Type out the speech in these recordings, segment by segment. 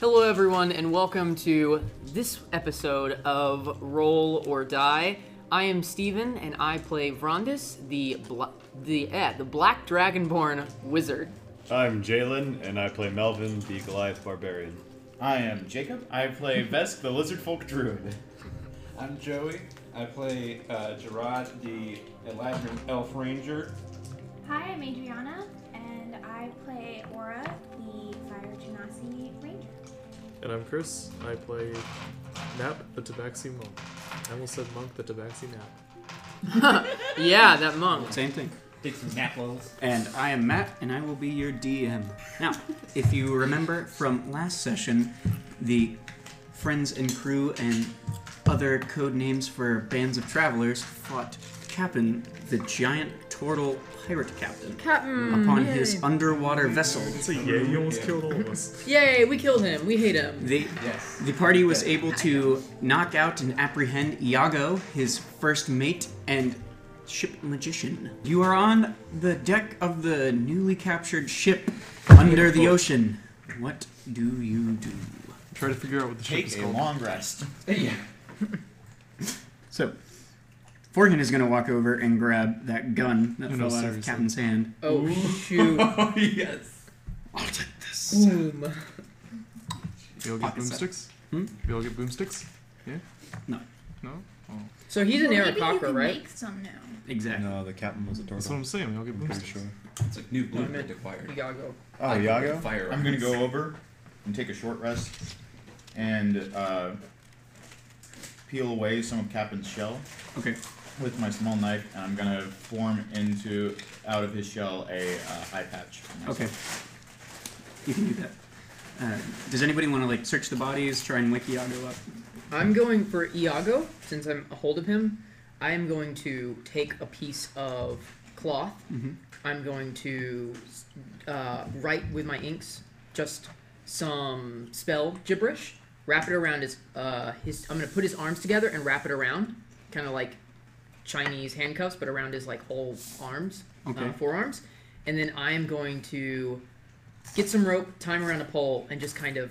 Hello, everyone, and welcome to this episode of Roll or Die. I am Steven, and I play Vrondis, the bla- the eh, the Black Dragonborn wizard. I'm Jalen, and I play Melvin, the Goliath Barbarian. I am Jacob. I play Vesk, the Lizard Folk Druid. I'm Joey. I play uh, Gerard, the Eladrin Elf Ranger. Hi, I'm Adriana, and I play Aura, the Fire Genasi Ranger. And I'm Chris. I play Nap, the Tabaxi monk. I almost said monk, the Tabaxi nap. Yeah, that monk. Same thing. Take some naples. And I am Matt, and I will be your DM. Now, if you remember from last session, the friends and crew and other code names for bands of travelers fought Captain, the giant turtle pirate captain, Captain. upon his underwater vessel. So yeah, you almost killed all of us. Yay, we killed him. We hate him. The, Yes. the party was able to knock out and apprehend Iago, his first mate and ship magician. You are on the deck of the newly captured ship under the ocean. What do you do? Try to figure out what the ship is Take a called. long rest. So, Forgan is going to walk over and grab that gun that No, fell out seriously. of Captain's hand. Oh shoot! Oh, yes. I'll take this. Boom. You all get Pocket size. boomsticks? Hmm? You all get boomsticks? Yeah? No. No? Oh. So he's an Well, maybe you Arakocra, can right? make some now. Exactly. No, the captain was a That's turtle. what I'm saying. We all get boomsticks. It's like new blueprint We acquired. gotta go. Oh, Yago? Fire. I'm gonna go over and take a short rest and uh, peel away some of Captain's shell Okay. with my small knife, and I'm gonna form into out of his shell a uh, eye patch. for myself. Okay. You can do that. Uh, does anybody want to like search the bodies, try and wake Iago up? I'm going for Iago since I'm a hold of him. I am going to take a piece of cloth. I'm going to uh, write with my inks just some spell gibberish. Wrap it around his uh, his. I'm gonna put his arms together and wrap it around, kind of like Chinese handcuffs, but around his like whole arms, Okay. uh, forearms. And then I am going to get some rope, tie him around a pole, and just kind of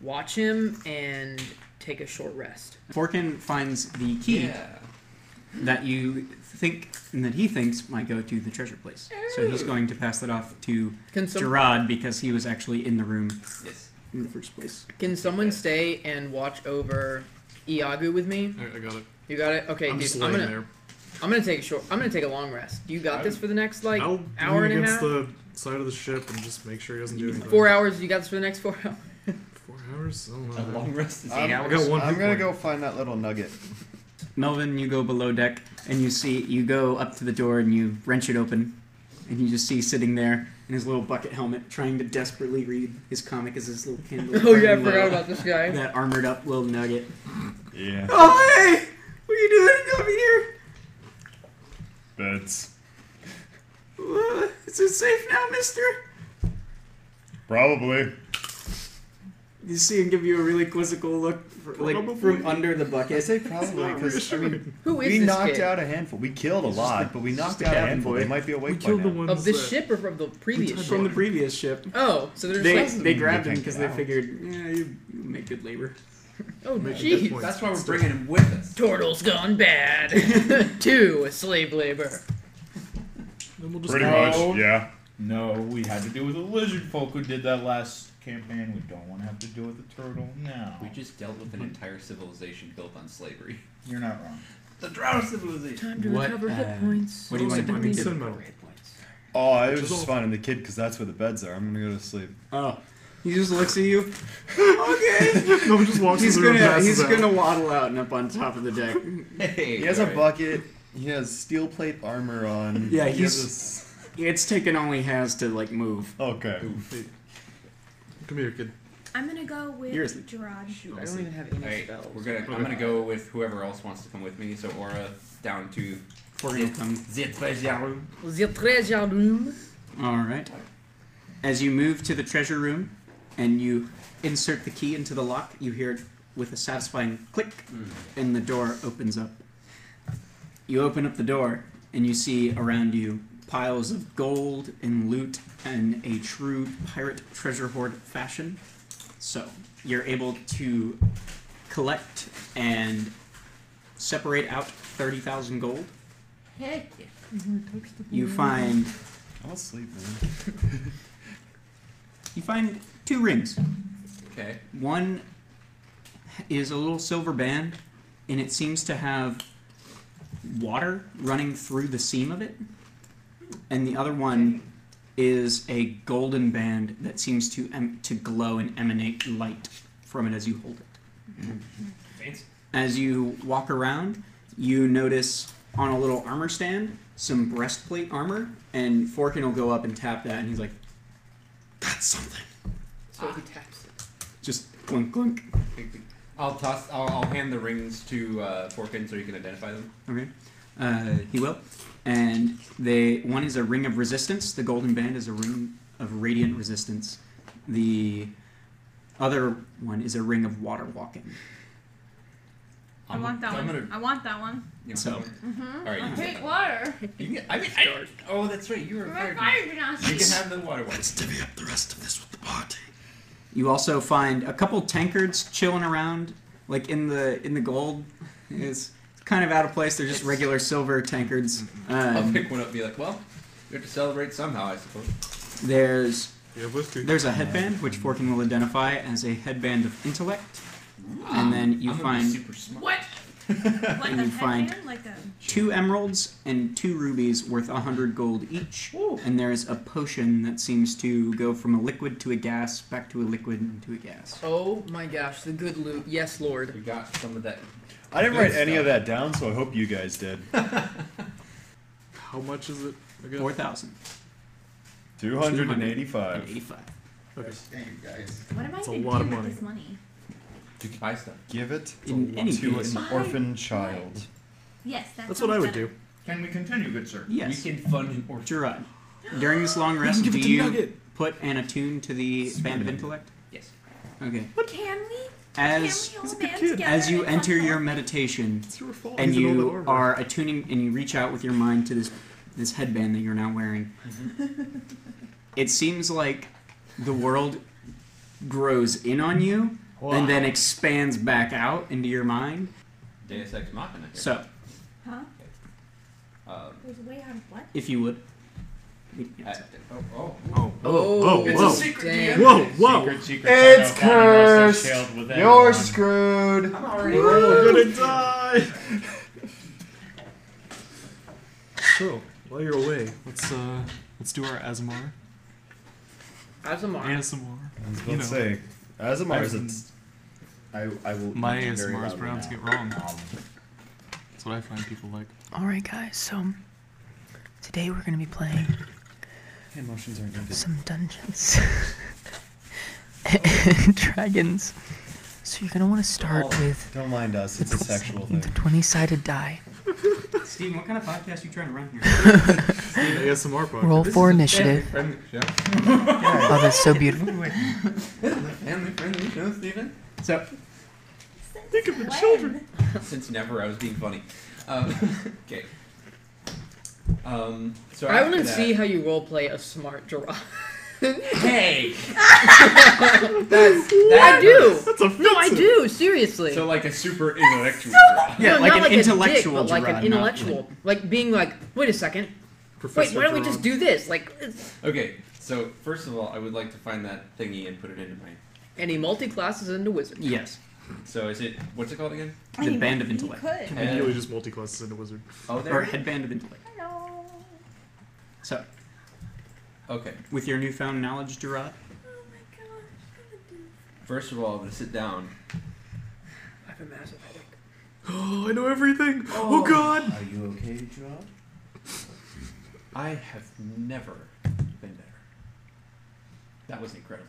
watch him and take a short rest. Forkin finds the key that you think and that he thinks might go to the treasure place. So he's going to pass that off to Can some- Gerard because he was actually in the room Yes. in the first place. Can someone stay and watch over Iagu with me? Alright, I got it. You got it. Okay, I'm dude. just I'm laying gonna there. I'm gonna take a short. I'm gonna take a long rest. You got this for the next like I'll hour lean and a half. against the side of the ship and just make sure he doesn't do anything. Four hours. You got this for the next four hours. Four hours? Oh, I don't A know. long rest is I'm, I got one I'm hit gonna point. go find that little nugget. Melvin, you go below deck and you see you go up to the door and you wrench it open and you just see sitting there in his little bucket helmet trying to desperately read his comic as his little candle. Oh yeah, I burning forgot low. about this guy. that armored up little nugget. Yeah. Oh hey! What are you doing over here? That's Uh, is it safe now, mister? probably. You see him give you a really quizzical look, fr- like Probably. from under the bucket. I say probably because I mean, Who is we this knocked kid? out a handful. We killed a lot, but we knocked the out a cabin handful. boy. They might be awake We by killed the now. ones of this that- ship or from the previous from ship? the previous ship. Oh, so there's They, like they grabbed him They because can't they get out. figured, yeah, you, you make good labor. oh Make a good jeez. point. That's why we're bringing him with us. Turtles gone bad. Two slave labor. Then we'll just Pretty go- much, No. yeah. No, we had to deal with the lizard folk who did that last campaign. We don't want to have to deal with the turtle now. We just dealt with an entire civilization built on slavery. You're not wrong. The drow civilization. Time to What, recover uh, hit points. what do you want to I do? mean, cinema. Oh, I was is just awful. finding the kid because that's where the beds are. I'm gonna go to sleep. Oh, he just looks at you. okay. No, he just walks he's in the room and gonna passes he's out. gonna waddle out and up on top of the deck. Hey, He has a alright. bucket. He has steel plate armor on. Yeah, He has he's- this- it's taken all he has to like move. Okay. Come here, kid. I'm gonna go with Yours. Gerard. I don't even have any Alright, spells. we're gonna. I'm gonna go with whoever else wants to come with me. So Aura down to Forgan will come. the treasure room. The treasure room. All right. As you move to the treasure room and you insert the key into the lock, you hear it with a satisfying click, and the door opens up. You open up the door, and you see around you piles of gold and loot in a true pirate treasure hoard fashion. So you're able to collect and separate out 30,000 gold. You find I'll sleep, man. you find two rings. Okay. One is a little silver band, and it seems to have water running through the seam of it. And the other one is a golden band that seems to em- to glow and emanate light from it as you hold it. As you walk around, you notice on a little armor stand some breastplate armor, and Forkin will go up and tap that, and he's like, "That's something." So he taps it. Just clunk clunk. I'll toss. I'll, I'll hand the rings to uh, Forkin so you can identify them. Okay. Uh, he will. And they one is a ring of resistance. The golden band is a ring of radiant resistance. The other one is a ring of water walking. I want that I'm one. Mm-hmm. I gonna- want that one. You know, So- All right. You Take can, water. you can, I mean, I, oh, that's right. You were We're fired. fire You can Genasi. have the water one. divvy up the rest of this with the party. You also find a couple tankards chilling around, like in the in the gold. It's kind of out of place. They're just regular silver tankards. I'll Um, pick one up. and Be like, well, we have to celebrate somehow, I suppose. there's Yeah, whiskey. There's a headband, which Forkin will identify as a headband of intellect. And then you I'm gonna be find super smart. What? Like And a you find- headband? Like a. two emeralds and two rubies worth 100 gold each. And there's a potion that seems to go from a liquid to a gas, back to a liquid, and to a gas. Oh my gosh, the good loot. Yes, Lord. We got some of that. I didn't Good write any of stuff. that down, so I hope you guys did. How much is it again? 4,085. 285. Okay. Dang, guys. What am I It's a gonna lot do of with money. this money? You can buy stuff. Give it In any to case. an orphan child. Yes, that's, That's what I would do. Can we continue, good sir? Yes. We can fund an orchard. Gerard, during this long rest, Give do it to you Nugget. put an attune to the band of Spin. intellect? Yes. Okay. Can we? As can we all good band kid. together as you and enter talk your about- meditation, It's your fault. and He's an you old are attuning and you reach out with your mind to this this headband that you're now wearing Mm-hmm. it seems like the world grows in on you and then expands back out into your mind Deus Ex Machina. Here. so Huh? Um, There's a way out of what? if you would Uh, I- oh, oh. Oh, whoa, Oh, whoa, it's whoa. a secret, whoa, damn. whoa, Secret, secret, It's I know, Father Ross cursed. is shelled with You're everyone. screwed. I'm already. We're gonna die. So, while you're away, let's uh, let's do our Asmar. Azamar. Asmar. I was about You know. to say, Azamar is a I've- t- I, I will. My eat very ASMR is loudly pronounced now. it wrong. Um, That's what I find people like. All right, guys. So today we're gonna be playing hand motions aren't needed. some Dungeons and Dragons. So you're gonna want to start Oh. with Don't mind us. It's a sexual thing. the 20-sided die. Steve, what kind of podcast you trying to run here? ASMR podcast. Roll for initiative. Friendly show. Oh, that's so beautiful. Family friendly show, Stephen. So, Think of the children. Since never I was being funny. Um, okay. Um, so I after want to that- see how you role play a smart giraffe. Hey. I do. That's offensive. No, I do. Seriously. So like a super intellectual. giraffe. yeah, no, like not an like intellectual, a dick, but like Gerard, an not intellectual, like being like, wait a second, wait, Professor why don't we just Jerome. do this? Like, it's- Okay. So first of all, I would like to find that thingy and put it into my. and he multi-classes into wizard. yes, So is it what's it called again? the band of intellect Could. Immediately just multi-classes into wizard. Oh, or there. it- headband of intellect. Hello. So, Okay. with your newfound knowledge, Gerard, Oh my gosh. I'm gonna do- First of all, I'm gonna sit down. I have a massive headache. Oh, I know everything. Oh, God. Are you okay, Job? I have never been better. That was incredible.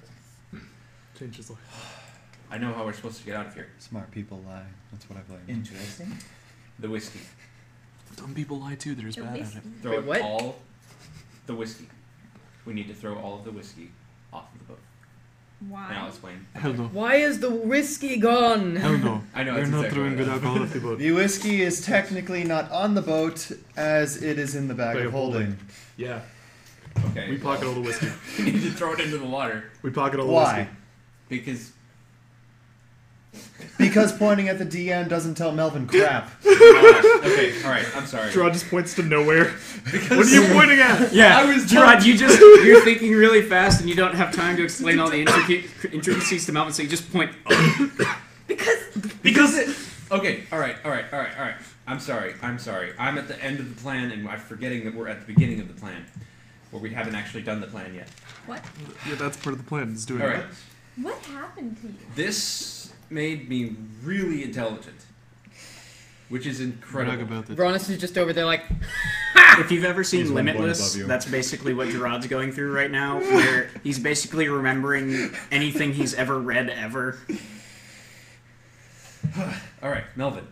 Change his life. I know how we're supposed to get out of here. Smart people lie. That's what I've learned. Interesting. The whiskey. Dumb people lie too. They're just The bad at whiskey. it. Throw Wait, it what? all the whiskey. We need to throw all of the whiskey off of the boat. And I'll Why? explain. Hell no. Why is the whiskey gone? Hell no. I know You're that's not exactly throwing what good I- alcohol off the boat. The whiskey is technically not on the boat as it is in the bag Bag of of holding. holding. Yeah, Okay. we pocket all the whiskey. We need to throw it into the water We pocket all the Why? whiskey. because because pointing at the DM doesn't tell Melvin crap. okay, all right. I'm sorry. Gerard just points to nowhere. what are you pointing at? Yeah, I was Gerard, pumped. you just you're thinking really fast, and you don't have time to explain all the intric- intricacies to Melvin, so you just point. Because it. Okay, all right, all right, all right, all right. I'm sorry. I'm sorry. I'm at the end of the plan, and I'm forgetting that we're at the beginning of the plan, where we haven't actually done the plan yet. What? Yeah, that's part of the plan. Is doing All right. What happened to you? This made me really intelligent, which is incredible. Bronis is just over there like, If you've ever seen He's one point Limitless, above you. that's basically what Gerard's going through right now, where he's basically remembering anything he's ever read ever. All right, Melvin.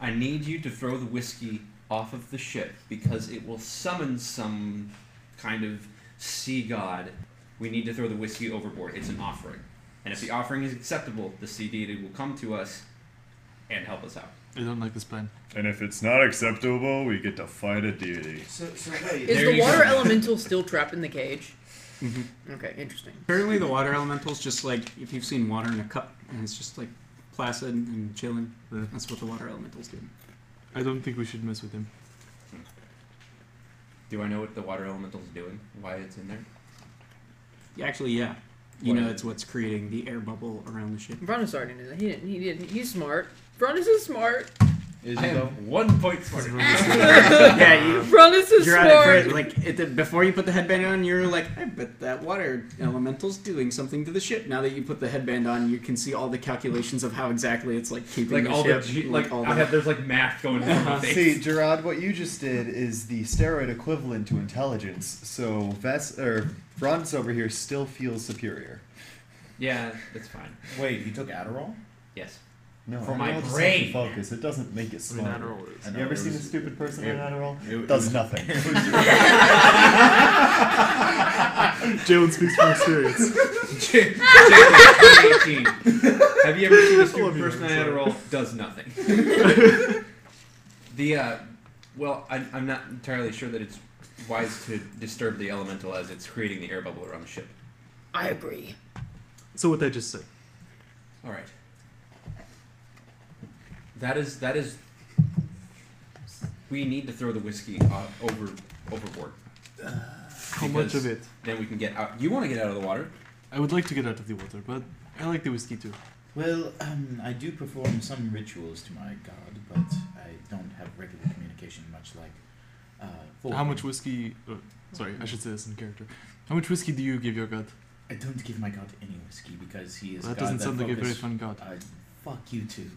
I need you to throw the whiskey off of the ship because it will summon some kind of sea god. We need to throw the whiskey overboard. It's an offering. And if the offering is acceptable, the sea deity will come to us and help us out. I don't like this plan. And if it's not acceptable, we get to fight a deity. So, so wait. is There the you water go. Mm-hmm. elemental still trapped in the cage? Okay, interesting. Apparently, the water elemental's just like if you've seen water in a cup, and it's just like placid and chilling. Yeah. That's what the water elemental's doing. I don't think we should mess with him. Do I know what the water elemental's doing? Why it's in there? Actually, yeah, you What? know it's what's creating the air bubble around the ship. Bronis already knew that. He didn't. He didn't. He's smart. Bronis is smart. Is I he though? am one point smarter. yeah, you, Bronis is You're smart. at it for, like at the, before you put the headband on, you're like, I bet that water elemental's doing something to the ship. Now that you put the headband on, you can see all the calculations of how exactly it's like keeping like the all the ship. G- like, all I the- have there's like math going on in my face. See, Gerard, what you just did is the steroid equivalent to intelligence. So Vess or Bronze over here still feels superior. Yeah, that's fine. Wait, he took Adderall? Yes. No, For my Adderall just helps you brain. focus. It doesn't make it I mean, that smarter. roll is. I know, You ever it seen a was- stupid person on it- Adderall? it- it Does was- nothing. Jalen speaks from experience. Jacob, 18. Have you ever seen a love stupid you, person on I'm sorry. Adderall does nothing? the uh, well, I, I'm not entirely sure that it's wise to disturb the elemental as it's creating the air bubble around the ship. I agree. So what they just said. All right. That is that is. We need to throw the whiskey uh, over overboard. How much Because of it? Then we can get out. You want to get out of the water? I would like to get out of the water, but I like the whiskey too. Well, um, I do perform some rituals to my god, but I don't have regular communication, much like. Uh, Oh. Volker. How much whiskey? Uh, sorry, I should say this in character. How much whiskey do you give your god? I don't give my god any whiskey because he is. That god doesn't sound like a very focus- fun god. Uh, fuck you too.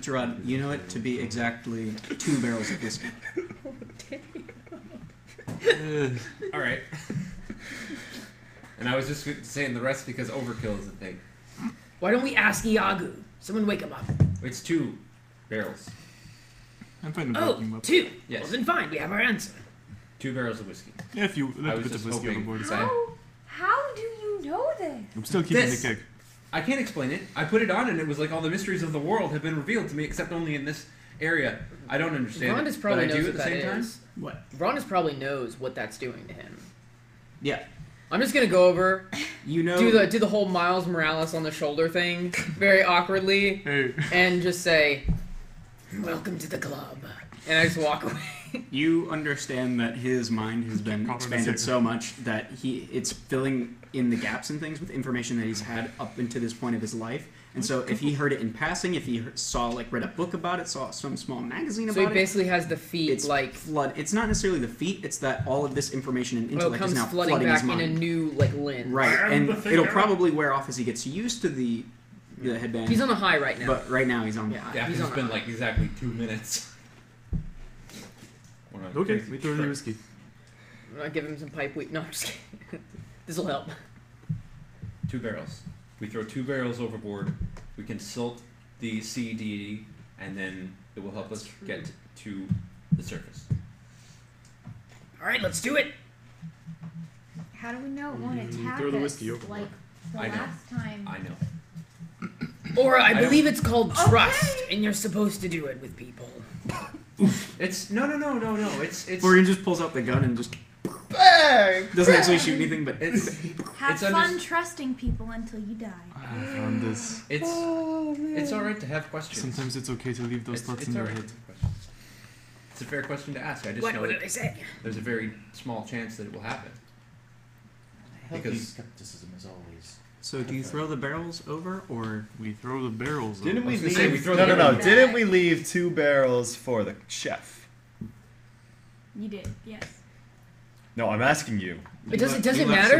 Gerard, you know it to be exactly two barrels of whiskey. Eh, All right. and I was just saying the rest because overkill is the thing. Why don't we ask Iago? Someone wake him up. It's two barrels. I'm fine with Oh, waking him up. two. Yes. Well, then fine. We have our answer. Two barrels of whiskey. Yeah, if you I let a was bit of just whiskey hoping- overboard, it's fine. How? How do you know this? I'm still keeping This- the keg. I can't explain it. I put it on and it was like all the mysteries of the world have been revealed to me, except only in this area. I don't understand. Bronis it, probably but I knows do what at the that same time. is. What? Bronis probably knows what that's doing to him. Yeah, I'm just gonna go over, you know. do the do the whole Miles Morales on the shoulder thing, very awkwardly, Hey, and just say, "Welcome to the club," and I just walk away. You understand that his mind has been Cover the expanded secret. so much that he it's filling in the gaps and things with information that he's had up until this point of his life. And so, if he heard it in passing, if he heard- saw like read a book about it, saw some small magazine so he about it, basically has the feet it's like flood. It's not necessarily the feet; it's that all of this information and well, it intellect comes is now flooding, flooding, back his in mind. a new like lens. right, and it'll probably wear off as he gets used to the the headband. He's on a high right now. but right now he's on. Yeah. Yeah, He's it's on been it. like exactly two minutes. One of my okay, crazy we throw the tricks. whiskey. I give him some pipe weed. No, I'm just kidding. this will help. Two barrels. We throw two barrels overboard. We consult the sea deity, and then it will help us get to the surface. All right, let's do it. How do we know it won't You attack throw the us whiskey over. like the I know. last time? I know. Aura, I, I don't- believe it's called Okay. trust, and you're supposed to do it with people. It's no, no, no, no, no. It's it's. Florian just pulls out the gun and just Bang! sorry. Doesn't actually shoot anything, but it's. Have It's fun under- trusting people until you die. found this. It's Oh, it's all right to have questions. Sometimes it's okay to leave those It's- thoughts it's in your alright. head. It's a fair question to ask. I just What know would that I say? there's a very small chance that it will happen. Healthy Because- skepticism is always. So do you throw the barrels over, or we throw the barrels? Didn't over? we I was gonna leave? say, we throw no, the no, no. barrels. Didn't we leave two barrels for the chef? You did, yes. No, I'm asking you. It does- it doesn't matter?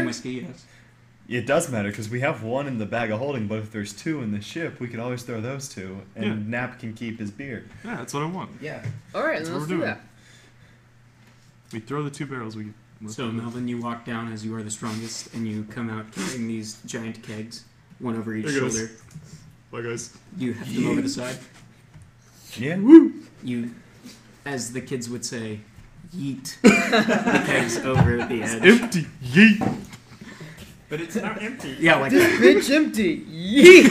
It does matter because we have one in the bag of holding, but if there's two in the ship, we can always throw those two, and Yeah. Nap can keep his beer. Yeah, that's what I want. Yeah. All right, That's then what let's we're do doing. that. We throw the two barrels. We lift So them up. Melvin, you walk down as you are the strongest, and you come out carrying these giant kegs, one over each There goes. shoulder. Bye guys. You have them over the side. Yeah. You, as the kids would say, yeet the kegs over the edge. Empty. Yeet. But it's not empty. Yeah, like This bitch empty. Yeet.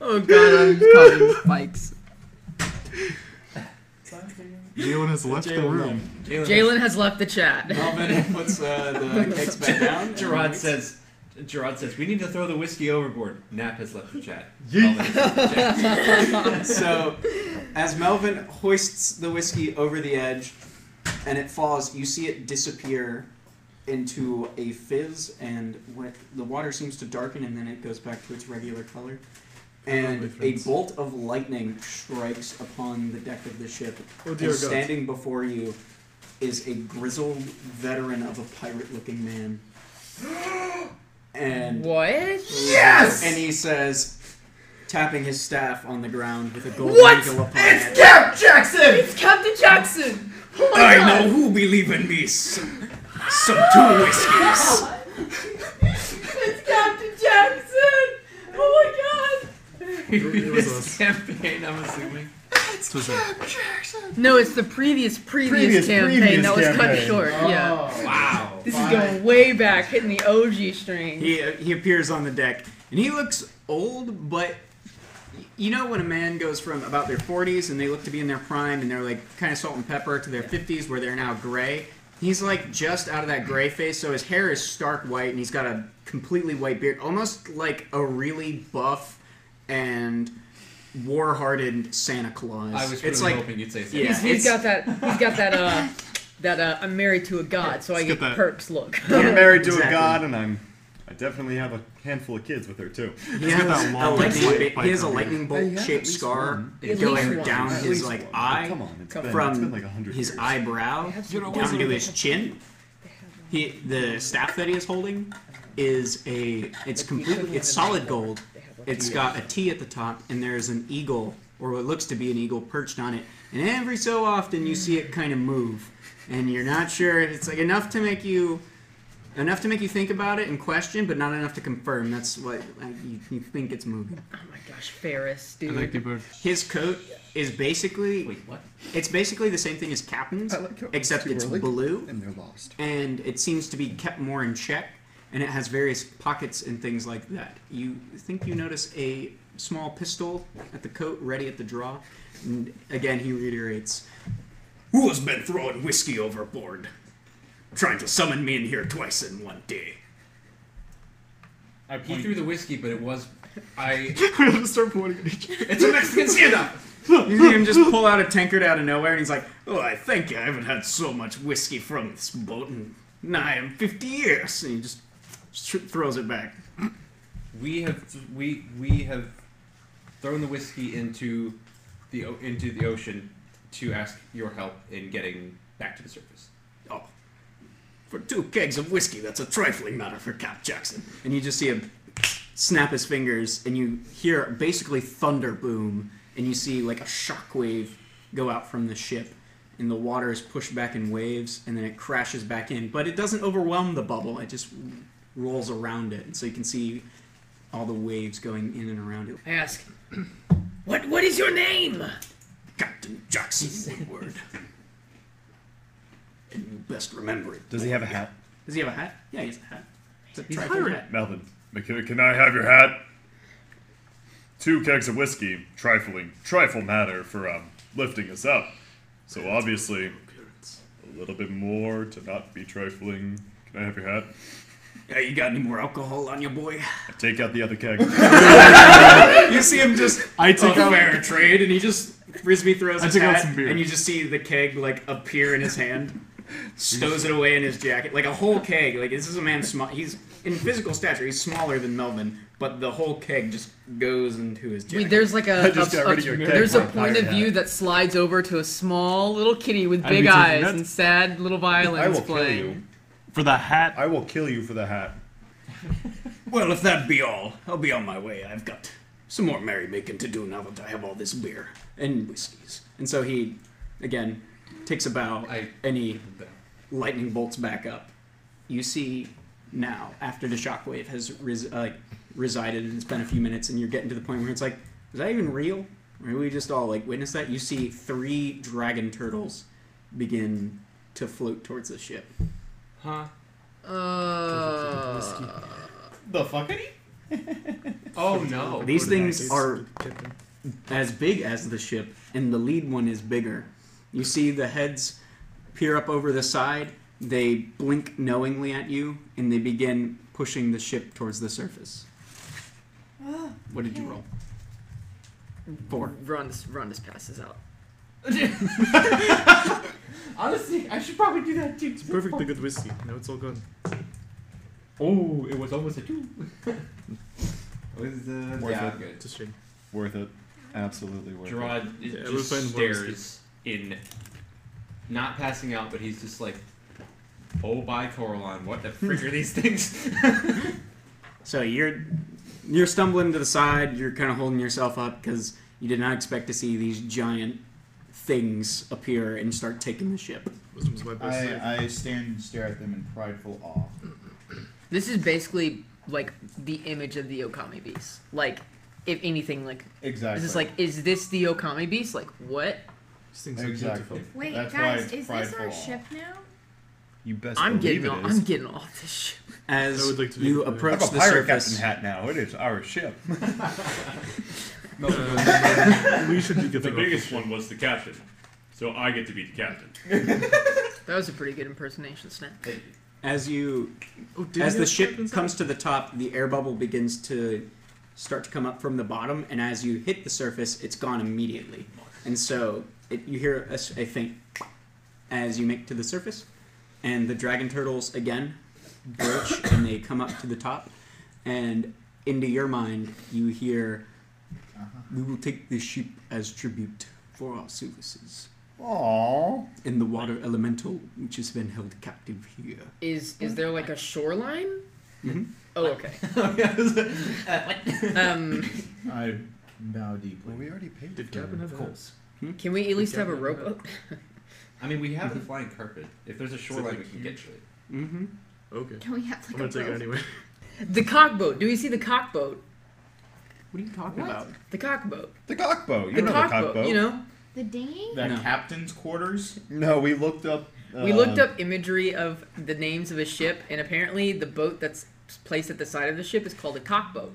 oh god, I'm causing spikes. Jalen has left the room. Jalen has left the chat. Melvin puts uh, the kegs back down. and Gerard waits. says, Gerard says, we need to throw the whiskey overboard. Nap has left the chat. Yeet. Melvin has left the chat. so as Melvin hoists the whiskey over the edge and it falls, you see it disappear into a fizz and what the water seems to darken and then it goes back to its regular color. And Lovely a friends. bolt of lightning strikes upon the deck of the ship. Oh, dear and God. standing before you is a grizzled veteran of a pirate looking man. And What? Yes! And he says, tapping his staff on the ground with a golden What? eagle upon It's it. Cap Jackson! It's Captain Jackson! Oh my I God. know who believe in me. Some, some two whiskeys. It's Captain Jackson! Oh my god! It was us. campaign, I'm assuming. It was us. No, it's the previous, previous, Previous, campaign previous that was cut campaign. short. Yeah. Oh, Wow. This is going way back, hitting the OG string. He, he appears on the deck, and he looks old, but you know when a man goes from about their 40s and they look to be in their prime and they're like kind of salt and pepper to their 50s where they're now gray? He's like just out of that gray Mm-hmm. phase, so his hair is stark white and he's got a completely white beard, almost like a really buff and war-hardened Santa Claus. I was really it's like hoping you'd say something. yeah, he's, he's it's- got that. He's got that. Uh, that uh, I'm married to a god, so I Let's get get that. perks. Look. Oh Yeah, I'm married to a exactly. god, and I'm. I definitely have a handful of kids with her too. He got has, that a long white lightning, bike he has a on him. lightning Yeah, bolt you have shaped at least scar one. At going least one. down At his least like one. eye. Come on, it's been- it's from been like 100 his years. eyebrow down to his chin. He, the staff that he is holding is a it's completely it's solid gold. It's got a T at the top and there is an eagle or what looks to be an eagle perched on it. And every so often you see it kind of move and you're not sure it's like enough to make you enough to make you think about it and question but not enough to confirm. That's what uh, you, you think it's moving. Oh my gosh, Ferris, I dude. like the bird. His coat is basically Wait, what? it's basically the same thing as captain's, except it's blue, and they're lost. and it seems to be kept more in check, and it has various pockets and things like that. You think you notice a small pistol at the coat, ready at the draw. And again, he reiterates, "Who has been throwing whiskey overboard? Trying to summon me in here twice in one day." I He point, threw the whiskey, but it was. I. We're gonna start pointing at each other. It's a Mexican standoff! You see him just pull out a tankard out of nowhere, and he's like, "Oh, I thank you. I haven't had so much whiskey from this boat in nigh fifty years." And he just sh- throws it back. We have we we have thrown the whiskey into the o- into the ocean to ask your help in getting back to the surface. Oh, for two kegs of whiskey, that's a trifling matter for Cap Jackson. And you just see him snap his fingers, and you hear basically thunder boom, and you see like a shockwave go out from the ship, and the water is pushed back in waves, and then it crashes back in. But it doesn't overwhelm the bubble, it just rolls around it. And so you can see all the waves going in and around it. I ask, what? What is your name? Captain Jackson Woodward. and you best remember it. Does he have a hat? Does he have a hat? Yeah, he has a hat. It's a He's trifling pirate. hat. Melvin, can, can I have your hat? Two kegs of whiskey, trifling, trifle matter for um, lifting us up. So obviously, Appearance. A little bit more to not be trifling. Can I have your hat? Yeah, you got any more alcohol on you, boy? I take out the other keg. you see him just I took a out- fair trade, and he just frisbee throws. I his took out hat, some beer. and you just see the keg like appear in his hand. Stows it away in his jacket, like a whole keg. Like this is a man small. He's in physical stature. He's smaller than Melvin, but the whole keg just goes into his jacket. Wait, there's like a, a- a- there's a point of view that slides over to a small little kitty with I'd be big taking eyes that. and sad little I violins will kill playing. you for the hat. I will kill you for the hat. Well, if that be all, I'll be on my way. I've got some more merrymaking to do now that I have all this beer and whiskeys. And so he, again, takes a bow, and he lightning bolts back up. You see now, after the shockwave has res- uh, resided and it's been a few minutes, and you're getting to the point where it's like, is that even real? Or we just all like witness that? You see three dragon turtles begin to float towards the ship. Huh? Uh, the fuckity? Oh no. These things are as big as the ship, and the lead one is bigger. You see the heads peer up over the side, they blink knowingly at you, and they begin pushing the ship towards the surface. What did you roll? Four. Ron just, Ron just passes out. Honestly, I should probably do that too. It's perfectly good whiskey. Now it's all gone. Oh, it was almost a two. With uh, Worth yeah. it. Good. It's a shame. Worth it. Absolutely worth Gerard it. it just stares in, not passing out, but he's just like, oh, by Coralon, what the frick are these things? So you're you're stumbling to the side. You're kind of holding yourself up because you did not expect to see these giant things appear and start taking the ship. Wisdom's my best save. I, I stand and stare at them in prideful awe. This is basically like the image of the Okami beast. Like, if anything, like Exactly. This is like, is this the Okami beast? Like, what? Exactly. Wait, That's why guys, it's is this prideful our awe. ship now? You best I'm believe getting it off, is. I'm getting off this shit. As I would like to be you clear. approach I have a the pirate surface, captain hat now. It is our ship. we should be The giving biggest one was the captain, so I get to be the captain. That was a pretty good impersonation, Snap. as you Oh, did as he the have ship comes to the top, the air bubble begins to start to come up from the bottom, and as you hit the surface, it's gone immediately. And so it, you hear a, s- a faint as you make to the surface, and the dragon turtles again broach and they come up to the top, and into your mind you hear, "We will take this ship as tribute for our services." Aww. In the water elemental, which has been held captive here. Is is there like a shoreline? Mhm. Oh, okay. Uh, um, I bow deeply. we already paid. Did Captain have coals? can we at least have a rope up? I mean, we have the flying carpet. If there's a shoreline, we can get to it. Mm-hmm. Okay. Can we have like I'm gonna a take it rope? anyway. The cockboat. Do we see the cockboat? What are you talking about? The cockboat. The cockboat. You the know cockboat. the cockboat. You know. The dinghy? The captain's quarters? No, we looked up. Uh, We looked up imagery of the names of a ship, and apparently the boat that's placed at the side of the ship is called a cockboat.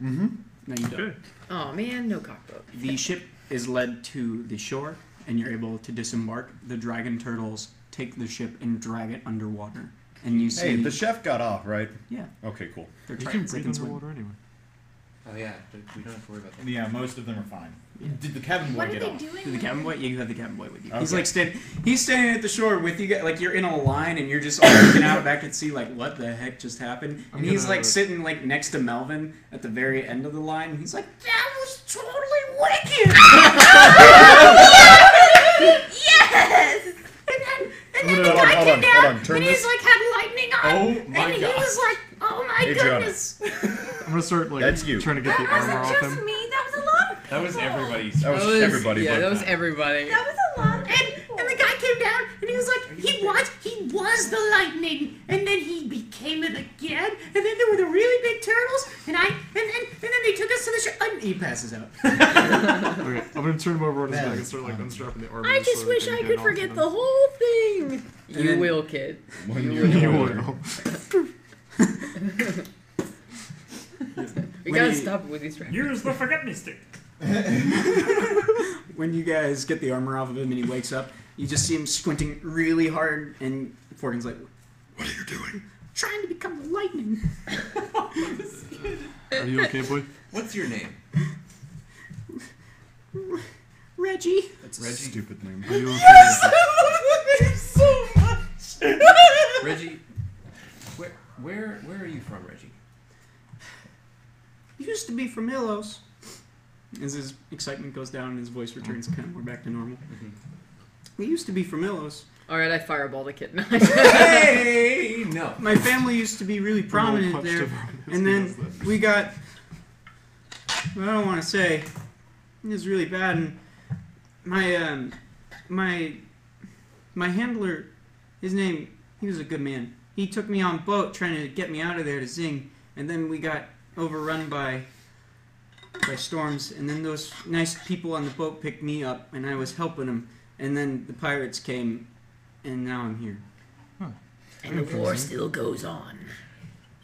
Mm-hmm. No, you don't. Oh man, no cockboat. The ship is led to the shore, and you're able to disembark. The dragon turtles take the ship and drag it underwater, and you see Hey, the chef got off, right? Yeah. Okay, cool. They're titans. They can swim. anyway. Oh yeah, but we don't have to worry about that. Yeah, most of them are fine. Did the cabin boy What get did they off? do in To the there? cabin boy, yeah, you have the cabin boy with you. He's Okay. like standing. He's standing at the shore with you. guys. Like you're in a line, and you're just all looking out back at sea. Like what the heck just happened? I'm And he's gonna- like sitting like next to Melvin at the very end of the line. and He's like, that was totally wicked. Yes! And then, and then No, the hold on, guy hold came on, down, hold on, turn and he's this- like had lightning on, Oh my and God. he was like, "Oh my Hey, Gianna. goodness!" I'm gonna start like That's you. trying to get the I was armor like, off "Just him. me? That was a lot of That was people." everybody's- That was everybody Yeah, but that was Matt. everybody. That was a lot. And, and the guy came down and he was like, he was, he was the lightning, and then he became it again, and then there were the really big turtles, and I, and then, and then they took us to the ship. And he passes out. okay, I'm gonna turn him over on his That back and is start like unstrapping the armor. I just so wish can I get could onto forget them. the whole thing. And you then- will, kid. When You you're will. will. We When gotta he- stop with these. records. Use the forget me stick. when you guys get the armor off of him and he wakes up, You just see him squinting really hard, and Forkin's like, "What are you doing?" Trying to become the lightning. Are you okay, boy? What's your name? Reggie. That's Reggie. stupid name. Are you Yes, I love him so much. Reggie, where where where are you from, Reggie? Used to be from Illos. As his excitement goes down and his voice returns kind of more back to normal. Mm-hmm. We used to be from Illos. All right, I fireball the kid. hey, no. My family used to be really The more prominent punched there, up on this and then because of we got. I don't want to say. It was really bad, and my um, my my handler, his name, he was a good man. He took me on boat trying to get me out of there to Zing, and then we got overrun by by storms, and then those nice people on the boat picked me up, and I was helping them, and then the pirates came, and now I'm here. And the war still goes on.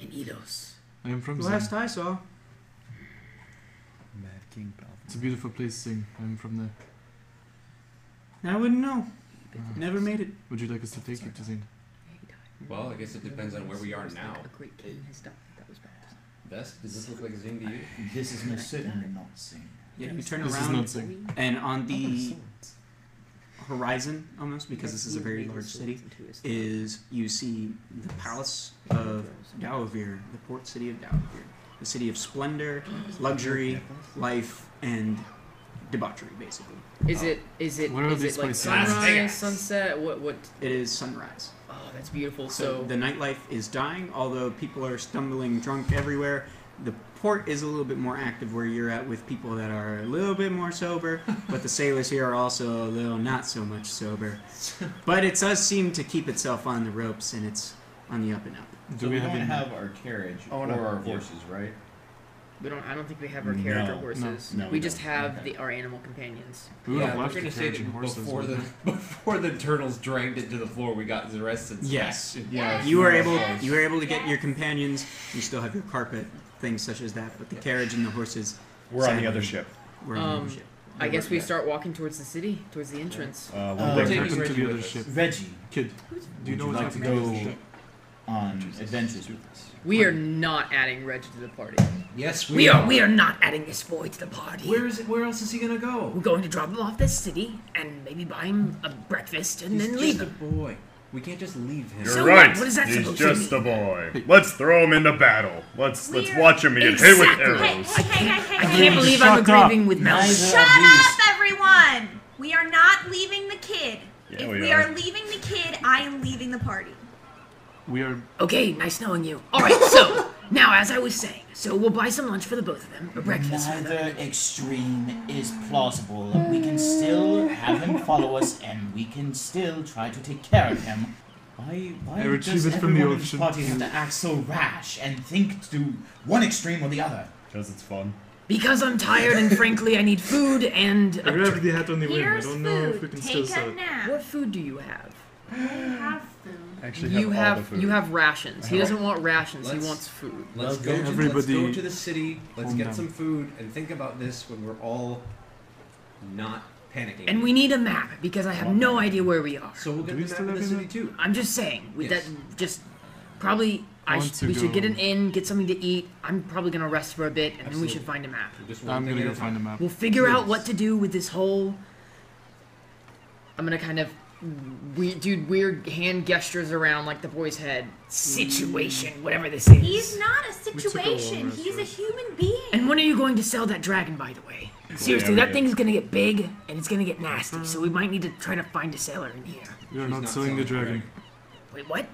In Eidos. I am from Zing. Last I saw, Mad King Balvin. It's a beautiful place, Zing. I'm from there. I wouldn't know. Never made it. Would you like us to take you to Zing? Well, I guess it depends on where we are now. A great king has died. That was bad. Vest, does this look like Zing to you? This is most certainly not Zing. Yeah, you turn This is around, not Zing. and on the horizon, almost because this is a very large city, is you see the palace of Daovir, the port city of Daovir, the city of splendor, luxury, life, and debauchery, basically. Is it? Is it? What are is these it like places? Las sunrise, Vegas. sunset? What? What? It is sunrise. Oh, that's beautiful. So, So, the nightlife is dying, although people are stumbling drunk everywhere. The port is a little bit more active where you're at with people that are a little bit more sober, but the sailors here are also a little not so much sober. But it does seem to keep itself on the ropes and it's on the up and up. so we, don't have our carriage Oh, or no. our Yeah. horses, right? we don't. I don't think we have our character No. horses. No. No, we we just don't. have Okay. the our animal companions. We would yeah, have we're left gonna the say carriage that and horses. before the wouldn't before the turtles dragged it to the floor, we got the rest. And Yes. smashed it. You were able you were able to get your companions, you still have your carpet, things such as that, but the carriage and the horses We're on the sadly, other ship. We're on the Um, other ship. I guess we start walking towards the city, towards the entrance. Uh, we? we're What taking happened to Reggie the with other us. ship? Reggie, Kid, do you would know you what's like to happening to the go ship? on um, adventures with us? We are not adding Reggie to the party. Yes, we, We are we are not adding this boy to the party. Where is it? Where else is he gonna go? We're going to drop him off this city and maybe buy him a breakfast and He's then just leave a him. boy. We can't just leave him. You're So right. what? What is that He's supposed to just a boy. Let's throw him into battle. Let's let's We're- watch him get hit with Exactly. arrows. Hey, hey, hey, I hey. can't believe I'm Shut up. agreeing with Mel. Shut up, everyone! We are not leaving the kid. Yeah, if we we, are. are. leaving the kid, I am leaving the party. We are Okay, nice knowing you. All right, so now as I was saying, so we'll buy some lunch for the both of them, a breakfast for them. Neither extreme is plausible. We can still have him follow us, and we can still try to take care of him. Why, why I retrieve does it from the everyone in this ocean. party have to act so rash and think to one extreme or the other? Because it's fun. Because I'm tired and frankly I need food and I a grabbed the hat on the whim. I Here's don't know if we food. can still Take sell a it. nap. What food do you have? I have food. Actually, you have, all the have food. you have rations. I He have- doesn't want rations. he Let's- wants food. Let's Well, go, then to, let's everybody go to the city. Let's calm get down. some food and think about this when we're all not panicking. and we need a map because I have no idea where we are. So we'll get we the map still of the have city too. I'm just saying we Yes. that just probably I Want sh- to we should get go- an inn, get something to eat. I'm probably gonna rest for a bit, and then we should find a map. Just one I'm thing gonna at go a time. find a map. We'll figure out what to do with this whole. I'm gonna kind of we dude weird hand gestures around like the boy's head. Situation, whatever this is. He's not a took a long situation. rest, He's a right? human being. And when are you going to sell that dragon, by the way? Seriously, we that did. thing's gonna get big and it's gonna get nasty, so we might need to try to find a sailor in here. We are She's not selling the dragon. Wait, what?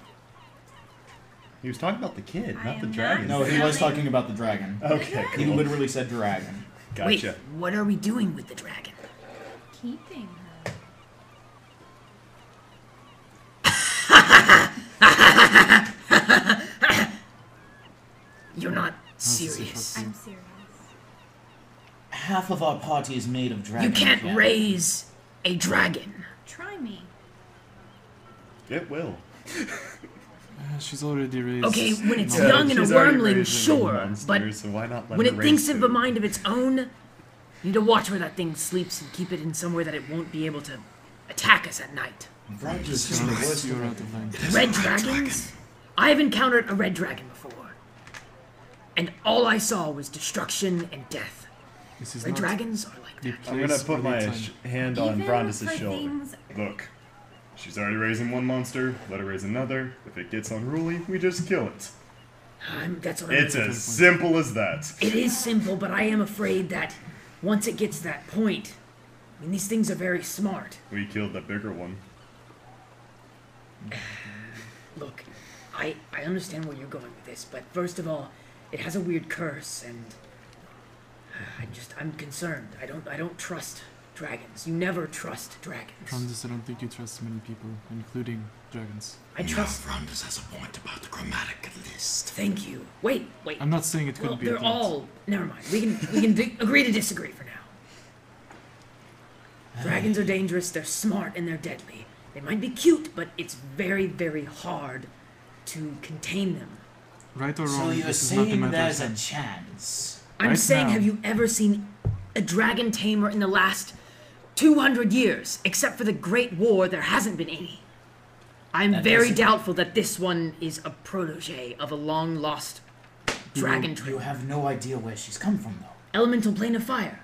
He was talking about the kid, not I the am not dragon. No, No, he was talking about the dragon. Okay, cool. He He literally said dragon. Gotcha. Wait, what are we doing with the dragon? Keeping her. You're not this is serious. I'm serious. Half of our party is made of You dragons. can't yet. raise a dragon. Try me. It will. Uh, she's already raised. Okay, when it's No. young and a she's already wormling, raised a sure, monster, but so why not let when her it raise thinks of a food? mind of its own, you need to watch where that thing sleeps and keep it in somewhere that it won't be able to attack us at night. That is just the worst of all. Red dragons? I've encountered a red dragon before. And all I saw was destruction and death. This red dragons are like I'm gonna put my sh- hand on Even Brondis' for shoulder. things- Look, she's already raising one monster. Let her raise another. If it gets unruly, we just kill it. I'm, that's what I'm It's as simple as that. It is simple, but I am afraid that once it gets to that point, I mean, these things are very smart. We killed the bigger one. Look, I, I understand where you're going with this, but first of all, it has a weird curse, and uh, I just I'm concerned. I don't I don't trust dragons. You never trust dragons. Francis, I don't think you trust many people, including dragons. I trust. Francis has a point about the grammatic list. Thank you. Wait, wait. I'm not saying it couldn't well, be. they're a threat. all. Never mind. We can we can di- agree to disagree for now. Dragons are dangerous. They're smart and they're deadly. They might be cute, but it's very very hard to contain them. Right or So wrong, you're this is not the saying matter. there's a chance. I'm saying, have you ever seen a dragon tamer in the last 200 years? Except for the Great War, there hasn't been any. I'm That very doesn't- doubtful that this one is a protege of a long lost dragon You trainer. have no idea where she's come from, though. Elemental plane of fire.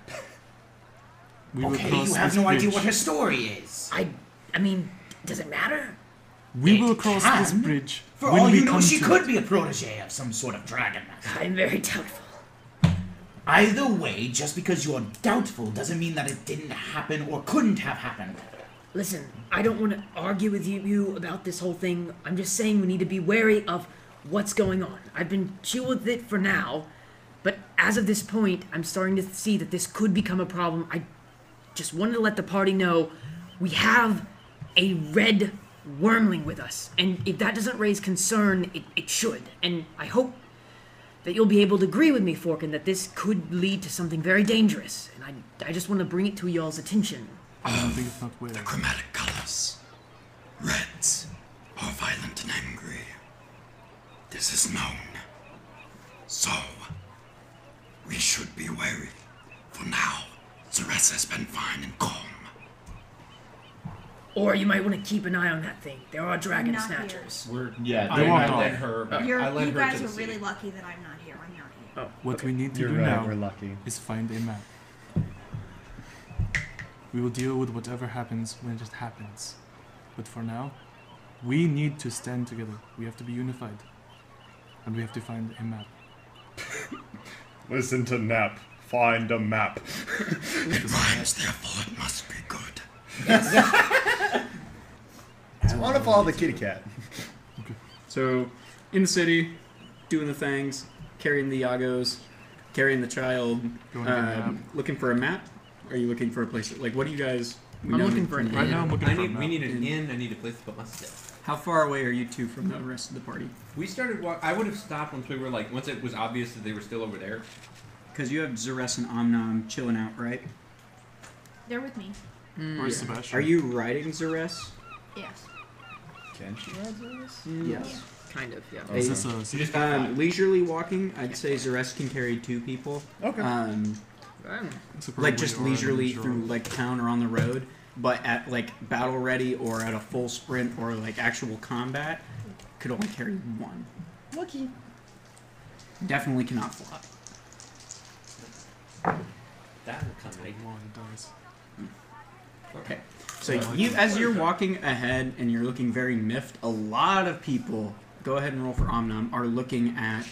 We will okay, cross you have this no idea bridge. what her story is. I, I mean, does it matter? We will cross this can. bridge. For when all we you know, come she to could it. be a protege of some sort of dragon. I'm very doubtful. Either way, just because you're doubtful doesn't mean that it didn't happen or couldn't have happened. Listen, I don't want to argue with you, you about this whole thing. I'm just saying we need to be wary of what's going on. I've been chill with it for now, but as of this point, I'm starting to see that this could become a problem. I just wanted to let the party know we have a red wormling with us, and if that doesn't raise concern, it, it should. And I hope that you'll be able to agree with me, Forkin, that this could lead to something very dangerous. And I, I just want to bring it to y'all's attention. I don't think it's not where. The chromatic colors. Reds are violent and angry. This is known. So, we should be wary. For now, the rest has been fine and calm. Or you might want to keep an eye on that thing. There are dragon Not here. snatchers. We're Yeah, I, they I walked led off. her. Oh. You're, I led you her guys to are the sea. really lucky that I'm not here. I'm not here. Oh. What we need to You're do right, now we're lucky. is find a map. We will deal with whatever happens when it happens. But for now, we need to stand together. We have to be unified. And we have to find a map. Listen to Nap. Find a map. It rhymes, therefore it must be good. I want to follow the kitty cat. So, in the city, doing the things, carrying the Yagos, carrying the child, Going to the uh, map. looking for a map. Are you looking for a place? Like, what do you guys? we I'm know looking that- for an Right inn. now I'm looking I for a need- map. We need an Inn. inn. I need a place to put my stuff. How far away are you two from the rest of the party? We started. Wa- I would have stopped once we were like once it was obvious that they were still over there. Because you have Zeres and Omnom chilling out, right? They're with me. Yeah. Are Are you? you riding Zeres? Yes. Can she ride this? Yes. Kind of, yeah. Hey, um, leisurely walking, I'd say Zeres can carry two people. Okay. Um, I'm- like just leisurely through like town or on the road, but at like battle ready or at a full sprint or like actual combat, could only carry one. Lucky. Definitely cannot fly. That will come in. Okay. So you, as you're walking ahead and you're looking very miffed, a lot of people go ahead and roll for Omnom are looking at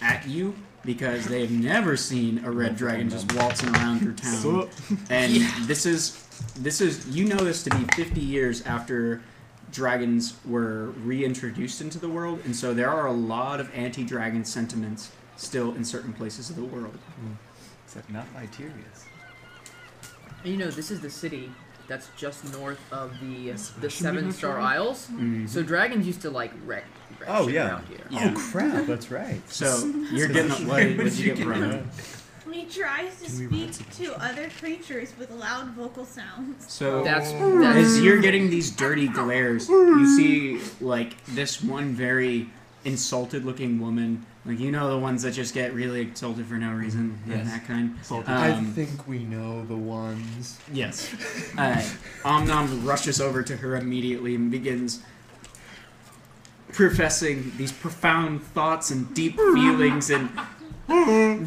at you because they've never seen a red dragon just waltzing around your town. Sup? And this is this is you know this to be 50 years after dragons were reintroduced into the world, and so there are a lot of anti-dragon sentiments still in certain places of the world. Except not Lyterius. And you know, this is the city that's just north of the the we Seven not Star sure? Isles. Mhm. So dragons used to like wreck. wreck Oh shit yeah. Around here. Oh crap, that's right. So, you're getting a- what- what'd you get, Brian? When he tries to Can we speak ride to other creatures with loud vocal sounds. So That's- as you're getting these dirty glares, you see like this one very insulted looking woman Like you know the ones that just get really exalted for no reason, and Yes. that kind. I Um, think we know the ones. Yes. Uh, Omnom rushes over to her immediately and begins professing these profound thoughts and deep feelings and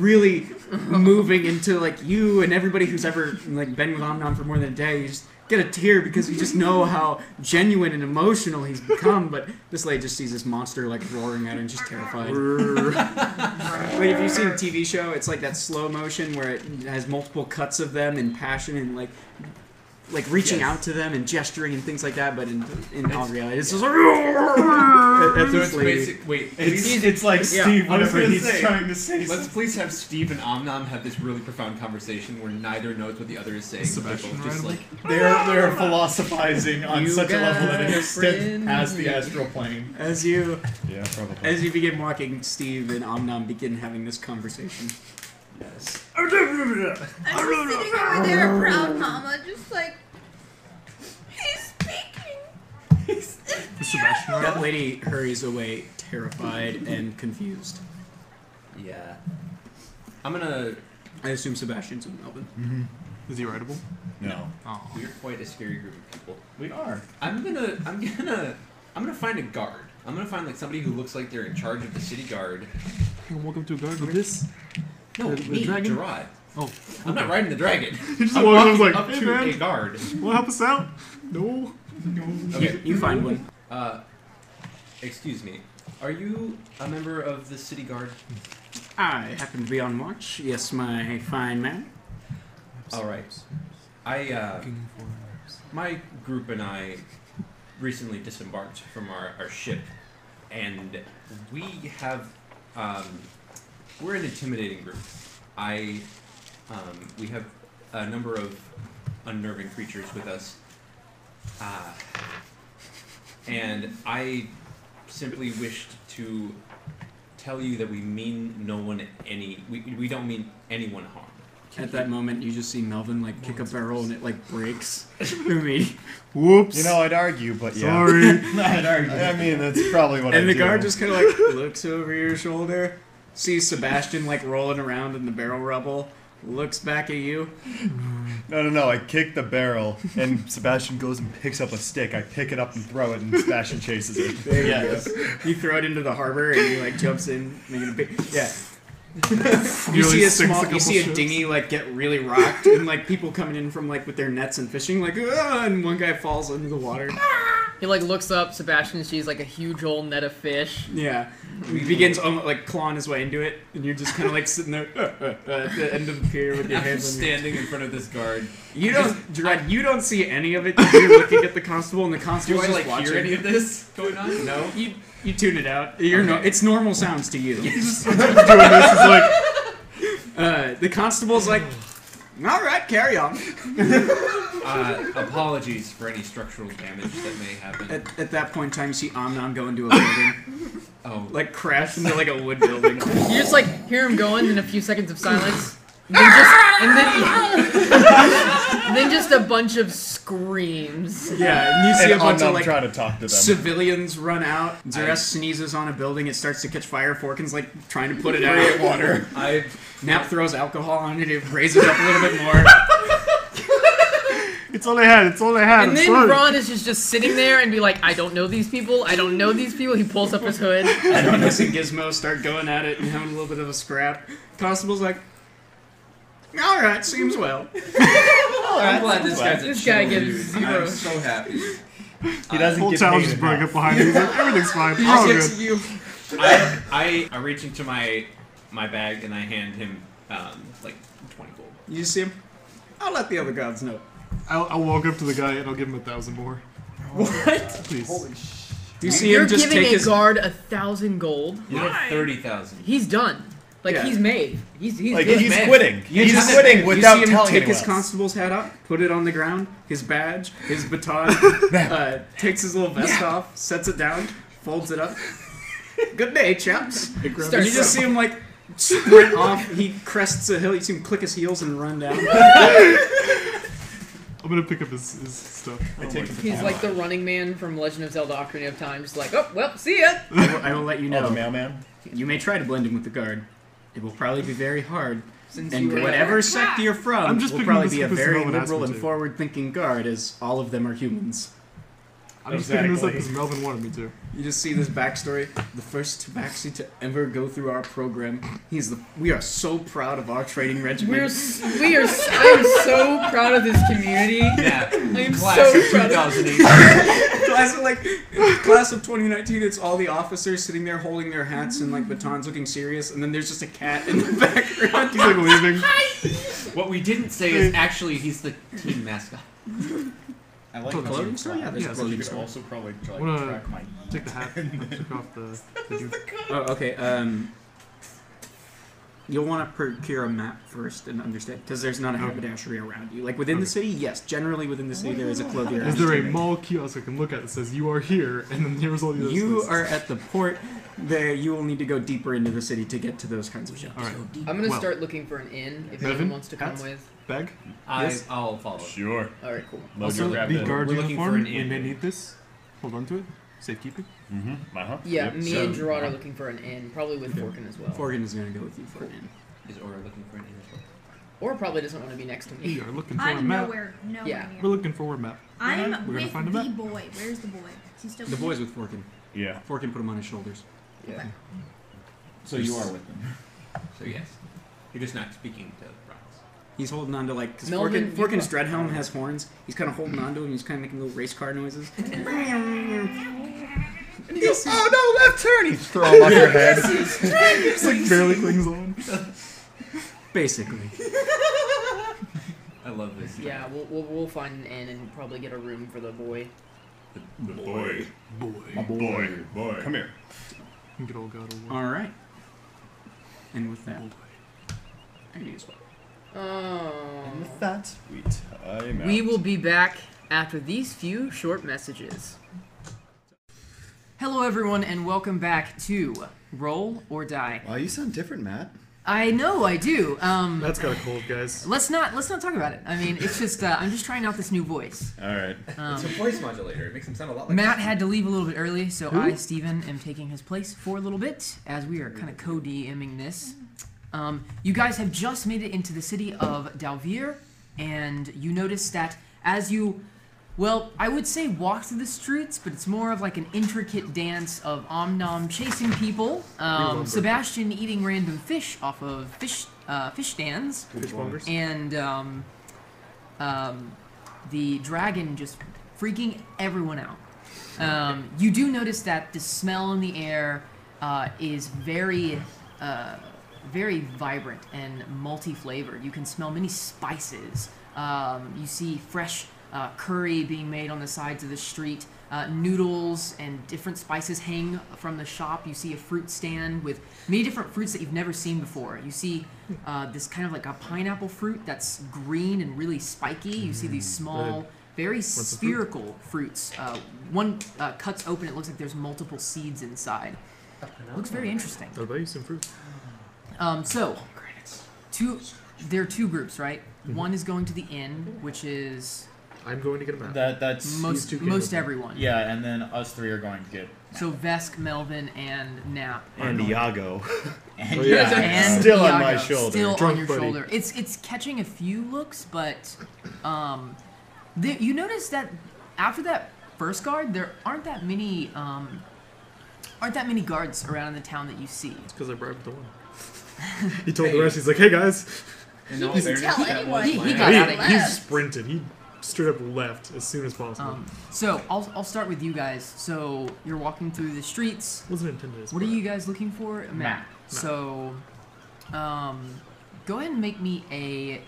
really moving into like you and everybody who's ever like been with Omnom for more than a day. You just get a tear because you just know how genuine and emotional he's become. But this lady just sees this monster like roaring at her and she's terrified. like if you've seen a TV show, it's like that slow motion where it has multiple cuts of them in passion and like like reaching Yes. out to them and gesturing and things like that. But in in all reality, it's just like. so it's Honestly. basic, wait, It's- please- it's like yeah, Steve I was whenever gonna he's trying to say Let's something. please have Steve and Omnom have this really profound conversation where neither knows what the other is saying. but They're both just like They're they're philosophizing on You such a level got that it a extends friend. past the astral plane. As you, yeah, probably. As you begin walking, Steve and Omnom begin having this conversation. Yes. I'm just sitting over there, proud mama, just like he's speaking. That lady hurries away, terrified and confused. Yeah. I'm gonna. I assume Sebastian's in Melbourne. Mhm. Is he writable? No. Oh. We're quite a scary group of people. We are. I'm gonna I'm gonna I'm gonna find a guard. I'm gonna find like somebody who looks like they're in charge of the city guard. Hey, welcome to Guard with this. No, the, the me, dragon. Gerard. Oh, I'm not okay. riding the dragon. He just I'm walks up, walking like, up "Hey, to man, a guard. Will help us out? No. No. Okay. You find one. Uh, excuse me. Are you a member of the city guard? I happen to be on watch. Yes, my fine man. All right. I uh, my group and I recently disembarked from our, our ship, and we have um, we're an intimidating group. I um, we have a number of unnerving creatures with us, uh, and I simply wished to tell you that we mean no one any. We, we don't mean anyone harm. At that moment, you just see Melvin like kick a barrel and it like breaks. Immediately. Whoops. You know, I'd argue, but yeah. Sorry. I'd argue. I mean, that's probably what and I the guard do. just kind of like looks over your shoulder, sees Sebastian like rolling around in the barrel rubble, looks back at you. No, no, no. I kick the barrel, and Sebastian goes and picks up a stick. I pick it up and throw it, and Sebastian chases it. There you go. You throw it into the harbor and he like jumps in, making a big yeah. you Really see a sinks small, a you couple see a ships. dinghy like get really rocked, and like people coming in from like with their nets and fishing, like "Ah," and one guy falls into the water. He like looks up Sebastian. She's like a huge old net of fish. Yeah, he begins almost, like clawing his way into it, and you're just kind of like sitting there uh, uh, uh, at the end of the pier with your I'm hands on your- standing in front of this guard. You don't, Gerard, you don't see any of it. 'cause You're looking at the constable, and the constable's Do I, just like, hear watching. any of this going on? No? You you tune it out. You're no, it's normal sounds to you. uh, the constable's like, all right, carry on. Uh, apologies for any structural damage that may happen. At, at that point in time, you see Omnon go into a building. oh. Like crash into like a wood building. You just like hear him going, then a few seconds of silence. Then just, and then, then just a bunch of screams. Yeah, and you see a bunch of like trying to talk to them. civilians run out. Zeres I- sneezes on a building. It starts to catch fire. Forkin's like trying to put it out. Water. I Nap throws alcohol on it. It raises up a little bit more. It's all I had. It's all I had. And I'm then sorry. Ron is just, just sitting there and be like, I don't know these people. I don't know these people. He pulls up his hood. Ernest and Gizmo start going at it and having a little bit of a scrap. Constable's like, all right, seems well. I'm glad this guy's a This guy chill gives dude. zero. I'm so happy. He doesn't Whole get town paid just in broke half. up behind him. He's like, everything's fine. He We're all gets good. you. I, I I reach into my my bag and I hand him um, like twenty gold. You see him? I'll let the other gods know. I'll, I'll walk up to the guy and I'll give him a thousand more. What? Please. Do you see him You're just giving take a his- guard a thousand gold. You have thirty thousand. He's done. Like Yeah. he's made. He's he's Like, good. he's quitting. You He's just- quitting you without see him telling take anyone his else. constable's hat up, put it on the ground, his badge, his baton, uh, takes his little vest off, sets it down, folds it up. Good day, chaps. And you grabs his just see him like sprint off. He crests a hill. You see him click his heels and run down. I'm gonna pick up his, his stuff. I take the He's like the running man from Legend of Zelda Ocarina of Time. Just like, oh, well, see ya. I will, I will let you know. the mailman. You may try to blend in with the guard. It will probably be very hard. Since and you were- whatever sect you're from I'm just will picking probably this be a up as very Melvin asked liberal me and to. forward-thinking guard, as all of them are humans. I'm just picking this up because Melvin wanted me to. You just see this backstory. The first Tabaxi to ever go through our program. He's the. We are so proud of our training regimen. We're s- we are. s- I am so proud of this community. Yeah. I am Class so of proud. of- 2008. class of like class of 2019. It's all the officers sitting there holding their hats and like batons, looking serious, and then there's just a cat in the background. He's like leaving. What we didn't say is actually he's the team mascot. I like Clothing clothing store. store? Yeah, there's a clothing you could store. also probably try Wanna to track my take the hat and took off the. Did you? Oh, okay. Um, you'll want to procure a map first and understand because there's not a Okay. haberdashery around you. Like within the Okay. city, yes, generally within the city there is a clothier. Is there a district. mall kiosk I can look at that says you are here and then here's all the other You places? are at the port. There, you will need to go deeper into the city to get to those kinds of shops. All right. I'm gonna Well. start looking for an inn if Melvin, anyone wants to come hats, with. Bag? I, I'll follow. Sure. All right, cool. also, grab the that. guard We're looking for uniform, an we inn. may need this. Hold on to it. Safekeeping. Mm-hmm. Uh-huh. Yeah, me and Gerard are looking for an inn, probably with Forkin as well. Forgan is going to go with you for an inn. Is Aura looking for an inn as well? Or probably doesn't want to be next to me. We are looking for a I'm map. nowhere, nowhere Yeah. near. We're looking for a map. I'm with We're gonna find a the map. boy. Where's the boy? Is he still The with boy's me? with Forkin. Yeah. Forkin put him on his shoulders. Okay. So you are with them. So yes, you're just not speaking to Rox. He's holding on to like because Melvin, Forkin, you Forkin's got- dreadhelm has horns. He's kind of holding on to him. He's kind of making little race car noises. And he goes, oh no, left turn! He's throw him off your head. It's like barely clings on. Basically. I love this. Yeah, we'll, we'll, we'll find an inn and probably get a room for the boy. The boy. Boy. Boy. Boy. Come here. Good old God of War. All right. And with that, I need as well. Oh. And with that, we time We out. will be back after these few short messages. Hello, everyone, and welcome back to Roll or Die. Wow, Oh, you sound different, Matt. I know I do. Um, That's got a cold, guys. let's not let's not talk about it. I mean, it's just uh, I'm just trying out this new voice. All right. Um, it's a voice modulator. It makes him sound a lot like Matt had to leave a little bit early, so Who? I, Steven, am taking his place for a little bit as we are kind of co DMing this. Um, you guys have just made it into the city of Dalvir, and you notice that as you, well, I would say walk through the streets, but it's more of like an intricate dance of Omnom chasing people, um, lumber. Sebastian eating random fish off of fish uh, fish stands, Fishmongers. and um, um, the dragon just freaking everyone out. Um, you do notice that the smell in the air uh, is very, uh, very vibrant and multi-flavored. You can smell many spices. Um, you see fresh uh, curry being made on the sides of the street. Uh, noodles and different spices hang from the shop. You see a fruit stand with many different fruits that you've never seen before. You see uh, this kind of like a pineapple fruit that's green and really spiky. You see these small, good. very the fruit? spherical fruits. Uh, one uh, cuts open, it looks like there's multiple seeds inside. Looks very Oh. interesting. I'll buy you some fruit. Um, so, two, there are two groups, right? Mm-hmm. One is going to the inn, which is I'm going to get a map. That that's Most- you two can most go- everyone. Yeah, and then us three are going to get so Vesk, Melvin, and Nap. are And going- Iago. And Oh, yeah. And Still on my Iago, shoulder. Still Drunk on your buddy. shoulder. It's it's catching a few looks, but um, the, you notice that after that first guard, there aren't that many um, aren't that many guards around in the town that you see. Because I bribed the one. He told the rest, he's like, hey guys. In all fairness, that was He- my he idea. got out of He, there. he sprinted. He straight up left as soon as possible. Um, so I'll, I'll start with you guys. So you're walking through the streets. Wasn't intended. What are you guys looking for? A map. Map. So, um, go ahead and make me a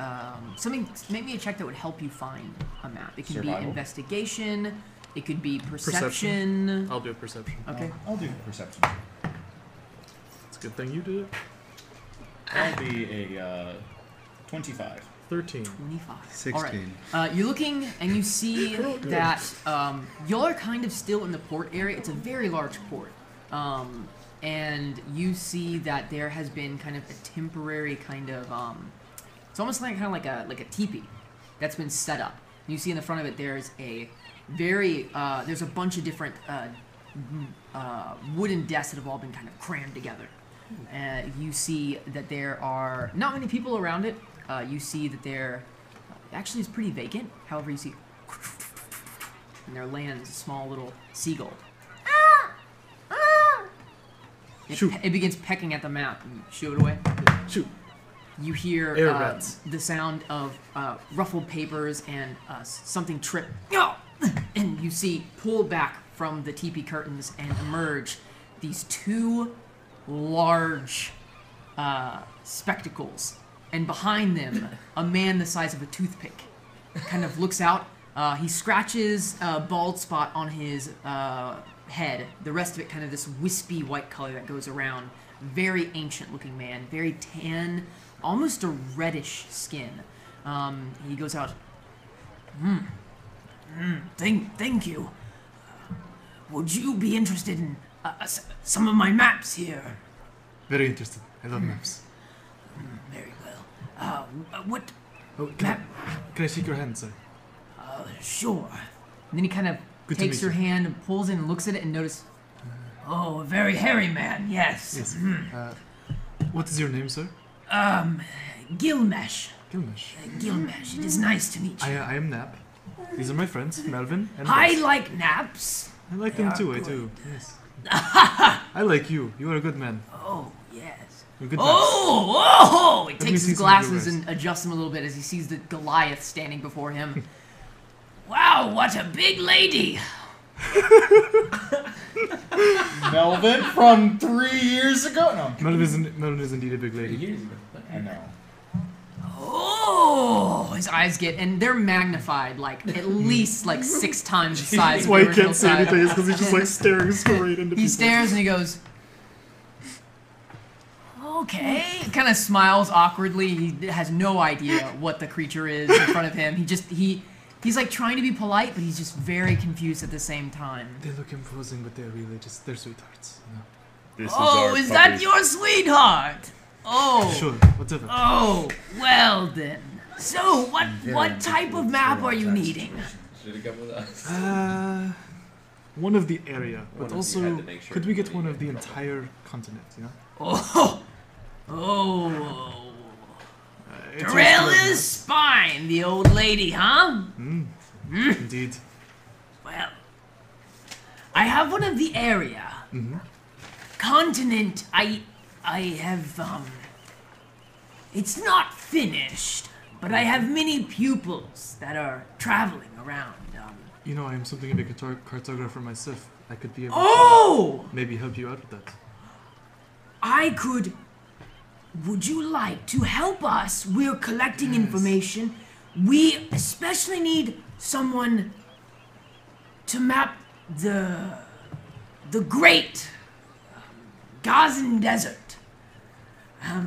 um, something. Make me a check that would help you find a map. It can be Survival. investigation. It could be perception. I'll do a perception. Oh. Okay. I'll do perception. It's a good thing you did it. That'll be a uh, twenty-five. 13. 25. All right. 16. Uh, you're looking and you see that um, y'all are kind of still in the port area. It's a very large port. Um, and you see that there has been kind of a temporary kind of um, it's almost like kind of like a like a teepee that's been set up. You see in the front of it there's a very uh, there's a bunch of different uh, m- uh, wooden desks that have all been kind of crammed together. Uh, you see that there are not many people around it. Uh, you see that there actually is pretty vacant. However, you see and there lands a small little seagull. It, Shoo. pe- it begins pecking at the map and shoo it away. Shoot. You hear Air uh, rats. the sound of uh, ruffled papers and uh, s- something trip. No! And you see pull back from the teepee curtains and emerge these two large uh, spectacles. And behind them, a man the size of a toothpick kind of looks out. Uh, he scratches a bald spot on his uh, head. The rest of it kind of this wispy white color that goes around. Very ancient looking man, very tan, almost a reddish skin. Um, he goes out. Hmm. Hmm. Thank, thank you. Would you be interested in uh, uh, s- some of my maps here? Very interested. I love maps. Very well. Uh, w- uh, what? Oh, can, I, can I shake your hand, sir? Uh, sure. And then he kind of Good to takes meet her you. hand and pulls it and looks at it and notices, oh, a very hairy man. Yes. Yes. Hmm. Uh, what is your name, sir? Um, Gilmesh. Gilmesh. Gilmesh. It is nice to meet you. I, uh, I am Nap. These are my friends, Melvin and I Wes. like naps. I like They them are too. I good. do. Yes. I like you. You are a good man. Oh yes. You're good oh, naps. oh! It Let takes me see his some of your glasses Wes. and adjusts them a little bit as he sees the Goliath standing before him. wow, what a big lady! Melvin from three years ago? No. Melvin is, in, Melvin is indeed a big lady. I know. Oh, his eyes get and they're magnified like at least like six times the That's size. of why the he original can't say size. anything, is because he's just like staring straight into He people. stares and he goes, okay. Kind of smiles awkwardly. He has no idea what the creature is in front of him. He just he he's like trying to be polite, but he's just very confused at the same time. They look imposing, but they're really just they're sweethearts. You know? oh, is that your sweetheart? Oh. Sure, whatever. Oh, well then. So, what Very what type of map are you needing? Should have come with us. Uh, one of the area, One of but the- also had to make sure could we get one of the entire continent? You know. Oh, oh. Uh, it's Dorella's just- spine, the old lady, huh? Mm, Mm. Indeed. Well, I have one of the area. hmm continent I I have um it's not finished, but I have many pupils that are traveling around. Um, You know, I am something of a carto- cartographer myself. I could be able Oh! to maybe help you out with that. I could would you like to help us? We're collecting information. We especially need someone to map the the great um, Gazan desert.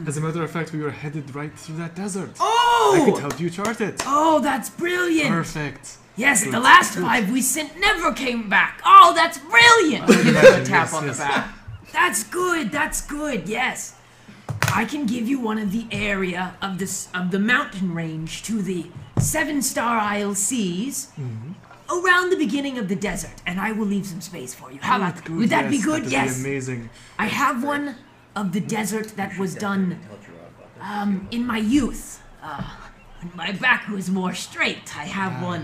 As a matter of fact, we were headed right through that desert. Oh! I could help you chart it. Oh, that's brilliant. Perfect. Yes, Good. the last Good. five we sent never came back. Oh, that's brilliant! Give her a tap yes, on the yes. back. That's good. That's good. Yes, I can give you one of the area of this of the mountain range to the Seven Star Isle seas Mhm. around the beginning of the desert, and I will leave some space for you. How about Good, would that yes, be good? That'd yes. Be amazing. I have one of the desert that was done um, in my youth. Uh, when my back was more straight, I have Ah. one.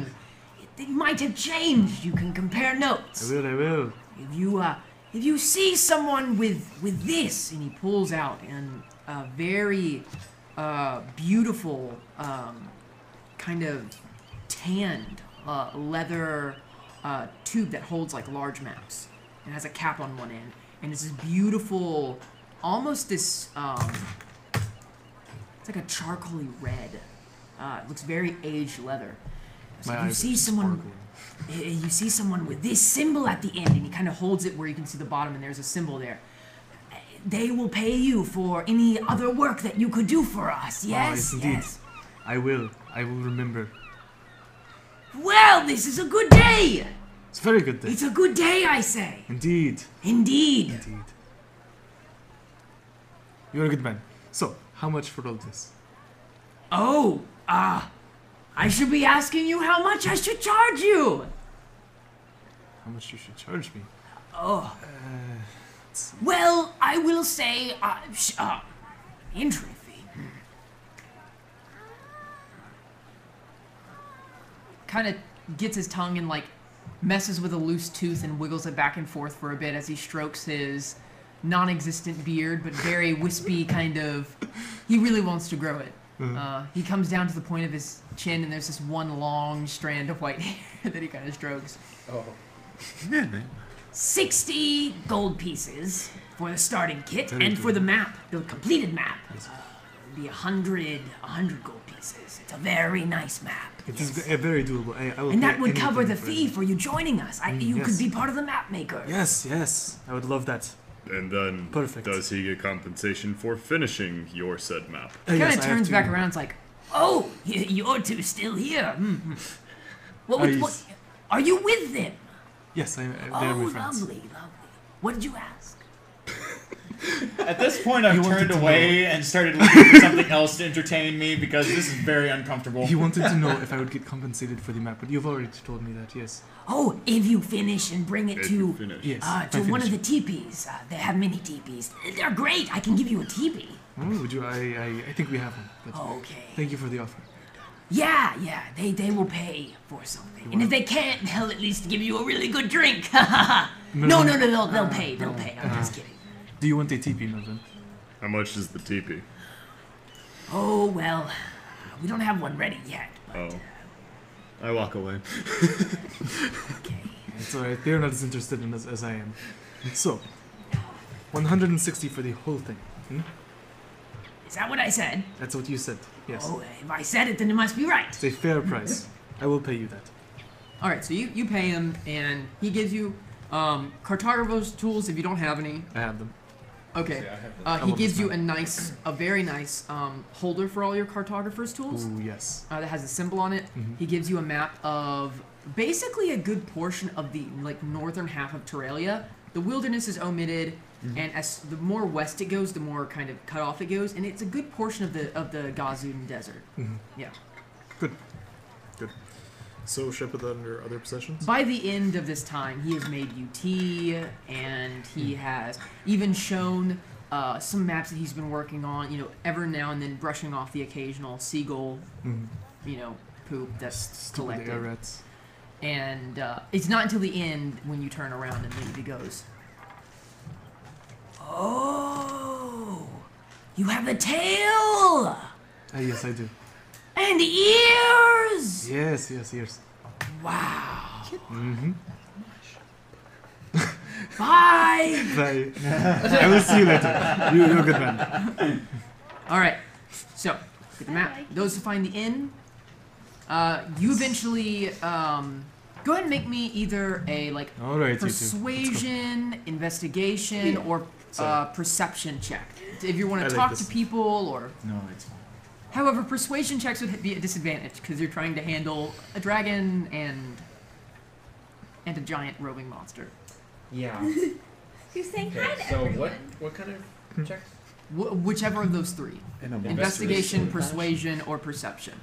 It, it might have changed. You can compare notes. I will. I will. If you uh, if you see someone with with this, and he pulls out an a very uh, beautiful um, kind of tanned uh, leather uh, tube that holds like large maps, and has a cap on one end, and it's this beautiful, almost this um, it's like a charcoaly red. Uh, it looks very aged leather. So My if eyes you are see someone, eh, you see someone with this symbol at the end, and he kind of holds it where you can see the bottom, and there's a symbol there. Eh, They will pay you for any other work that you could do for us. Ah, Yes, indeed. yes. I will. I will remember. Well, this is a good day. It's a very good day. It's a good day, I say. Indeed. Indeed. Indeed. You're a good man. So, how much for all this? Oh, ah, I should be asking you how much I should charge you. How much you should charge me? Oh. Well, I will say, uh, sh- uh, entry fee. Kind of gets his tongue and like messes with a loose tooth and wiggles it back and forth for a bit as he strokes his non-existent beard, but very wispy kind of. He really wants to grow it. Mhm. Uh, he comes down to the point of his chin, and there's this one long strand of white hair that he kind of strokes. Oh. Yeah, 60 gold pieces for the starting kit Very and good. for the map, the completed map. Uh, it'll be 100, 100 gold pieces. It's a very nice map. It is ve- very doable. I, I will And pay that would cover the anything for it. fee for you joining us. I, Mm, you yes. could be part of the map maker. Yes, yes. I would love that. And then, Perfect. does he get compensation for finishing your said map? kind of turns back around, it's like, Oh, y- you're two still here. Hmm. What, I would- what, s- are you with them? Yes, I, I, they're oh, my lovely, friends. lovely. What did you ask? At this point, I've turned away and started looking for something else to entertain me because this is very uncomfortable. He wanted to know if I would get compensated for the map, but you've already told me that, yes. Oh, if you finish and bring it If you to finish. Yes, uh, if to I one of the finish. teepees. Uh, they have many teepees. They're great. I can give you a teepee. Oh, would you? I, I, I think we have one. But Okay. Thank you for the offer. Yeah, yeah. They they will pay for something. And if they can't, they'll at least give you a really good drink. no, no, no, no. They'll pay. They'll pay. I'm just kidding. Do you want a teepee, Melvin? How much is the teepee? Oh well, we don't have one ready yet. Oh. I walk away. It's alright, they're not as interested in us as I am. So, 160 for the whole thing. hmm? Is that what I said? That's what you said, yes. Oh, if I said it, then it must be right. It's a fair price. I will pay you that. All right, so you, you pay him, and he gives you um, cartographer's tools if you don't have any. I have them. Okay. Yeah, I have them. Uh, I he love gives this you a nice, a very nice um, holder for all your cartographer's tools. Ooh, yes. Uh, that has a symbol on it. Mhm. He gives you a map of basically a good portion of the like northern half of Terralia. The wilderness is omitted, Mhm. and as the more west it goes, the more kind of cut off it goes, and it's a good portion of the of the Gazun Desert. Mhm. Yeah. Good. Good. So, should I put that under other possessions? By the end of this time, he has made you tea, and he has even shown uh, some maps that he's been working on. You know, every now and then brushing off the occasional seagull, Mhm. you know, poop that's Stupid air collected. rats. And uh, it's not until the end when you turn around and leave. He goes, Oh, you have a tail Ah, yes, I do. and ears. Yes, yes, yes. Wow. Mm-hmm. Bye. Bye. I will see you later. You, you're a good man. All right. So, get the map. Those who find the inn, uh, you eventually um, go ahead and make me either a like All right, you two. Let's go. persuasion, investigation, Yeah. or uh, Sorry. perception check. If you want I to like talk this. to people or. No, it's fine. However, persuasion checks would be a disadvantage because you're trying to handle a dragon and and a giant roving monster. Yeah. You're saying hi Okay, to so everyone. what, what kind Hmm. of checks? Wh- whichever of those three: And a monster. investigation, Investigation. persuasion, or perception.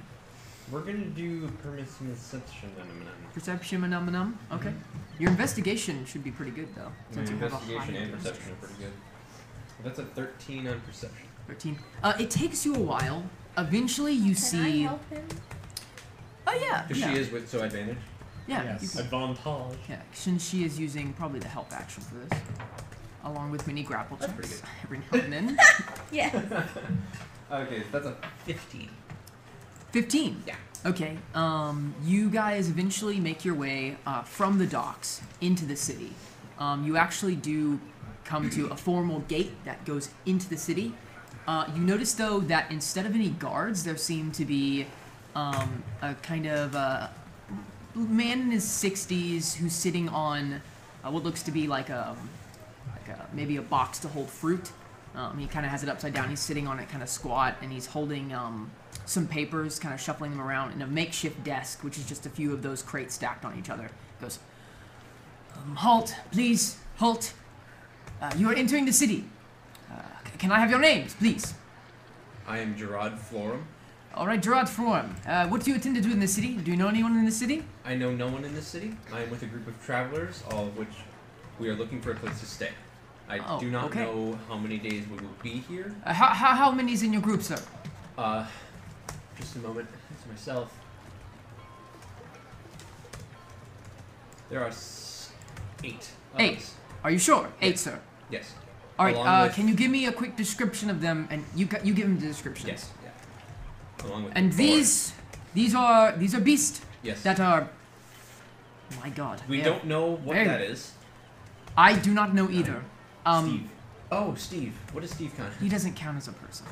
We're gonna do permission section in a minute. Perception phenomenon. Okay. Your investigation should be pretty good though, My since you have a high investigation and investigation. perception are pretty good. That's a 13 on perception. 13. Uh, it takes you a while. Eventually, you see. him? Oh yeah. Because yeah. she is with so advantage. Yeah, Yes. you can- Advantage. Yeah, since she is using probably the help action for this, along with mini grapple That's pretty checks every now and then. Yeah. Okay, that's a 15. 15. Yeah. Okay. Um, you guys eventually make your way uh, from the docks into the city. Um, you actually do come to a formal gate that goes into the city. Uh, you notice, though, that instead of any guards, there seem to be um, a kind of uh, man in his 60s who's sitting on uh, what looks to be like a, like a maybe a box to hold fruit. Um, he kind of has it upside down. He's sitting on it, kind of squat, and he's holding um, some papers, kind of shuffling them around, and a makeshift desk, which is just a few of those crates stacked on each other. He goes, um, halt, please, halt. Uh, you are entering the city. Uh, c- can I have your names, please? I am Gerard Florum. All right, Gerard Form. Uh, what do you intend to do in the city? Do you know anyone in the city? I know no one in this city. I am with a group of travelers, all of which we are looking for a place to stay. I Oh, do not okay. know how many days we will be here. Uh, how, how, how many is in your group, sir? Uh, just a moment to myself. There are s- eight. of Eight. us. Are you sure? Eight, sir. Yes. All right. Along Uh, with- can you give me a quick description of them? And you got, you give them the description. Yes. Yeah. Along with And the board. these these are these are beasts. Yes. That are. My God. We they are don't know what very- that is. I do not know either. Um, Steve. Oh, Steve. What is Steve Con? He doesn't count as a person.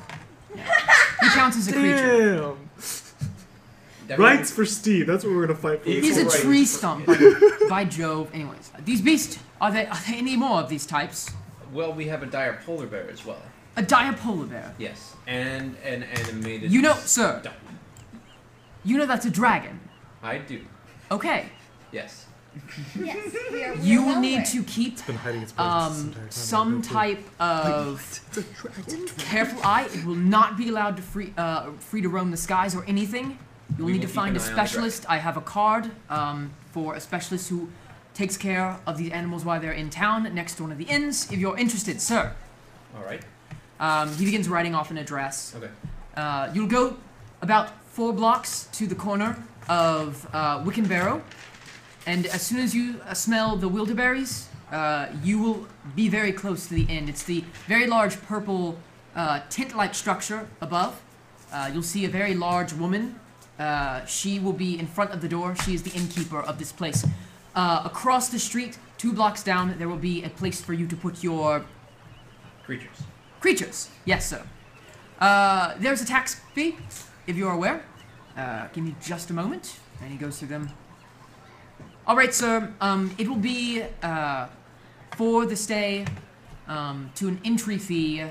he counts as a creature. Damn. Rights for Steve. That's what we're gonna fight for. He's a this tree fight. stump. By Jove. Anyways, these beasts are there, are there any more of these types? Well, we have a dire polar bear as well. A dire polar bear. Yes, and an animated. You know, sir. stump. You know that's a dragon. I do. Okay. Yes. Yes, we are You well will need to aware. keep been hiding its um, some type of careful eye. It will not be allowed to free uh, free to roam the skies or anything. You'll We need will to keep find an a eye on the dragon. specialist. I have a card um, for a specialist who takes care of these animals while they're in town next to one of the inns. If you're interested, sir. All right. Um, he begins writing off an address. Okay. Uh, you'll go about four blocks to the corner of uh, Wick and Barrow, and as soon as you uh, smell the wilderberries, uh, you will be very close to the end. It's the very large purple uh, tent-like structure above. Uh, you'll see a very large woman. Uh, she will be in front of the door. She is the innkeeper of this place. Uh, across the street, two blocks down, there will be a place for you to put your Creatures. creatures. Yes, sir. Uh, there's a tax fee, if you're aware. Uh, give me just a moment. And he goes through them. All right, sir. Um, it will be uh, for the stay um, to an entry fee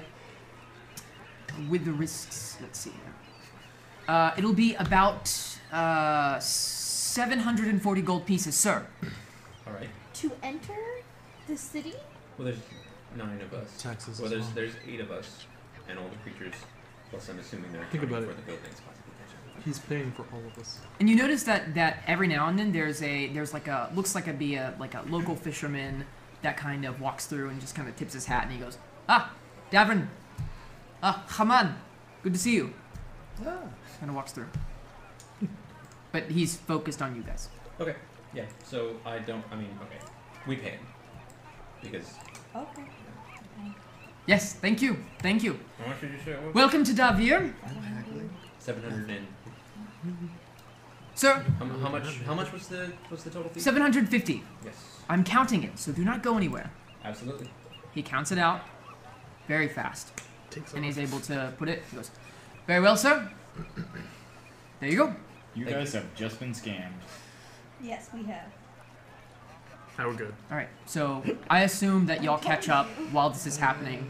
with the risks. Let's see here. Uh, it'll be about uh, 740 gold pieces, sir. All right. To enter the city? Well, there's nine of us. Taxes Well, as there's well. there's eight of us, and all the creatures. Plus, I'm assuming they're Think accounting about for the buildings. possibly. He's paying for all of us. And you notice that that every now and then there's a there's like a looks like a be a like a local fisherman that kind of walks through and just kind of tips his hat and he goes, ah, Davin, ah, Haman, good to see you. Kind of walks through, but he's focused on you guys. Okay. Yeah. So I don't. I mean, okay. We pay him because. Okay. Yes, thank you, thank you. How much did you say it was? Welcome to Davir, Seven hundred and. sir. How, mu- how much? How much was the was the total fee? Seven hundred fifty. Yes. I'm counting it, so do not go anywhere. Absolutely. He counts it out very fast. and he's able to put it. He goes, Very well, sir. There you go. You guys have just been scammed. Yes, we have. Now we're good. All right. So I assume that y'all catch up while this is happening.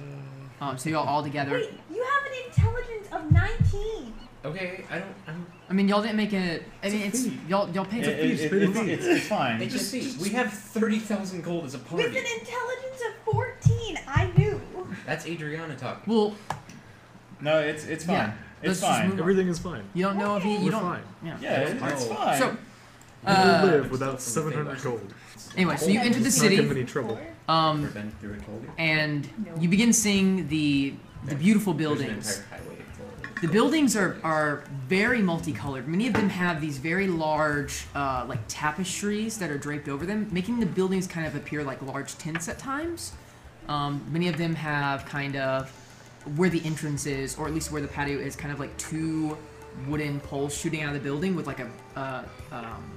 Um, so y'all all together. Wait, you have an intelligence of 19. Okay. I don't. I'm, I mean, y'all didn't make it. I mean, it's y'all. Y'all paid. It- it- it- it's, it's, it's fine. It's a fee. We have thirty thousand gold as a With party. an intelligence of 14, I knew. That's Adriana talking. Well, No, it's it's fine. Yeah, it's let's just fine. move on. Everything is fine. You don't know if he. You We're don't. fine. Yeah. Yeah, it's, it's No. fine. So, We will uh, live without 700 gold. anyway, so you enter the It's not gonna city. be any trouble. Um, Been through it all. and you begin seeing the the beautiful There's an buildings. entire highway full of- The buildings are, are very multicolored. Many of them have these very large, uh, like tapestries that are draped over them, making the buildings kind of appear like large tents at times. Um, many of them have kind of where the entrance is, or at least where the patio is, kind of like two wooden poles shooting out of the building with like a uh, um,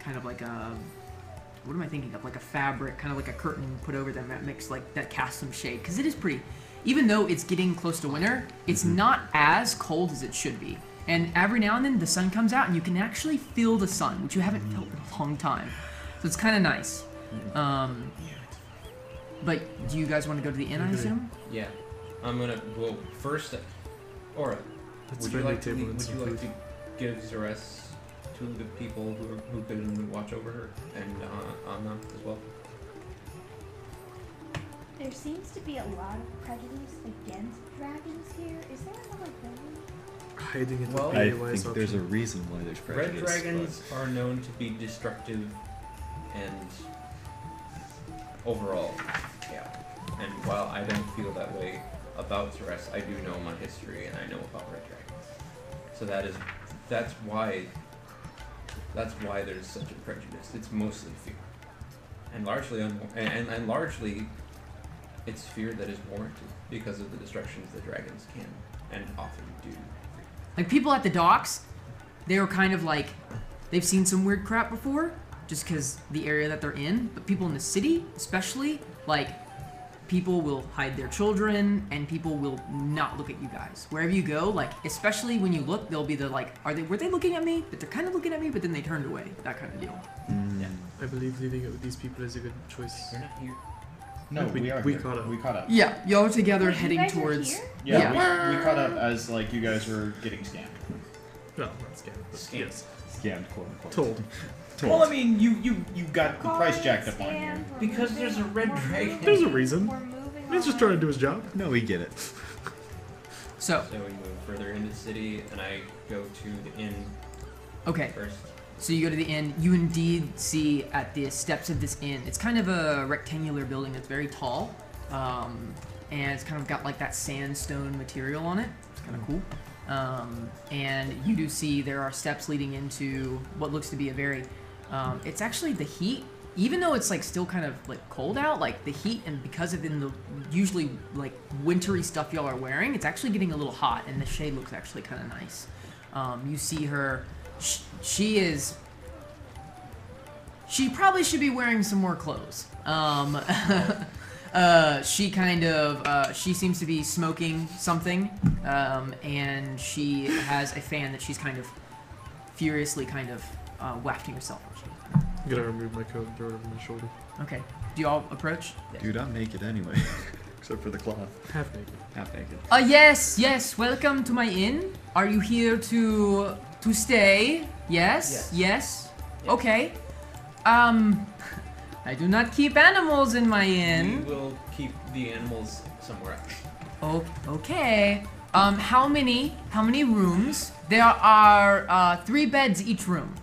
kind of like a what am I thinking of? Like a fabric, kind of like a curtain put over them that makes like that casts some shade because it is pretty. Even though it's getting close to winter, it's not as cold as it should be. And every now and then the sun comes out and you can actually feel the sun, which you haven't felt in a long time. So it's kind of nice. Um, but do you guys want to go to the inn? I assume. Yeah. I'm gonna. Well, first, Aura. Let's would you find a like to? table lead- and Would some you like food. to give Zeres to the people who are, who can watch over her and uh, on them as well? There seems to be a lot of prejudice against dragons here. Is there another way? hiding it Well, would be I a wise think there's a option. reason why there's Red prejudice. dragons are known to be destructive and overall, yeah. And while I don't feel that way about Zeres, I do know my history and I know about red dragons. So that is that's why that's why there's such a prejudice. It's mostly fear. And largely un- and, and, and largely it's fear that is warranted because of the destructions that dragons can and often do. Like people at the docks, they were kind of like they've seen some weird crap before, just because the area that they're in. But people in the city, especially, like people will hide their children and people will not look at you guys wherever you go. Like especially when you look, they'll be the like, are they were they looking at me? But they're kind of looking at me, but then they turned away. That kind of deal. I believe leaving it with these people is a good choice. We're not here. No, we, we are we here. caught up. We caught up. Yeah, y'all are together Wait, you heading guys are towards. Yeah, We, we caught up as like you guys were getting scammed. No, not scammed. Scammed. Yes. Scammed, quote unquote. Told. Told. Well, I mean, you you you got the price jacked up on you. Because there's a red dragon. There's a reason. He's just trying to do his job. No, we get it. So. we move further into the city, and I go to the inn. Okay. First. So you go to the inn. You indeed see at the steps of this inn. It's kind of a rectangular building that's very tall, um, and it's kind of got like that sandstone material on it. It's kind of cool. Um, and you do see there are steps leading into what looks to be a very. Um, it's actually the heat. Even though it's like still kind of like cold out, like the heat, and because of in the usually like wintry stuff y'all are wearing, it's actually getting a little hot, and the shade looks actually kind of nice. Um, you see her. She, she is. She probably should be wearing some more clothes. Um, uh, she kind of. Uh, she seems to be smoking something, um, and she has a fan that she's kind of furiously kind of uh, wafting herself. I'm gonna remove my coat and throw it over my shoulder. Okay. Do y'all approach? Dude, I'm naked anyway, except for the cloth. Half naked. Half naked. Uh, yes, yes. Welcome to my inn. Are you here to to stay? Yes, yes. Okay. Um, I do not keep animals in my We inn. will keep the animals somewhere else. Oh, okay. Um, how many? How many rooms? There are uh, three beds each room.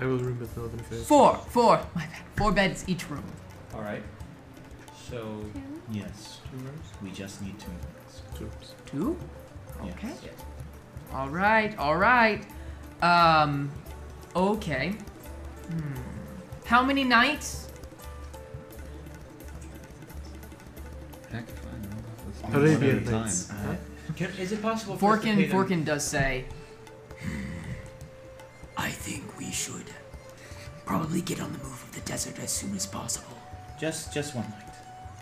I will room with Northern Fair. Four, four. My bad. Four beds each room. All right. So. Yes. Two rooms. We just need two rooms. Two. Two? Okay. Yes. All right, all right. Um, okay. Hmm. How many nights? Heck if I know. Let's do Arabian one at a time. Nights. Uh, Can, is it possible for us to pay Forkin them- Forkin does say. I think we should probably get on the move of the desert as soon as possible. Just just one night.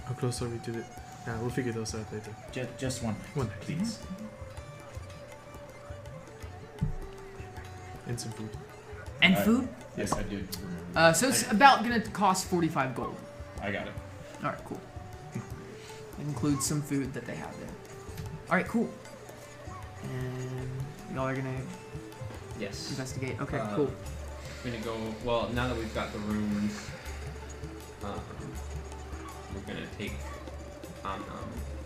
How close are we to it? Nah, we'll figure those out later. Just, just one night. One night. Please. And some food. And food? Yes, I did. remember. Uh, so it's about gonna cost forty-five gold. I got it. All right, cool. Includes some food that they have there. All right, cool. And y'all are gonna Yes. investigate. Okay, Uh, cool. We're gonna go. Well, now that we've got the rooms, um, we're gonna take Om Om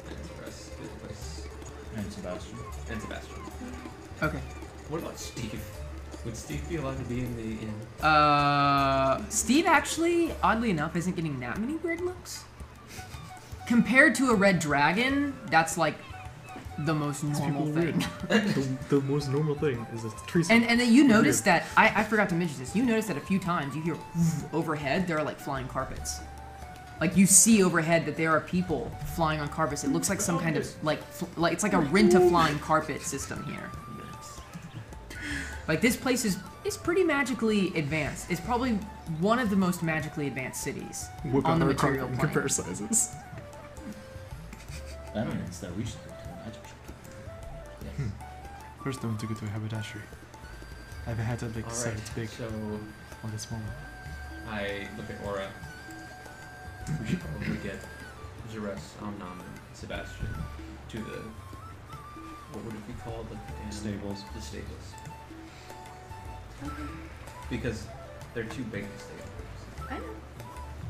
and Zeres to the place. And Sebastian. And Sebastian. Okay. What about Steve? Would Steve be allowed to be in the inn? Uh, Steve actually, oddly enough, isn't getting that many weird looks. Compared to a red dragon, that's like the most normal people are thing. the, the most normal thing is a threesome. And and then you Weird. notice that I, I forgot to mention this. You notice that a few times you hear overhead there are like flying carpets. Like you see overhead that there are people flying on carpets. It looks like some kind of like fl- like it's like a rent a flying carpet system here. Like this place is is pretty magically advanced. It's probably one of the most magically advanced cities Whip on out the our material carpet and plane. compare sizes. That means that we should go to a magic shop. First, I want to go to a haberdashery. I have a hat I'd like to All say right, it's big. So On this one. I look at Aura. We should probably get Jerez, Omnam, and Sebastian to the what would it be called? The damn- Stables. The stables. Because they're too big to stay. I know.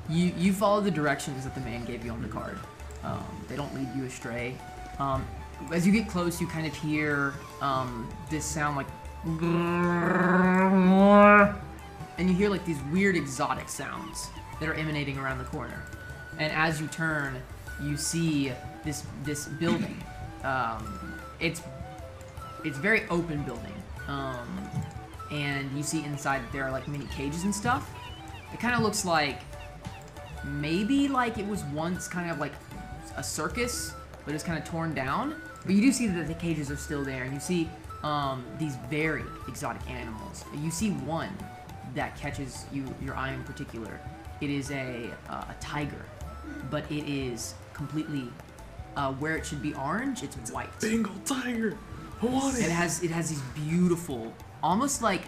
You you follow the directions that the man gave you on the card. Um, they don't lead you astray. Um, as you get close, you kind of hear um, this sound like, and you hear like these weird exotic sounds that are emanating around the corner. And as you turn, you see this this building. Um, it's it's a very open building, um, and you see inside that there are like many cages and stuff. It kind of looks like maybe like it was once kind of like a circus, but it's kind of torn down. But you do see that the cages are still there, and you see um, these very exotic animals. You see one that catches you your eye in particular. It is a uh, a tiger, but it is completely uh, where it should be orange. It's white. Bengal tiger. I want And it. it has it has these beautiful, almost like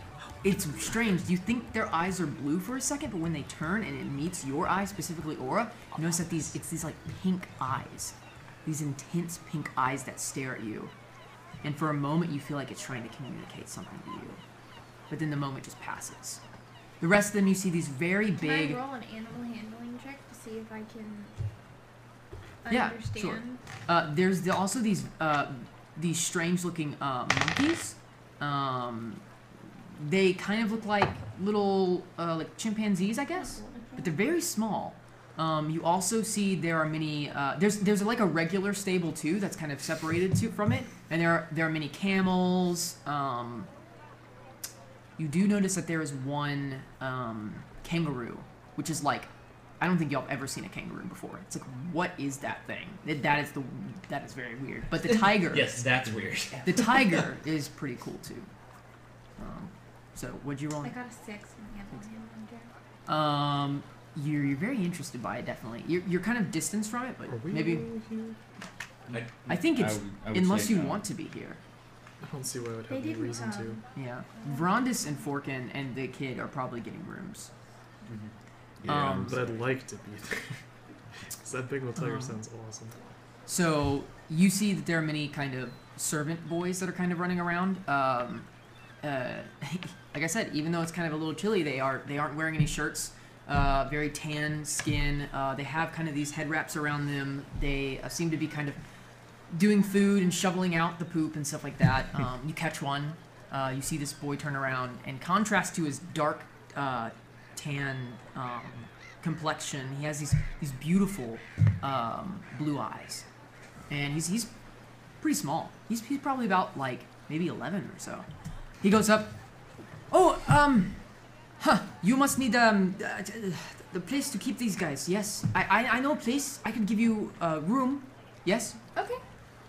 it's strange. You think their eyes are blue for a second, but when they turn and it meets your eye, specifically Aura, you notice that these it's these like pink eyes, these intense pink eyes that stare at you, and for a moment you feel like it's trying to communicate something to you, but then the moment just passes. The rest of them you see these very Can I big. roll an animal handling check to see if I can yeah, understand? sure. Uh, there's the, also these uh, these strange looking uh, monkeys. Um, they kind of look like little uh, like chimpanzees, I guess, but they're very small. Um, you also see there are many. Uh, there's there's like a regular stable too that's kind of separated to, from it, and there are, there are many camels. Um, you do notice that there is one um, kangaroo, which is like, I don't think y'all have ever seen a kangaroo before. It's like, what is that thing? That- That is the that is very weird. But the tiger, yes, that's weird. the tiger is pretty cool too. Um, so what'd you roll? I got a six in the animal handling check. Um, you're you're very interested by it, definitely. You're you're kind of distanced from it, but maybe I, I think it's I would- I would unless say you no. want to be here. I don't see why I would They have any didn't, reason to. um, Yeah, Vrondis and Forkin and the kid are probably getting rooms. Mm-hmm. Yeah, Um, but I'd like to be there. 'Cause that big old tiger Um, sounds awesome. So you see that there are many kind of servant boys that are kind of running around. Um, uh, like I said, even though it's kind of a little chilly, they are they aren't wearing any shirts. Uh, very tan skin. Uh, they have kind of these head wraps around them. They uh, seem to be kind of doing food and shoveling out the poop and stuff like that. Um, you catch one. Uh, you see this boy turn around. In contrast to his dark uh, tan um, complexion, he has these these beautiful um, blue eyes, and he's he's pretty small. He's he's probably about like maybe eleven or so. He goes up. Oh, um, huh. You must need um uh, t- the place to keep these guys. Yes, I I, I know a place. I can give you a room. Yes. Okay.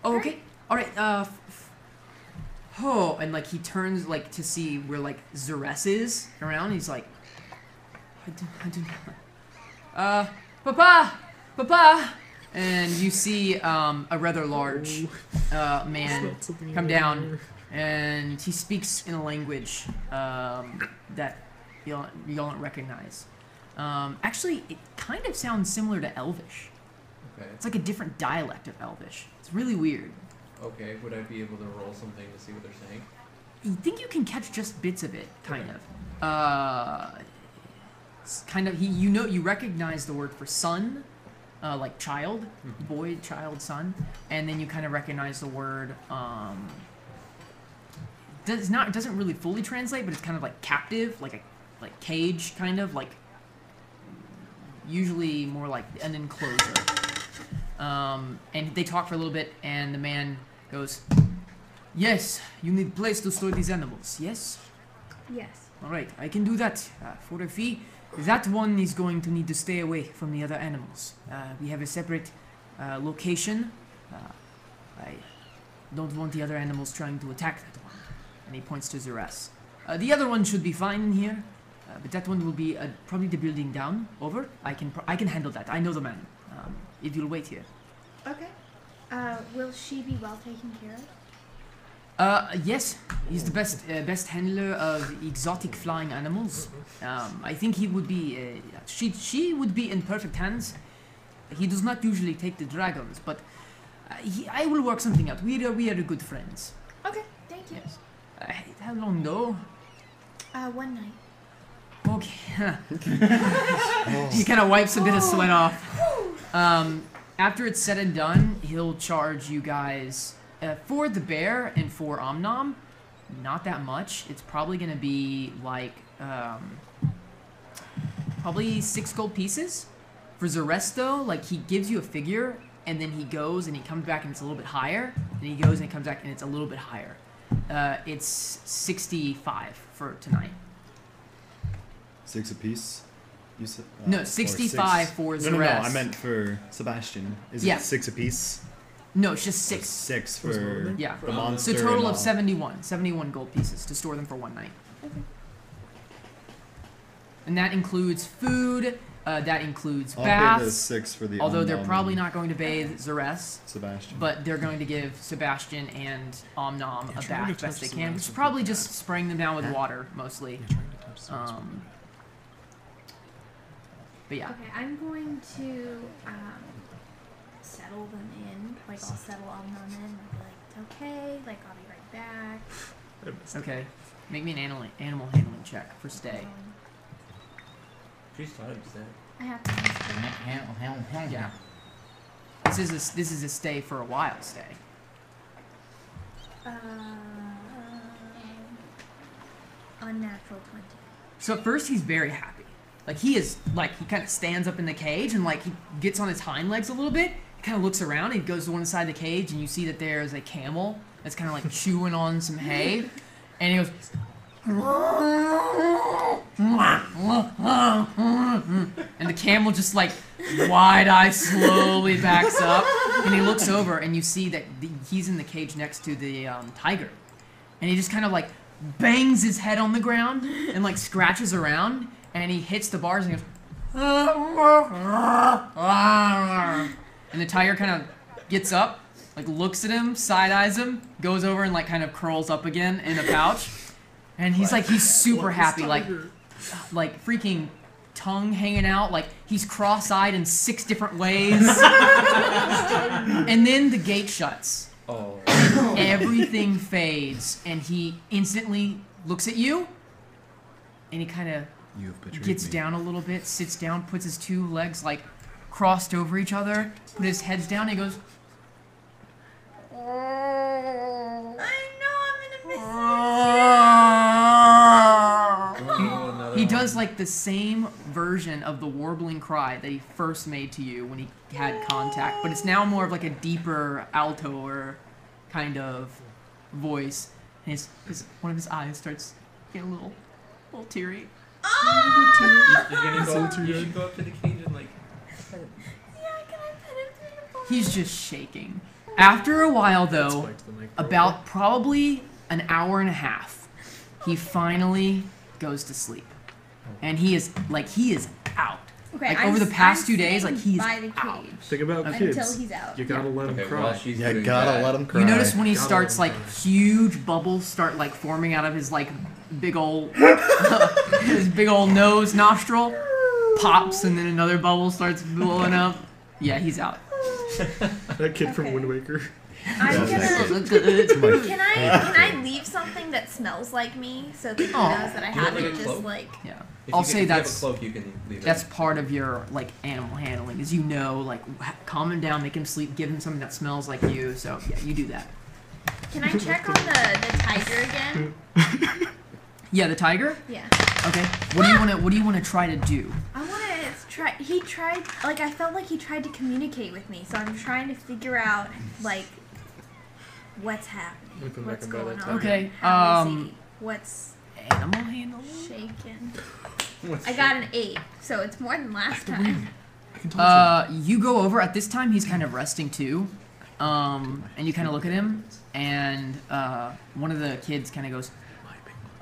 Oh, okay. All right. Uh. F- f- oh, and like he turns like to see where like Zeress is around. He's like, I do, I do not. Uh, Papa, Papa, and you see um, a rather large uh, man That's something you come don't down, remember. and he speaks in a language um, that y'all y'all don't recognize. Um, actually, it kind of sounds similar to Elvish. Okay. It's like a different dialect of Elvish. It's really weird. Okay, would I be able to roll something to see what they're saying? You think you can catch just bits of it, kind of. Uh, it's kind of. He, you know, you recognize the word for son, uh, like child, boy, child, son, and then you kind of recognize the word. Um, does not doesn't really fully translate, but it's kind of like captive, like a like cage, kind of like. Usually more like an enclosure. Um, and they talk for a little bit, and the man goes, Yes, you need place to store these animals. Yes. Yes. All right, I can do that uh, for a fee. That one is going to need to stay away from the other animals. Uh, we have a separate uh, location. Uh, I don't want the other animals trying to attack that one. And he points to Zeras. Uh, the other one should be fine in here, uh, but that one will be uh, probably the building down. Over. I can pro- I can handle that. I know the man. Um, if you'll wait here. Okay. Uh, will she be well taken care of? Uh, yes, he's the best uh, best handler of exotic flying animals. Um, I think he would be uh, she she would be in perfect hands. He does not usually take the dragons, but uh, he, I will work something out. We are we are good friends. Okay. Thank you. Uh, how long though? Uh, one night. Okay. he kind of wipes a bit of sweat off. Um, after it's said and done, he'll charge you guys uh, for the bear and for Omnom, not that much. It's probably going to be like um, probably six gold pieces. For Zaresto, like he gives you a figure and then he goes and he comes back and it's a little bit higher. And he goes and he comes back and it's a little bit higher. Uh, it's 65 for tonight. Six apiece. You said uh, No, or 65 for No, no, no. I Zarez. meant for Sebastian. Is Yeah. it six apiece? No, it's just six. Six For for Yeah. the monster. so total and of all. 71. 71 gold pieces to store them for one night. And that includes food. Uh, that includes I'll pay baths. the six for the although they're Omnom probably not going to bathe Zares, Sebastian. but they're going to give Sebastian and Omnom Yeah, a try not to bath best touch they the can, which rest of is the probably just spraying them down with Huh? water mostly. um, but yeah, Okay, I'm going to um, settle them in. Like, I'll settle all of them in. and be like, "It's okay. Like, I'll be right back. okay. Make me an animal animal handling check for stay. She's tired of I have to. Yeah. This is a, this is a stay for a while stay. Uh, unnatural 20. So at first he's very happy. Like he is like he kind of stands up in the cage and like he gets on his hind legs a little bit. Kind of looks around and goes to one side of the cage and you see that there's a camel that's kind of like chewing on some hay, and he goes. And the camel just like wide eye slowly backs up, and he looks over and you see that the, he's in the cage next to the um, tiger and he just kind of like bangs his head on the ground and like scratches around and he hits the bars and he goes and the tiger kind of gets up like looks at him side eyes him goes over and like kind of curls up again in a pouch and he's like he's super happy like like freaking tongue hanging out like he's cross-eyed in six different ways and then the gate shuts Oh. everything fades and he instantly looks at you and he kind You have of betrayed gets me. down a little bit sits down puts his two legs like crossed over each other put his heads down and he goes Oh. Oh. he does like the same version of the warbling cry that he first made to you when he had contact, but it's now more of like a deeper alto or kind of voice. And his, his one of his eyes starts getting a little, little teary. Ah! You're gonna go, Listen to you you. should go up to the cage and like. He's just shaking. After a while, though, about probably an hour and a half, he finally goes to sleep, and he is like he is out. Okay, like I'm over the s- past I'm two days, staying like he's by the cage. out. Think about Until kids. he's out. You gotta let 'em okay, cry. Well, she's Yeah, doing gotta that. let 'em You notice when he Gotta let starts 'em like cry. huge bubbles start like forming out of his like big old his big old nose nostril pops and then another bubble starts blowing up. Yeah, he's out. that kid from Wind Waker. I'm gonna. Can I can I leave something that smells like me so that he knows that I Do you have, have like, a it? Just cloak? like yeah. If you I'll get- say if you have a that's cloak, you can leave it. that's part of your like animal handling is you know like ha- calm him down, make him sleep, give him something that smells like you. So yeah, you do that. Can I check on the, the tiger again? Yeah, the tiger. Yeah. Okay. What do you wanna What do you wanna try to do? I want to try. He tried. Like I felt like he tried to communicate with me, so I'm trying to figure out like what's happening, what's going on, Okay. How is Um. he? what's animal handling shaken. What's I got an eight, so it's more than last time. Uh, you go over. At this time, he's kind of resting too, um, and you kind of look at him, and uh, one of the kids kind of goes.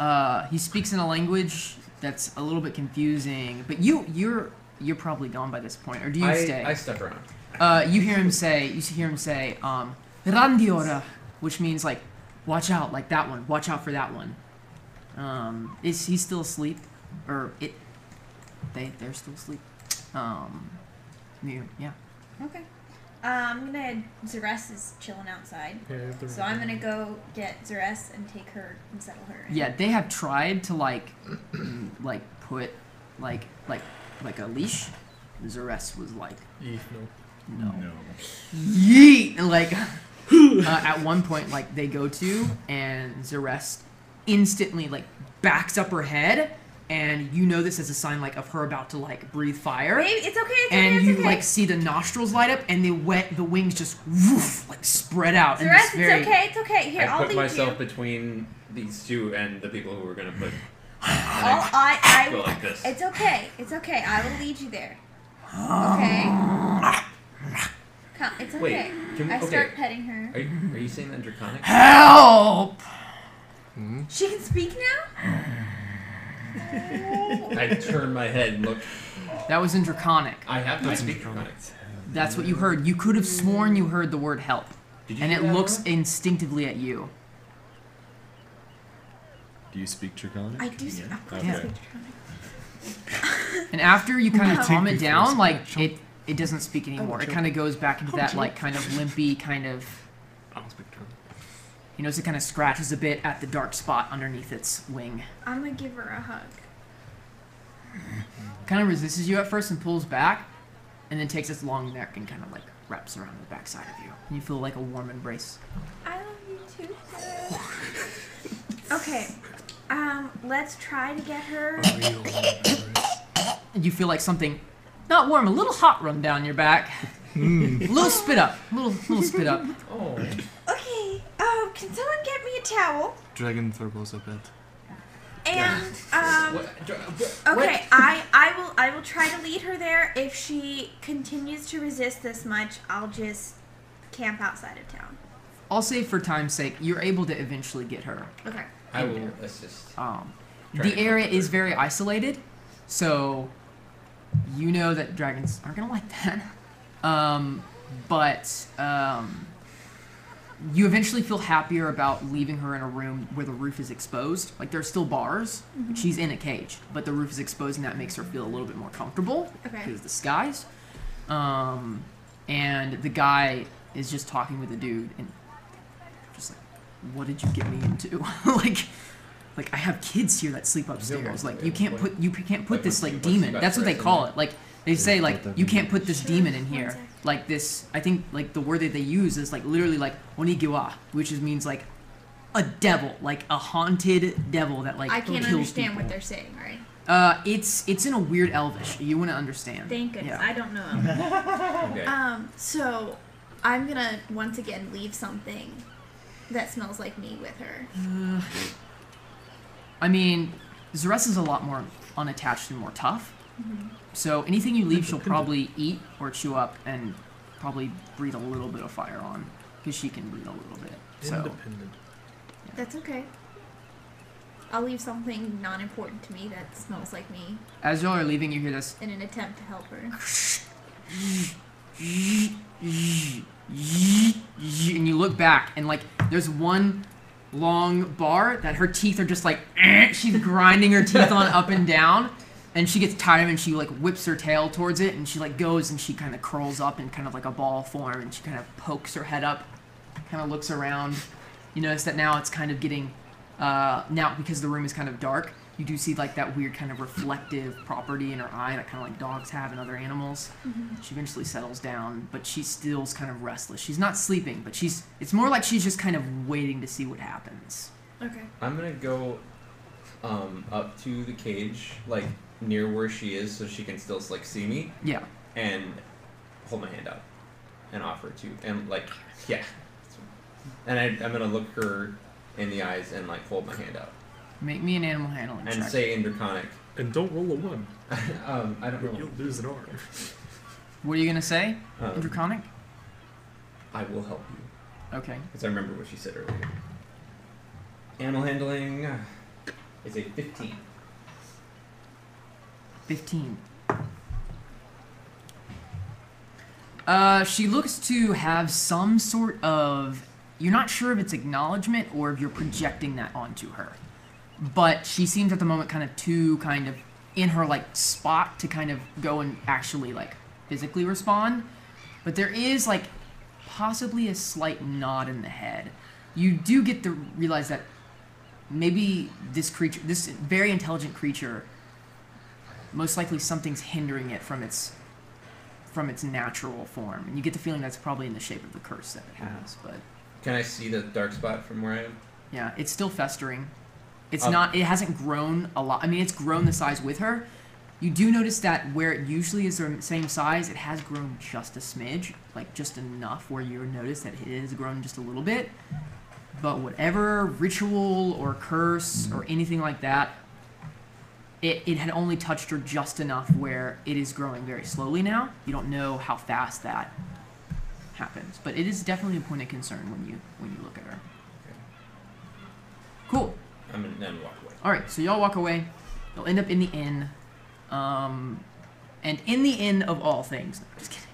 Uh, he speaks in a language that's a little bit confusing, but you you're you're probably gone by this point, or do you I, stay? I step around. Uh, you hear him say, you hear him say, um, "Randiora," which means like, "Watch out!" Like that one. Watch out for that one. Um, is he still asleep, or it? They they're still asleep. Um, you- yeah. Okay. Uh, I'm gonna. Zeres is chilling outside, Yeah, you have to so I'm gonna go get Zeres and take her and settle her. in. Yeah, they have tried to like, like put, like like like a leash. E. Zares was like, Yeet, no, no, yeet, and like, uh, at one point, like they go to, and Zarest instantly like backs up her head, and you know this as a sign like of her about to like breathe fire. Babe, it's okay, it's and okay, it's you okay. like see the nostrils light up, and the wet the wings just woof, like spread out. and Zareth, this it's very, okay, it's okay. Here, I I'll put leave myself you. between these two and the people who were gonna put. All I, I, go like this. It's okay, it's okay. I will lead you there. Okay. Come, it's okay. Wait, can we, I okay. start petting her. Are you, are you saying that in Draconic? Help! She can speak now. I turn my head and look. That was in Draconic. I have to speak Draconic. That's what you heard. You could have sworn you heard the word help. Did you and hear it that, looks instinctively at you. Do you speak Draconic? I do speak- of course I speak And after you kind Wow. of calm it Take me down, first. like it, it doesn't speak will anymore. It choke. kind of goes back into I will that like choke. kind of limpy kind of. You notice it kind of scratches a bit at the dark spot underneath its wing. I'm gonna give her a hug. Kind of resists you at first and pulls back, and then takes its long neck and kind of like wraps around the backside of you. And you feel like a warm embrace. I love you too. Okay, um, let's try to get her. And you feel like something, not warm, a little hot run down your back. a little spit up. little, little spit up. Oh. Okay. Um, can someone get me a towel? Dragon thermals, I bet. And um, okay, I I will I will try to lead her there. If she continues to resist this much, I'll just camp outside of town. I'll say for time's sake, you're able to eventually get her. Okay. I will assist. Um, Try the to area is very isolated, so you know that dragons aren't gonna like that. Um, but um, you eventually feel happier about leaving her in a room where the roof is exposed. Like there's still bars, but Mhm. she's in a cage, but the roof is exposed, and that makes her feel a little bit more comfortable Okay. because of the skies. Um, and the guy is just talking with the dude and just like, what did you get me into? like, like I have kids here that sleep upstairs. Like you can't put you can't put this like demon. That's what they call it. Like they say like you can't put this demon in here. Like this, I think like the word that they use is like literally like onigiwa, which is means like a devil, like a haunted devil that like I can't kills understand people. what they're saying. Right. Uh, it's it's in a weird Elvish. You wouldn't understand. Thank goodness. Yeah. I don't know. Okay. Um. So, I'm gonna once again leave something that smells like me with her. Uh, I mean, Zaress is a lot more unattached and more tough. Mhm. So anything you leave, she'll probably eat or chew up and probably breathe a little bit of fire on because she can breathe a little bit. So Independent. That's okay. I'll leave something non-important to me that smells like me as y'all are leaving, you hear this. in an attempt to help her. And you look back, and like there's one long bar that her teeth are just like eh, she's grinding her teeth on up and down, and she gets tired of it and she like whips her tail towards it, and she like goes and she kind of curls up in kind of like a ball form, and she kind of pokes her head up, kind of looks around. You notice that now it's kind of getting uh, now because the room is kind of dark. You do see like that weird kind of reflective property in her eye that kind of like dogs have in other animals. Mhm. She eventually settles down, but she still's kind of restless. She's not sleeping, but she's it's more like she's just kind of waiting to see what happens. Okay. I'm gonna go um, up to the cage, like near where she is, so she can still like see me. Yeah. And hold my hand out and offer to, and like, yeah. And I, I'm gonna look her in the eyes and like hold my hand out Make me an animal handling and check. say in Draconic. And don't roll a one. um, I don't know. You'll lose an arm. what are you gonna say? Um, in Draconic? I will help you Okay. because I remember what she said earlier. Animal handling uh, is a 15. Fifteen. Uh, she looks to have some sort of. You're not sure if it's acknowledgement or if you're projecting that onto her. But she seems at the moment kind of too kind of in her like spot to kind of go and actually like physically respond. But there is like possibly a slight nod in the head. You do get to realize that maybe this creature, this very intelligent creature, most likely something's hindering it from its from its natural form. And you get the feeling that's probably in the shape of the curse that it has, but Can I see the dark spot from where I am? Yeah, it's still festering. It's Um, not. It hasn't grown a lot. I mean, it's grown the size with her. You do notice that where it usually is the same size, it has grown just a smidge, like just enough where you notice that it has grown just a little bit. But whatever ritual or curse or anything like that, it, it had only touched her just enough where it is growing very slowly now. You don't know how fast that happens, but it is definitely a point of concern when you when you look at her. Cool. I'm gonna then walk away. All right, so y'all walk away. You'll end up in the inn, um, and in the inn of all things. No, just kidding.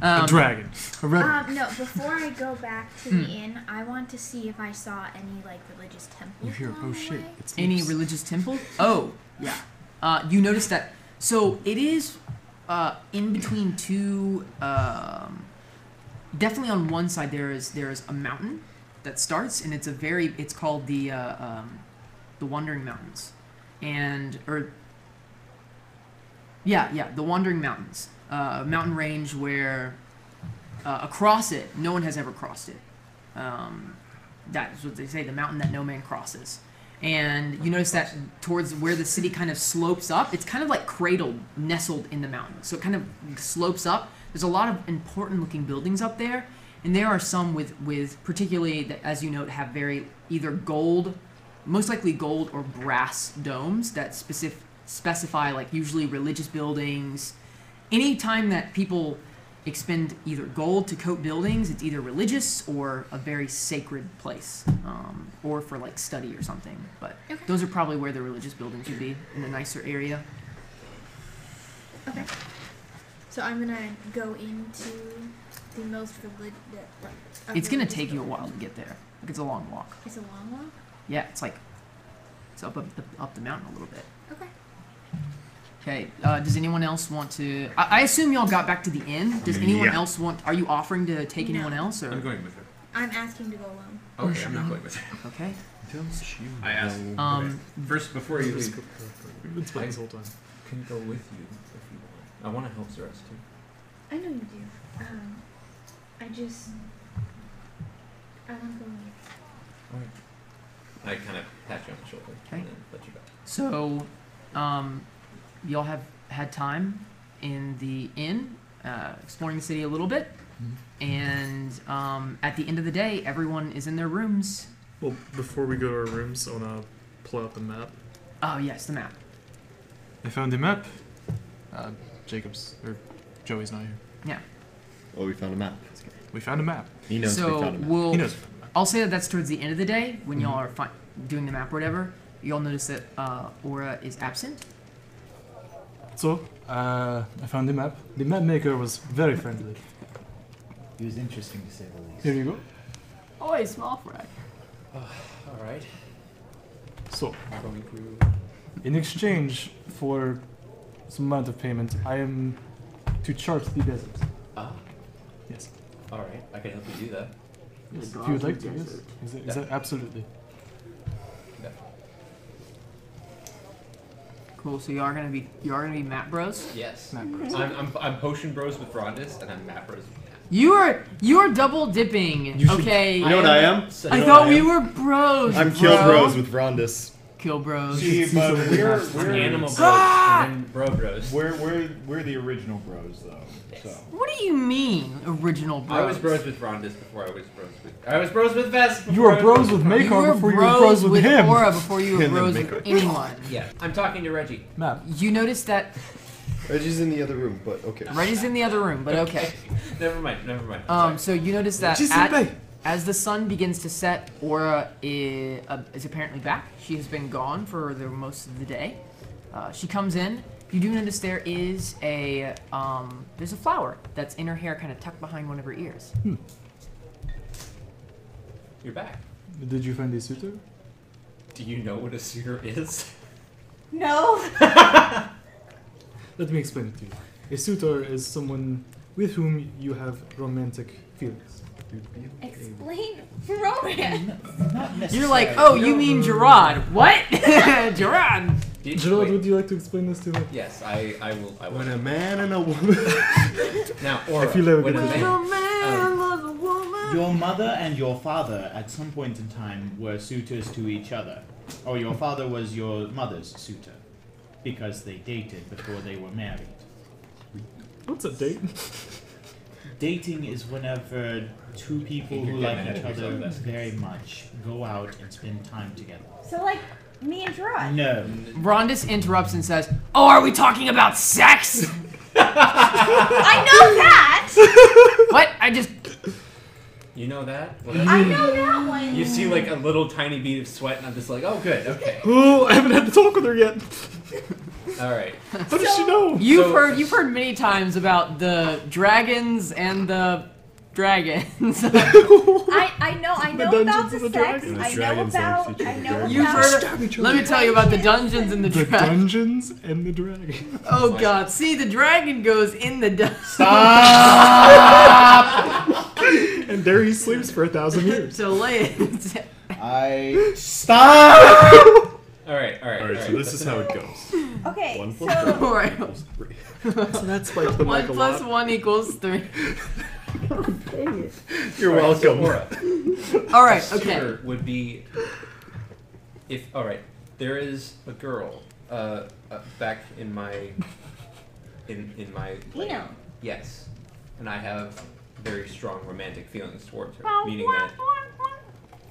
Um, a dragon. A red. Um, no, before I go back to Hmm. the inn, I want to see if I saw any like religious You temples. hear? Oh shit! It's Any loose." religious temple? Oh, yeah. Uh, you notice that. So it is uh, in between two. Um, definitely on one side there is there is a mountain that starts, and it's a very. It's called the uh, um, the Wandering Mountains, and or Yeah, yeah, the Wandering Mountains, uh, a mountain range where uh, across it, no one has ever crossed it. Um, that's what they say, the mountain that no man crosses. And you notice that towards where the city kind of slopes up, it's kind of like cradled, nestled in the mountain. So it kind of slopes up. There's a lot of important looking buildings up there, and there are some with, with particularly, that, as you note, have very either gold most likely gold or brass domes that specific, specify like usually religious buildings any time that people expend either gold to coat buildings it's either religious or a very sacred place um, or for like study or something but those are probably where the religious buildings would be in a nicer area Okay. So I'm gonna go into the most religious. it's going to take you a while to get there like it's a long walk It's a long walk. yeah it's like it's up, up, the, up the mountain a little bit Okay. Okay. Uh, does anyone else want to? I, I assume y'all got back to the inn. Does anyone Yeah. else want? Are you offering to take No. anyone else? Or I'm going with her. I'm asking to go alone. Okay, I'm not going with her. Okay. Oh, I asked. Um, first before you Let's leave. go- We've been spending this whole time. I can go with you if you want. I want to help the rest too. I know you do. Um, I just I want to go with I kind of pat you on the shoulder and then let you go. So, um, y'all have had time in the inn, uh, exploring the city a little bit, and um, at the end of the day, everyone is in their rooms. Well, before we go to our rooms, I wanna pull out the map. Oh yes, the map. I found a map. Uh, Jacob's or Joey's not here. Yeah. Well, we found a map. We found a map. He knows so we found a map. We'll, He knows. I'll say that that's towards the end of the day when y'all are fi- doing the map or whatever. Y'all notice that uh, Aura is absent. So, uh, I found the map. The map maker was very friendly. He was interesting to say the least. Here you go. Oi, Oh, small fry. all right. So, in exchange for some amount of payment, I am to chart the desert. Ah. Yes. All right. I can help you do that. Yes, if you would like to, yes. Is that, is that absolutely? Cool. So you are gonna be you are gonna be map bros. Yes. Map I'm, bros. I'm, I'm potion bros with Rondis, and I'm map bros with Nat. You are you are double dipping. You should- okay. You know what I am? You I know thought what I we am? were bros. I'm bro. Kill Bros with Rondus. Kill Bros. See, but we're, we're Animal bros and then bro bros. We're, we're, we're the original bros though. So What do you mean original bros? I was bros with Rondis before I was bros with. I was bros with Vest. You were before I bros with Rhonda. Makar before you were bros bros with, with him. Aura before you were And then bros with Makar. anyone. Yeah, I'm talking to Reggie. Map. You noticed that Reggie's in the other room, but okay. Reggie's in the other room, but okay. Never mind. Never mind. Um, so you notice that Just at- obey. as the sun begins to set, Aura is, uh, is apparently back. She has been gone for the most of the day. Uh, she comes in. You do notice there is a um, there's a flower that's in her hair, kind of tucked behind one of her ears. You're back. Did you find a suitor? Do you know what a seer is? No. Let me explain it to you. A suitor is someone with whom you have romantic feelings. Explain romance. You're like, oh, you mean Gerard? What? Gerard. Gerard, would you like to explain this to me? Yes, I, I will. I will. When a man and a woman. Now, Aura, feel like we're when a gonna- Oh. man, When a um, loves a woman. Your mother and your father, at some point in time, were suitors to each other. Or your father was your mother's suitor. Because they dated before they were married. What's a date? Dating is whenever two people who like each other very much go out and spend time together. So like me and Gerard. No. Rondus interrupts and says, "Oh, are we talking about sex?" I know that. what? I just You know that? I know that one. You see like a little tiny bead of sweat, and I'm just like, oh, good, okay. Oh, I haven't had to talk with her yet. All right. How does she know? You've So- heard you've heard many times about the dragons and the dragons. I, I know I know Dungeons about the sex. and Dragons. I know Dragons about and I know Feature Dragons. You've about heard. Let me tell you about the dungeons and the, The dragons. dungeons and the dragons. Oh god, see the dragon goes in the dungeon. and there he sleeps for a thousand years. so Lance, I stop. All right, all right. All right, so this is how it goes. Okay, One plus so one Alright. equals three. So that's like the one Mike a plus lot. one equals three. You're All right, so welcome. Aura. All right, A okay. suitor Would be if all right. There is a girl uh, uh, back in my in in my lane. Eno. Yes, and I have very strong romantic feelings towards her, Oh, Wow, meaning wow,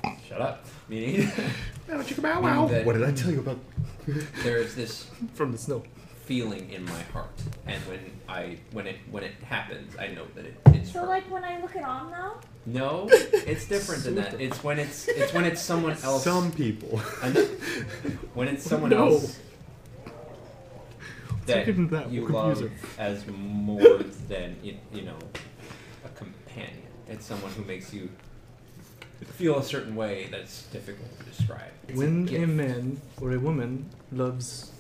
that. Shut up. Meaning. Wow, chicka bow meaning wow. that What did I tell you about? there is this From the snow. feeling in my heart, and when I when it when it happens, I know that it, it's so like when I look at Om now, No, it's different than that. It's when it's it's when it's someone else. Some people. I know- when it's someone No. else that, look into that you word love user. as more than you, you know a companion. It's someone who makes you feel a certain way that's difficult to describe. It's a When gift. a man or a woman loves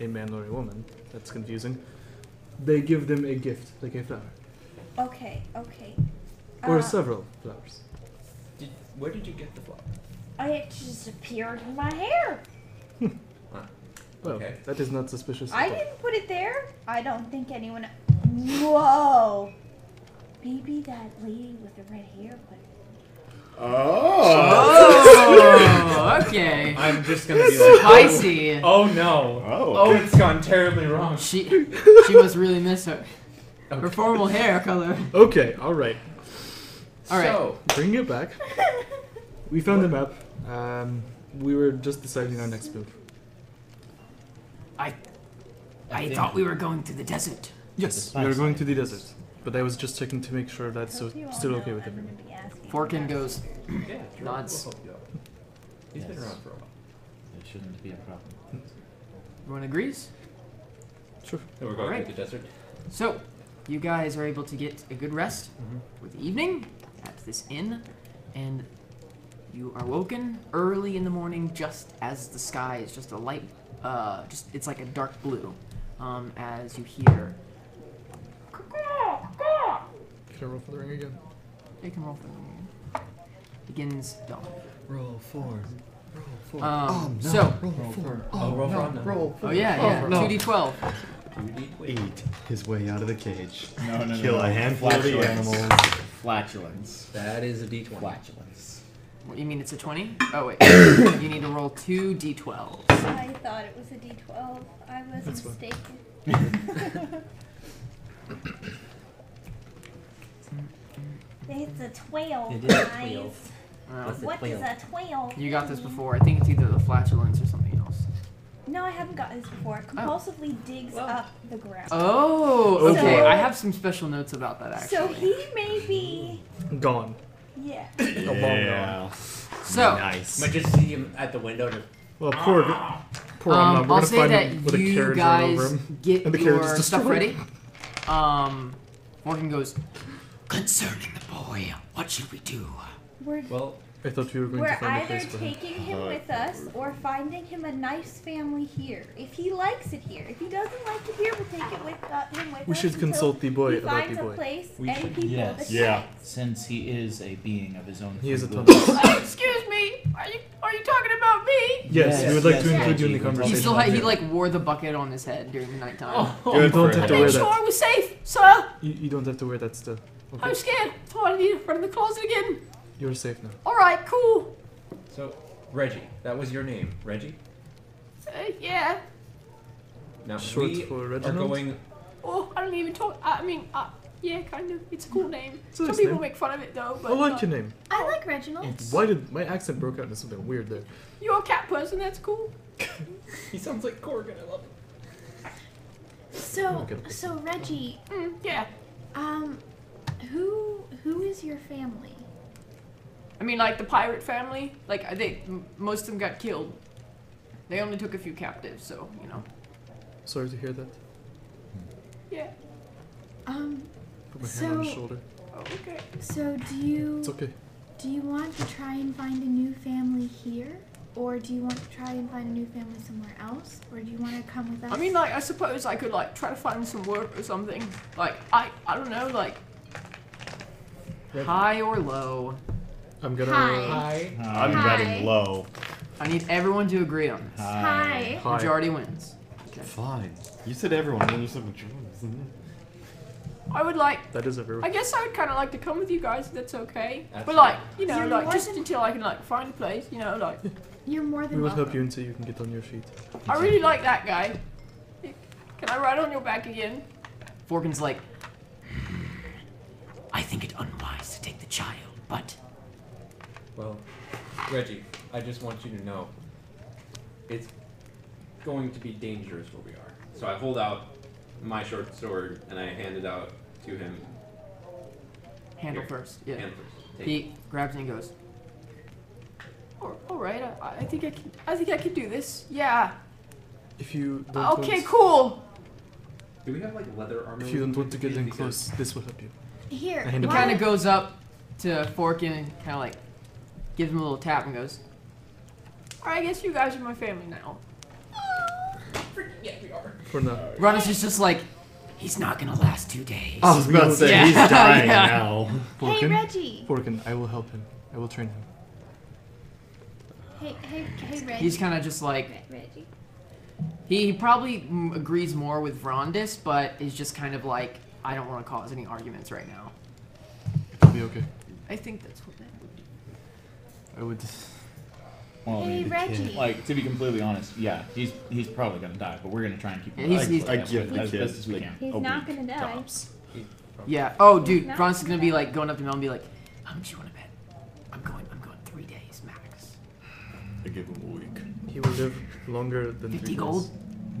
a man or a woman, that's confusing. They give them a gift, like a flower, okay, okay. or Uh, several flowers. Did, where did you get the flower? I it just appeared in my hair. Well, that is not suspicious. I at all. didn't put it there. I don't think anyone. Whoa. Maybe that lady with the red hair put it. Oh, okay. I'm just gonna be like Spicy. Oh, oh no! Oh. oh, it's gone terribly wrong. She she must really miss her her formal hair color. Okay, all right. All right. So- Bring it back. We found the map. Um, we were just deciding our next move. I, I thought we were going to the desert. Yes, we are going to the desert. But I was just checking to make sure that's so, still okay with everyone. Forkin goes. Yeah, Gerard nods. will help you out. He's been Yes. around for a while. It shouldn't be a problem. Everyone agrees. Sure. So we're All going right. to the desert. So, you guys are able to get a good rest Mm-hmm. for the evening at this inn, and you are woken early in the morning, just as the sky is just a light, uh, just it's like a dark blue, um, as you hear. Can I roll for the ring again? You can roll for the ring. Begins dawn. Roll four. Roll Um, four. oh, no. so roll four. Oh, no. Roll four. Oh yeah, Oh, yeah. no. Two d twelve. Eat his way out of the cage. Oh. No, no, no, Kill no. a handful of the Flatulence. animals. Flatulence. That is a d20. Flatulence. What you mean? It's a twenty? Oh wait. you need to roll two d twelves. I thought it was a D12. I was That's fine. mistaken. it's a 12, It is a guys. 12. Uh, What does a 12? You got this before. I think it's either the flatulence or something else. No, I haven't gotten this before. Oh. Compulsively digs up the ground. Oh, So- okay. I have some special notes about that actually. So he may be. Gone. Yeah. Yeah. So- nice. Might just see him at the window. Just, Well, poor, poor um, Amma. We're I'll gonna say find that him with a you carriage guys right over him, get and the carriage your is stuff destroyed. ready. Um, Morgan goes. Concerning the boy, what should we do? We're, well, I thought we were going we're to find a either place for him. taking him with us or finding him a nice family here. If he likes it here. If he doesn't like it here, we'll take it with uh, him with us. We should until consult the boy he about finds the a boy. place and people Yes. that Since he is a being of his own. He is free a will. toddler. Excuse me. Are you are you talking about me? Yes, we would like to yes, include you in the yes. He conversation. still had, he like wore the bucket on his head during the nighttime. you don't for have to him. wear Make that. Oh. we're safe, sir. You, you don't have to wear that still. I'm scared. So I need to run in the closet again. You're safe now. All right, cool. So, Reggie, that was your name, Reggie. Uh, yeah. Now Short we for are Reginald? going. Oh, I don't even talk. I mean, uh, yeah, kind of. It's a cool name. a Some nice people name. make fun of it though. But I like uh, your name. I like Reginald. Why did my accent broke out into something weird there? You're a cat person. That's cool. he sounds like Corgan. I love it. So, Okay. so Reggie. Mm, yeah. Um, who who is your family? I mean, like the pirate family. Like I think m- most of them got killed. They only took a few captives, so you know. Sorry to hear that. Yeah. Um, Put my hand on his So- shoulder. okay. so do you It's okay. do you want to try and find a new family here, or do you want to try and find a new family somewhere else, or do you want to come with us? I mean, like I suppose I could like try to find some work or something. Like I, I don't know, like high or low. I'm gonna- Hi. Hi. I'm Hi. betting low. I need everyone to agree on this. Hi. Hi. Majority wins. Fine. You said everyone, then you said majority, isn't it? I would like. That is everyone. I guess I would kind of like to come with you guys if that's okay. Absolutely. But like, you know, You're like more just until I can like find a place, you know, like. You're more We will help you until you can get on your feet. I really like that guy. Can I ride on your back again? Forgan's like, "Hmm, I think it unwise to take the child, but Well, Reggie, I just want you to know it's going to be dangerous where we are. So I hold out my short sword and I hand it out to him. Handle Here. first. Yeah. Handle first. Take He grabs it and goes. "Al- All right, I, I think I can. I think I can do this. Yeah. If you don't Uh, Okay, want, cool. Do we have like leather armor? If you don't want to get in close, this will help you. Here, I hand He it kind back. of goes up to Forkin and kind of like gives him a little tap and goes, All right, I guess you guys are my family now. Yeah, we are. For now. Runners is just like, he's not gonna last two days. I was about to say, Yeah. he's dying Yeah. now. Hey Forkin? Reggie. Forkin, I will help him. I will train him. Hey hey hey Reggie. He's kind of just like, Reggie. he, he probably mm, agrees more with Vrondis, but is just kind of like, I don't want to cause any arguments right now. It'll be okay. I think that's what that would do. I would. Well, I Hey, mean, Reggie. Like to be completely honest, yeah, he's he's probably gonna die, but we're gonna try and keep Yeah, him he's- alive he's- for I as- give the as kid, best as we like, can. Oh, He's A not week gonna die. tops. Yeah. Oh, dude, Not Vrondis is going to be bad. like going up to Mel and be like, How much you wanna bet? I'm going. I'm going three days max. I give him a week. He will live longer than three days. gold?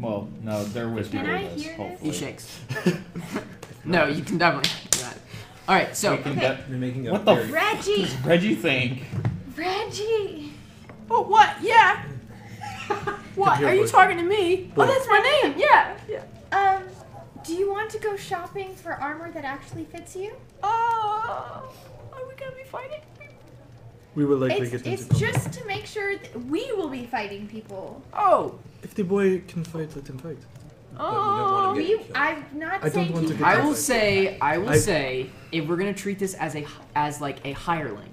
Well, no, there was Can no I this, hear this? hopefully. He shakes. No, you can definitely do that. All right, so. We can get- We're making a what the very- Reggie. does Reggie think? Reggie. Oh, what? Yeah. What? Are you talking to me? Oh, Boy. that's my name. Yeah. Um, do you want to go shopping for armor that actually fits you? Oh, are we gonna be fighting? We will likely It's, get into it's combat. just to make sure that we will be fighting people. Oh. If the boy can fight, let him fight. Oh. wanna get We, I'm not I don't saying want he to get I into will fight. say, I will I- say, if we're gonna treat this as a as like a hireling,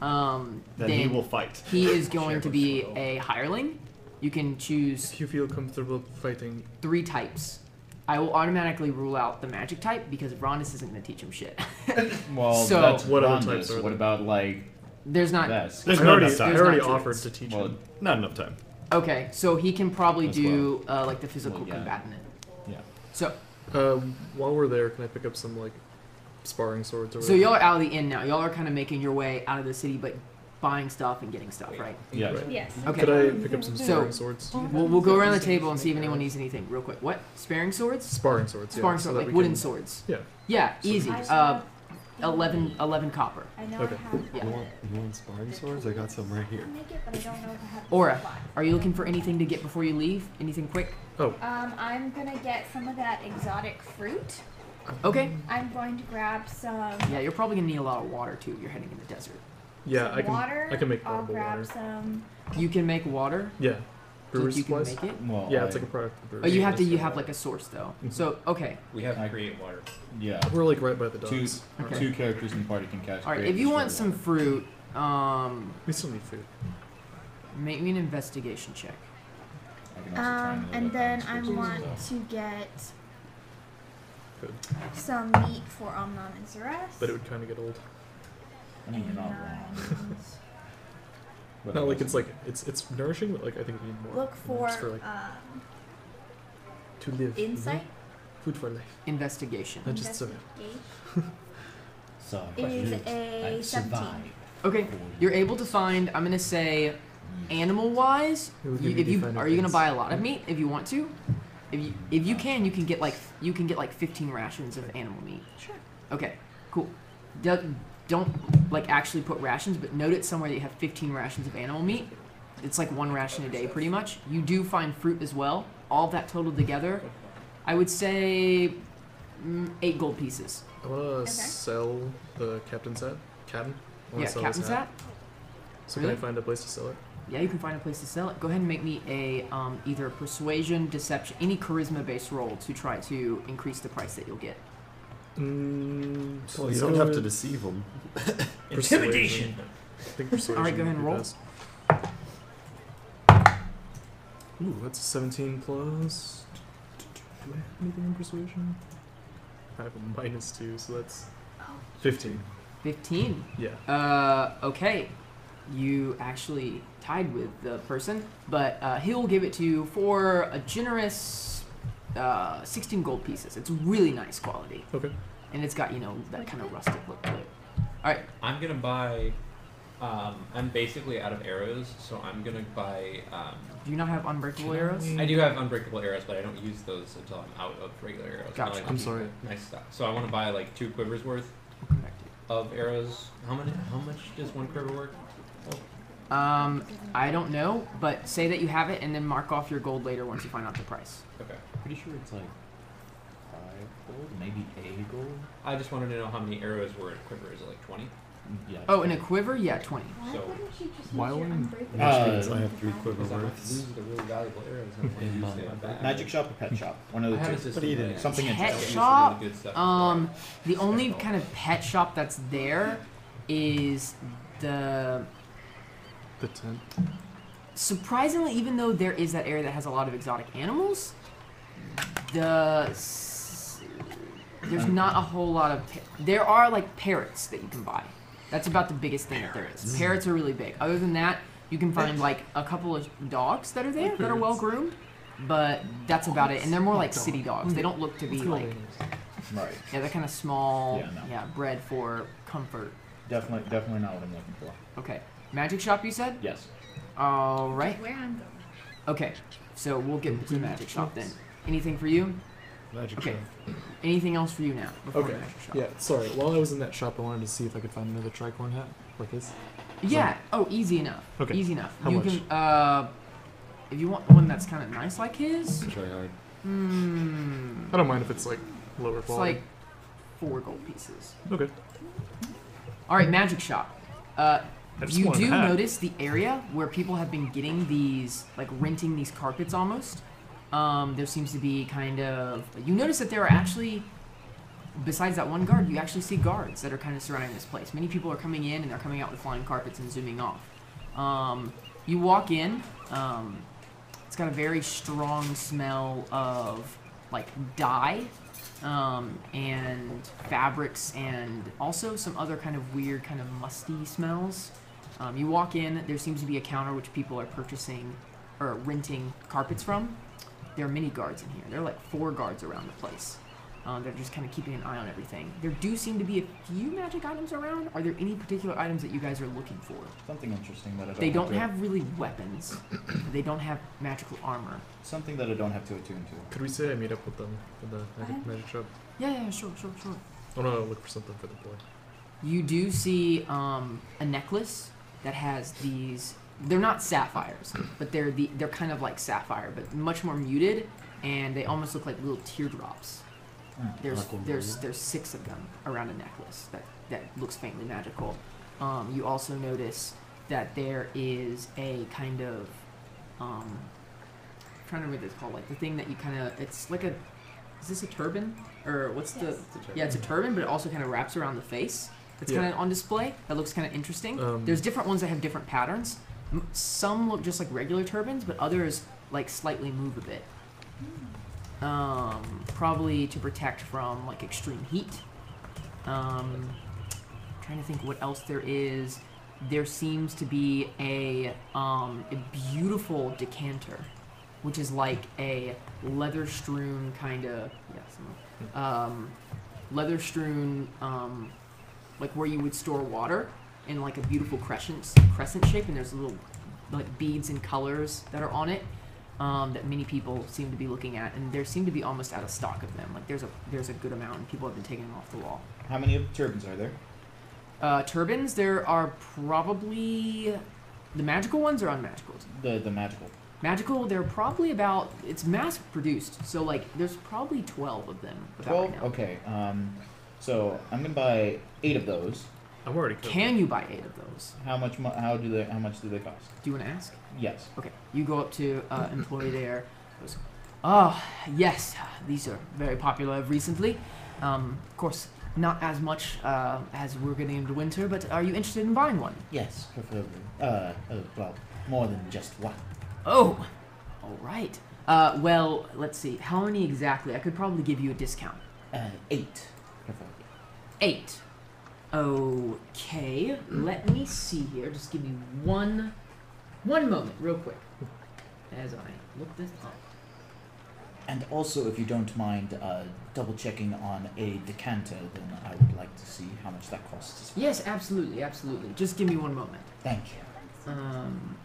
um, Then he will fight. He is going to be a hireling. You can choose. If you feel comfortable fighting, three types. I will automatically rule out the magic type because Rondus isn't gonna teach him shit. Well, So- that's What other Rhonda's. types are What there? about like? There's not. This? There's I not already- enough time. I already offered to teach well, him. Not enough time. Okay, so he can probably As do uh, like the physical combatant. Yeah. So, uh, while we're there, can I pick up some like sparring swords or So whatever? y'all are out of the inn now. Y'all are kind of making your way out of the city, but buying stuff and getting stuff, right? Yeah. Right. Yes. Okay. Could I pick up some so, sparring swords? We'll, we'll go around the table and see if anyone needs anything real quick. What? Sparing swords? Sparring swords, yeah, Sparring so swords, that like we wooden can- swords. yeah. Yeah, So- easy. I Uh, 11, 11 copper. okay. Yeah. You, want, you want sparring swords? I got some right here. Aura, are you looking for anything to get before you leave? Anything quick? Oh. Um, I'm gonna get some of that exotic fruit. Okay. I'm going to grab some. Yeah, you're probably gonna need a lot of water too. You're heading in the desert. Yeah, I can. water. I can make I'll potable grab water. some. You can make water. Yeah. So Brewer's you can supplies? make it. Well, yeah, it's I- like a product. of Oh, brewer's you have to. supplies. Mm-hmm. You have like a source though. So okay. We have to create water. Yeah. We're like right by the Two, docks. Okay. two characters in the party can catch. All right. great If you fish want for some fruit, um, we still need food. Make me an investigation check. I can Um, and then I want to get could. Some meat for Omnon and Zeres. But it would kind of get old. I mean, you're not wrong. Not like it's like it's it's nourishing, but like I think we need more. Look for, Just like, um, to live. you know? insight. Food for life. Investigation. I just said it. investigation. So It is a I 17. survived. Okay, you're able to find. I'm gonna say, animal wise, It would you, give if you you definite are you gonna things. buy a lot of meat if you want to, if you if you can, you can get like you can get like 15 rations of animal meat. Sure. Okay, cool. Do, don't like actually put rations, but note it somewhere that you have 15 rations of animal meat. It's like one ration a day, pretty much. You do find fruit as well. All that totaled together, I would say mm, eight gold pieces. I want to sell the captain's hat. Captain? I wanna Yeah, sell his captain's hat. hat. So Really? can I find a place to sell it? Yeah, you can find a place to sell it. Go ahead and make me a um, either persuasion, deception, any charisma-based roll to try to increase the price that you'll get. Mm, Well, you don't have to deceive them. Intimidation. I think persuasion. All right, go would ahead and be roll. best. Ooh, that's a 17 plus. Do I have anything in persuasion? I have a minus two, so that's 15. 15. Yeah. Uh, okay. You actually tied with the person, but uh, he'll give it to you for a generous uh, 16 gold pieces. It's really nice quality. Okay. And it's got, you know, that kind of rustic look to it. All right. I'm gonna buy. Um, I'm basically out of arrows, so I'm gonna buy. Um, Do you not have unbreakable arrows? I do have unbreakable arrows, but I don't use those until I'm out of regular arrows. I Gotcha. like to I'm keep sorry. the Nice stuff. So I want to buy like two quivers worth of arrows. How many? How much does one quiver work? Um, I don't know, but say that you have it and then mark off your gold later once you find out the price. Okay. Pretty sure it's like five gold, maybe eight gold. I just wanted to know how many arrows were in a quiver. Is it like 20? Yeah. Oh, in a quiver? Yeah, 20. So Why wouldn't- Uh, Because I might lose the really valuable arrows. and I wanna use them back. Magic shop or pet shop? One of I have the a two. system for that. Something pet interesting. shop. Really good stuff. Um, the only kind of pet shop that's there is the The tent. surprisingly, even though there is that area that has a lot of exotic animals, the s- there's not a whole lot of. Pa- there are like parrots that you can buy. That's about the biggest thing that there is. Parrots. Parrots are really big. Other than that, you can find like a couple of dogs that are there that are well groomed, but that's about it. And they're more like city dogs. They don't look to be Let's go like Right. yeah, they're kind of small. Yeah, no. bred for comfort. Definitely, definitely not what I'm looking for. Okay, magic shop. You said Yes. All right. Where I'm going. Okay, so we'll get to the magic shop then. Anything for you? Magic okay. shop. Anything else for you now? Before Okay. Magic shop? Yeah, sorry. While I was in that shop, I wanted to see if I could find another tricorn hat like this. Yeah. Oh, easy enough. Okay. Easy enough. How you much? can uh, if you want one that's kind of nice like his. Try hard. Hmm. I don't mind if it's like lower It's quality. like four gold pieces. Okay. All right, magic shop. Uh, I just you wanted do a hat. notice the area where people have been getting these, like renting these carpets almost. Um, there seems to be kind of. You notice that there are actually, besides that one guard, you actually see guards that are kind of surrounding this place. Many people are coming in and they're coming out with flying carpets and zooming off. Um, you walk in. Um, it's got a very strong smell of like dye um, and fabrics and also some other kind of weird, kind of musty smells. Um, you walk in, there seems to be a counter which people are purchasing or renting carpets from. There are many guards in here. There are like four guards around the place. Um, they're just kind of keeping an eye on everything. There do seem to be a few magic items around. Are there any particular items that you guys are looking for? Something interesting that I don't. They don't to- have really weapons. they don't have magical armor. something that I don't have to attune to. Could we say I meet up with them in the magic, Okay. magic shop? Yeah, yeah, sure, sure, sure. I want to look for something for the boy. You do see um, a necklace that has these. They're not sapphires, but they're the they're kind of like sapphire, but much more muted, and they almost look like little teardrops. Mm, There's aquamarine. there's there's six of them around a necklace that that looks faintly magical. Um, you also notice that there is a kind of um, I'm trying to remember what it's called, like the thing that you kind of it's like a is this a turban or what's the yeah it's a turban, but it also kind of wraps around the face. That's Yeah. kind of on display. That looks kind of interesting. Um, There's different ones that have different patterns. M- Some look just like regular turbans, but others like slightly move a bit. um, probably to protect from like extreme heat. Um, trying to think what else there is. There seems to be a um, a beautiful decanter, which is like a leather-strewn kind of yeah, some- um, leather-strewn um, like where you would store water in like a beautiful crescent crescent shape, and there's little like beads and colors that are on it um, that many people seem to be looking at, and there seem to be almost out of stock of them. Like there's a there's a good amount, and people have been taking them off the wall. How many of turbans are there? Uh, turbans, there are probably the magical ones or unmagical. The the magical. Magical, they're probably about it's mass produced, so like there's probably twelve of them. about right Twelve. now. Okay. Um, so I'm gonna buy eight of those. I'm already. Can you buy eight of those? How much? Mo- how do they? How much do they cost? Do you want to ask? Yes. Okay. You go up to uh, employee there. Goes, oh yes, these are very popular of recently. Um, of course, not as much uh, as we're getting into winter, but are you interested in buying one? Yes, preferably. Uh, oh, well, more than just one. Oh, all right. Uh, well, let's see. How many exactly? I could probably give you a discount. Uh, eight, preferably. Eight. Okay. Let me see here. Just give me one, one moment, real quick, as I look this up. And also, if you don't mind uh, double checking on a decanter, then I would like to see how much that costs. as well. Yes, absolutely, absolutely. Just give me one moment. Thank you. Um,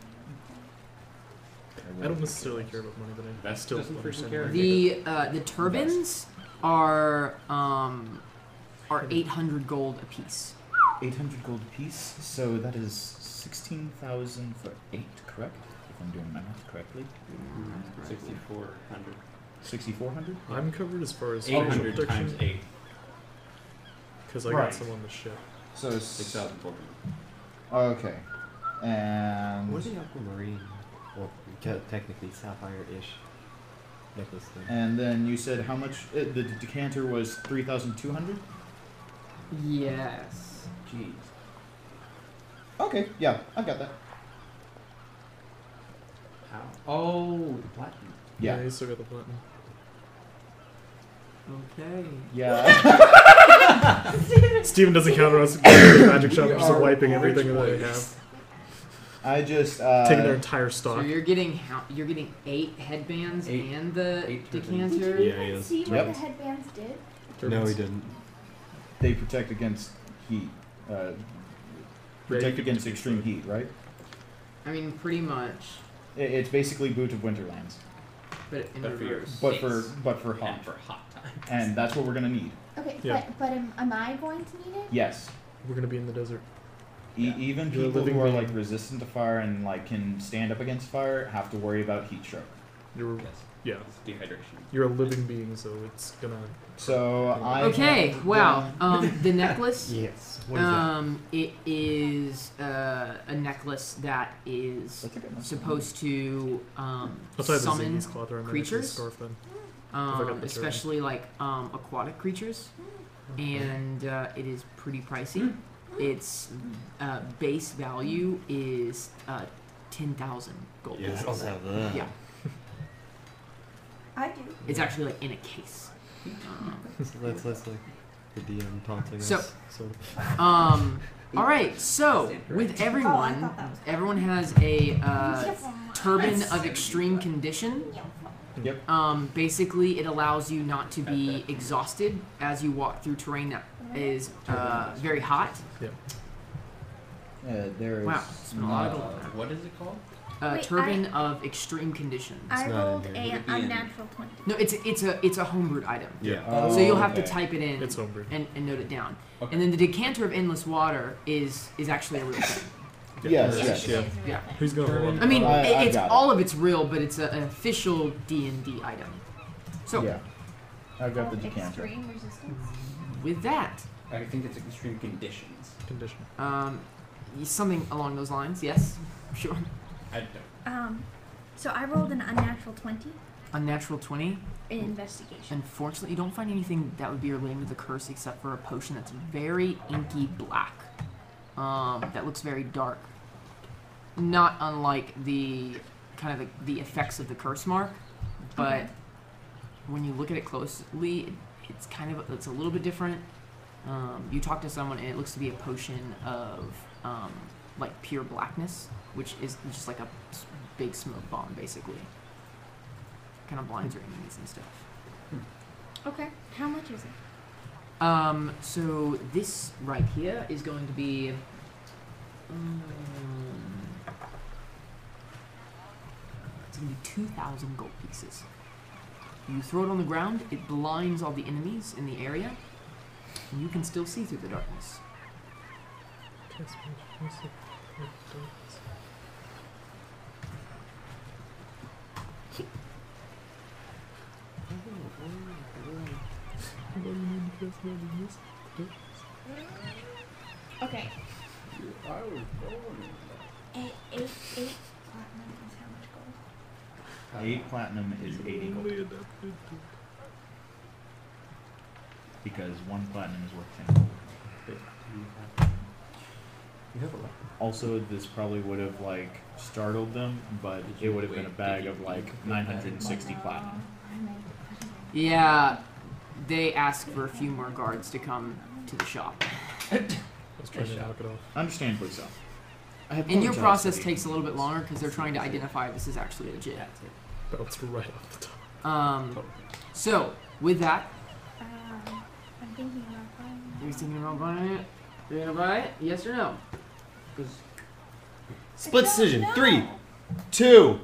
I don't necessarily care about money, but I Best still doesn't freaking understand care. money. the uh, the turbans are um, are eight hundred gold apiece. 800 gold piece, so that is 16,000 for 8, correct? If I'm doing my math correctly. 6,400. 6,400? I'm covered as far as 800 facial times protection. 8. Because I Right. got some on the ship. So it's- 6,400. Okay. And. Wasn't aquamarine, well, te- technically sapphire-ish necklace thing? And then you said how much? Uh, the d- decanter was 3,200? Yes. Jeez. Okay, yeah, I got that. How? Oh, the platinum. Yeah. you still got the platinum. Okay. Yeah. Steven doesn't counter us magic shop, We just are wiping rich everything that they boys. have. I just. Uh, Taking their entire stock. So you're getting how, you're getting eight headbands and the Did decanter. you even see what Yep. the headbands did? No, he didn't. They protect against heat. Uh, protect against extreme heat, right? I mean, pretty much, I- It's basically Boot of Winterlands, but in But for your reverse. but for but for hot. For hot time. And that's what we're gonna need. Okay, Yeah. but but am, am I going to need it? Yes. We're gonna be in the desert. E- even You're a people living who are being. like resistant to fire and like can stand up against fire have to worry about heat stroke. You're Yes. yeah. It's dehydration. You're a living being, so it's gonna. So I Okay. have Wow. done- Um, the necklace. Yes. What is that? Um, it is uh, a necklace that is That's a good necklace. supposed to um, That's why I have a summon Ziggy's cloth around my neck as a creatures, scarf then. I got um, the especially like um, aquatic creatures, Hmm. and uh, it is pretty pricey. Its uh, base value is uh, ten thousand gold. Yes, I'll have that. Yeah, I do. it's actually like in a case. Um, That's, that's like the DM taunting So- us. So, Um. All right. So Oh, with everyone, everyone has a uh, turban of extreme condition. Yep. Um. Basically, it allows you not to be exhausted as you walk through terrain that is uh, very hot. Yeah. Uh, there is Wow, it's been a lot of not- gold. What is it called? Uh, Wait, turban of extreme condition. not I in rolled here. a Would it be in- unnatural twenty. No, it's it's a it's a homebrewed item. Yeah. Oh, so you'll have to okay. type it in It's homebrewed. and, and note it down. Okay. And then the decanter of endless water is is actually a real thing. Yes, yeah. yes. yeah. Yeah. Who's gonna hold on? I mean, I- it- I it's got it. all of it's real, but it's a, an official D and D item. So Yeah. I've got Oh, the decanter. Extreme resistance. with that, I think it's extreme conditions. condition? um, y- something along those lines. Yes, sure. I don't. Um, so I rolled an unnatural twenty Unnatural twenty. in investigation. Unfortunately, you don't find anything that would be related to the curse except for a potion that's very inky black. Um, that looks very dark. Not unlike the kind of the, the effects of the curse mark, but when you look at it closely, it's kind of it's a little bit different. Um, you talk to someone, and it looks to be a potion of um, like pure blackness, which is just like a s- big smoke bomb, basically. Kind of blinds your enemies and stuff. Okay. How much is it? Um, so this right here is going to be. Um, it's going to be 2,000 gold pieces. You throw it on the ground, it blinds all the enemies in the area, and you can still see through the darkness. Okay. I was born. Eight, eight, eight platinum is how much gold? Eight platinum is eighty gold. Because one platinum is worth ten gold. Also, this probably would have like startled them, but it would have been a bag of like nine hundred and sixty Uh, platinum. Yeah, they ask for a few more guards to come to the shop. trying to knock it off. Understandably so. I have And your apologize, process Eddie. takes a little bit longer because they're trying to identify this is actually legit. Bounced right off the top. Um, so, with that, Um, I'm thinking about buying are you thinking about buying it? You're gonna buy it? Yes or no? Split decision. Three, two,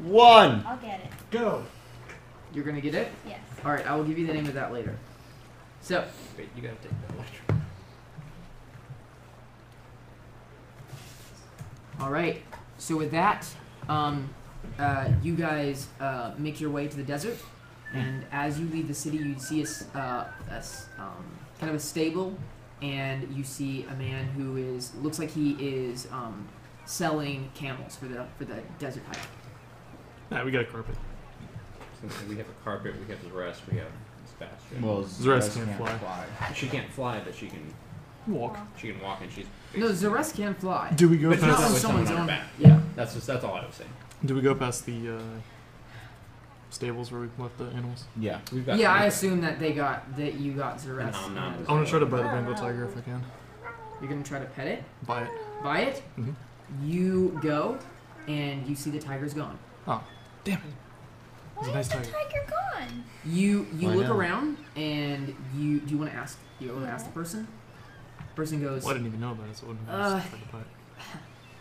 one. I'll get it. Go. You're gonna get it? Yes. Alright, I will give you the name of that later. So. Wait, you gotta take that electric. Alright, so with that, um, uh, you guys uh, make your way to the desert. And as you leave the city, you see a, s- uh, a s- um, kind of a stable, and you see a man who is looks like he is um, selling camels for the for the desert hike. Nah, we got a carpet. Since we have a carpet, we have the rest, we have Sebastian. Well, Zrest Zrest can't can't fly. She can't fly, but she can Walk. She can walk, and she's No, Zarest can fly. Do we go But past- not Not with with someone on someone her on- back. Yeah. that's just that's all I was saying. Do we go past the uh, stables where we left the animals? Yeah, we've Yeah, I assume that they got that you got Zarest. I'm gonna try to buy the Bengal tiger if I can. You're gonna try to pet it. Buy it. Buy it. Mhm. You go, and you see the tiger's gone. Oh, damn it! It's a nice tiger. Tiger gone. You you I look know. around and you do you want to ask you want to ask the person? Person goes. Well, I didn't even know about it, so I wouldn't have Uh, asked if I could buy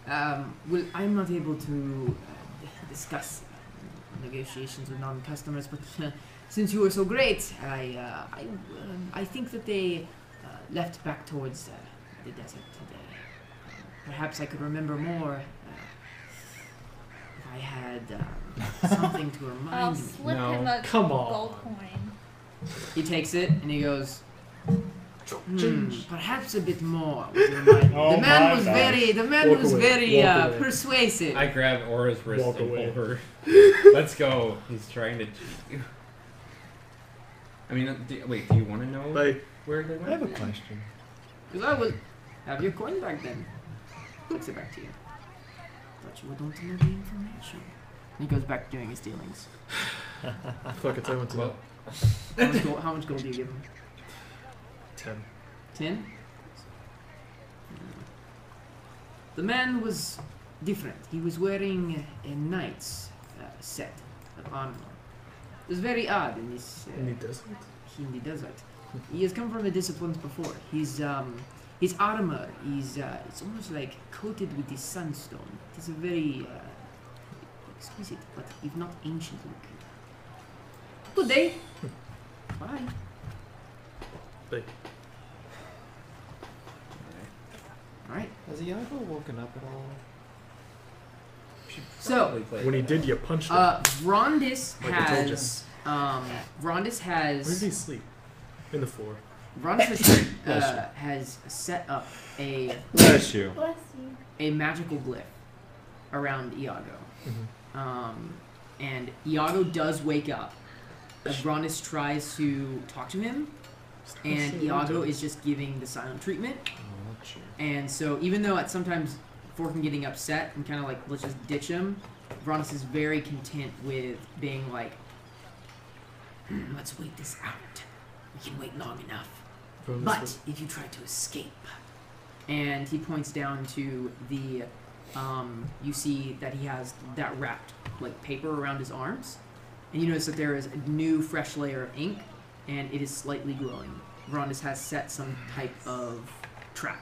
it. um, well, I'm not able to uh, discuss negotiations with non-customers, but uh, since you were so great, I uh, I, um, I think that they uh, left back towards uh, the desert today. Perhaps I could remember more uh, if I had um, something to remind I'll me. slip him a gold coin. He takes it and he goes. "Hmm, perhaps a bit more. would remind me." Oh the man my was gosh. very, the man Walk was away, very walk uh, away. persuasive. I grab Aura's wrist Walk and away. pull her. Let's go. He's trying to cheat you. I mean, uh, do, wait. Do you want to know Like- where they went? I have a question. Because I will have your coin back then. Takes it back to you. But you wouldn't know the information. He goes back doing his dealings. Fuck it, I went to Well, How much gold, how much gold do you give him? ten. Ten? The man was different. He was wearing a knight's uh, set of armor. It was very odd in this. Uh, In the desert? In the desert. He has come from a discipline before. His um, his armor is uh, it's almost like coated with this sunstone. It is a very uh, exquisite, but if not ancient looking. Good day. Bye. Like, All right. Has Iago woken up at all? So when he did, you punched him. Uh, Rondis Like I told you. has. Um, Rondis has. Where did he sleep? In the floor. Rondis has, Bless uh, has set up a Bless you. Bless you. a magical glyph around Iago. Mm-hmm. Um, and Iago does wake up as Rondis tries to talk to him, and Still Iago window. is just giving the silent treatment. Oh, And so, even though at sometimes Fork can getting upset and kind of like let's just ditch him, Rondis is very content with being like, "Hmm, let's wait this out. We can wait long enough. Go this But if you try to escape, and he points down to the um, you see that he has that wrapped like paper around his arms and you notice that there is a new fresh layer of ink and it is slightly glowing Rondus has set some type of trap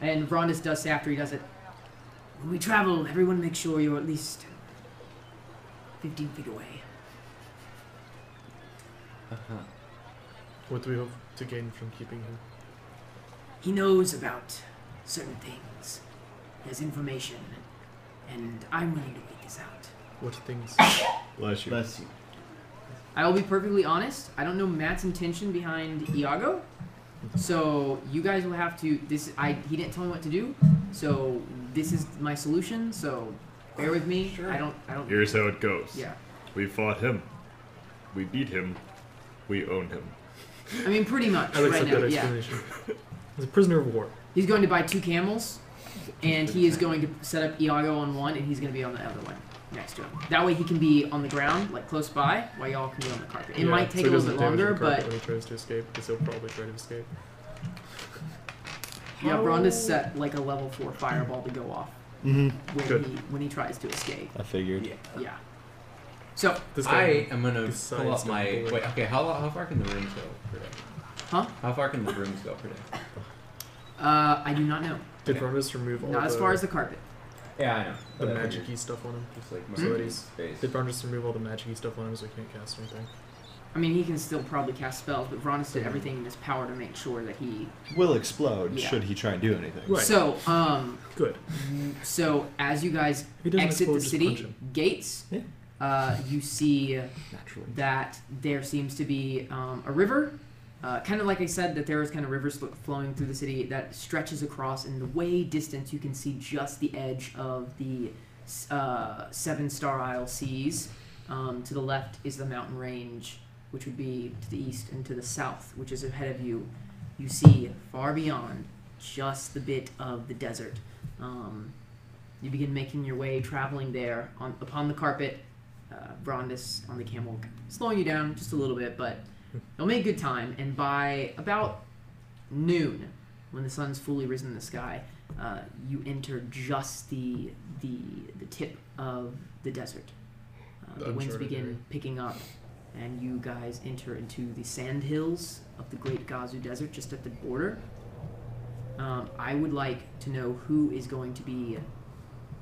and Rondus does say after he does it when we travel everyone make sure you're at least 15 feet away Uh-huh. What do we hope to gain from keeping him? he knows about certain things. There's information, and I'm willing to wait this out. What things? Bless you. Bless you. I will be perfectly honest. I don't know Matt's intention behind Iago, so you guys will have to. This I he didn't tell me what to do, so this is my solution. So bear with me. I don't. I don't. Here's how it goes. Yeah. We fought him. We beat him. We owned him. I mean, pretty much I'll right accept now. that Yeah. explanation. He's a prisoner of war. He's going to buy two camels, and he is going to set up Iago on one, and he's going to be on the other one next to him. That way, he can be on the ground, like close by, while y'all can be on the carpet. It Yeah, might so take he a little doesn't bit damage the longer, carpet but when he tries to escape, because he'll probably try to escape. yeah, Bronda's How- set like a level four fireball to go off Mhm. when Mm-hmm. Good. he when he tries to escape. I figured. Yeah. So I am gonna pull up my. Wait, okay, how, lo- how far can the rooms go per day? Huh? How far can the rooms go per day? Uh, I do not know. Did Rondus remove all Not the, as far as the carpet. Yeah, I know. The But I magic y figured- stuff on him. Just like so mark that it in he's, space. did Rondus remove all the magic y stuff on him so he can't cast anything? I mean, he can still probably cast spells, but Vronis Mm-hmm. did everything in his power to make sure that he. Will explode Yeah. should he try and do anything. So, um. Good. So as you guys he doesn't exit explode, the just punch city him. gates, uh, you see that there seems to be um, a river. Uh, kind of like I said, that there is kind of rivers fl- flowing through the city that stretches across. In the way distance, you can see just the edge of the s- uh, Seven Star Isle seas. Um, to the left is the mountain range, which would be to the east, and to the south, which is ahead of you, you see far beyond just the bit of the desert. Um, you begin making your way, traveling there on, upon the carpet. Uh, Brondis on the camel, slowing you down just a little bit, but you'll make good time. And by about noon, when the sun's fully risen in the sky, uh, you enter just the the the tip of the desert. Uh, the winds Uncharted begin area. picking up, and you guys enter into the sand hills of the Great Gazu Desert, just at the border. Um, I would like to know who is going to be,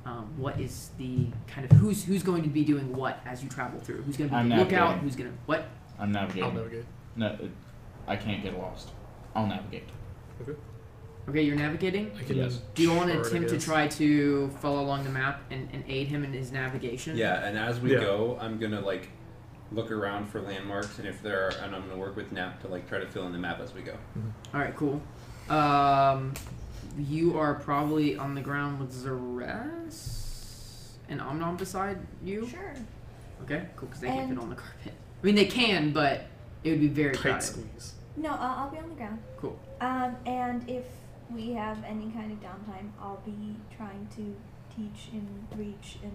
um, what is the kind of who's who's going to be doing what as you travel through. Who's going to I'm be the lookout? navigating. Who's going to what? I'm navigating. I'll navigate. No, uh, I can't get lost. I'll navigate. Okay. Okay, you're navigating. I can Yes. Do you want to chart, I attempt to guess. try to follow along the map and, and aid him in his navigation? Yeah, and as we Yeah. go, I'm gonna like look around for landmarks, and if there are, and I'm gonna work with Nap to like try to fill in the map as we go. All right, cool. Um, you are probably on the ground with Zeres and Omnom beside you. Sure. Okay, cool. Because they can't And- fit on the carpet. I mean, they can, but it would be very Tight crowded. squeeze. No, I'll, I'll be on the ground. Cool. Um, and if we have any kind of downtime, I'll be trying to teach and reach and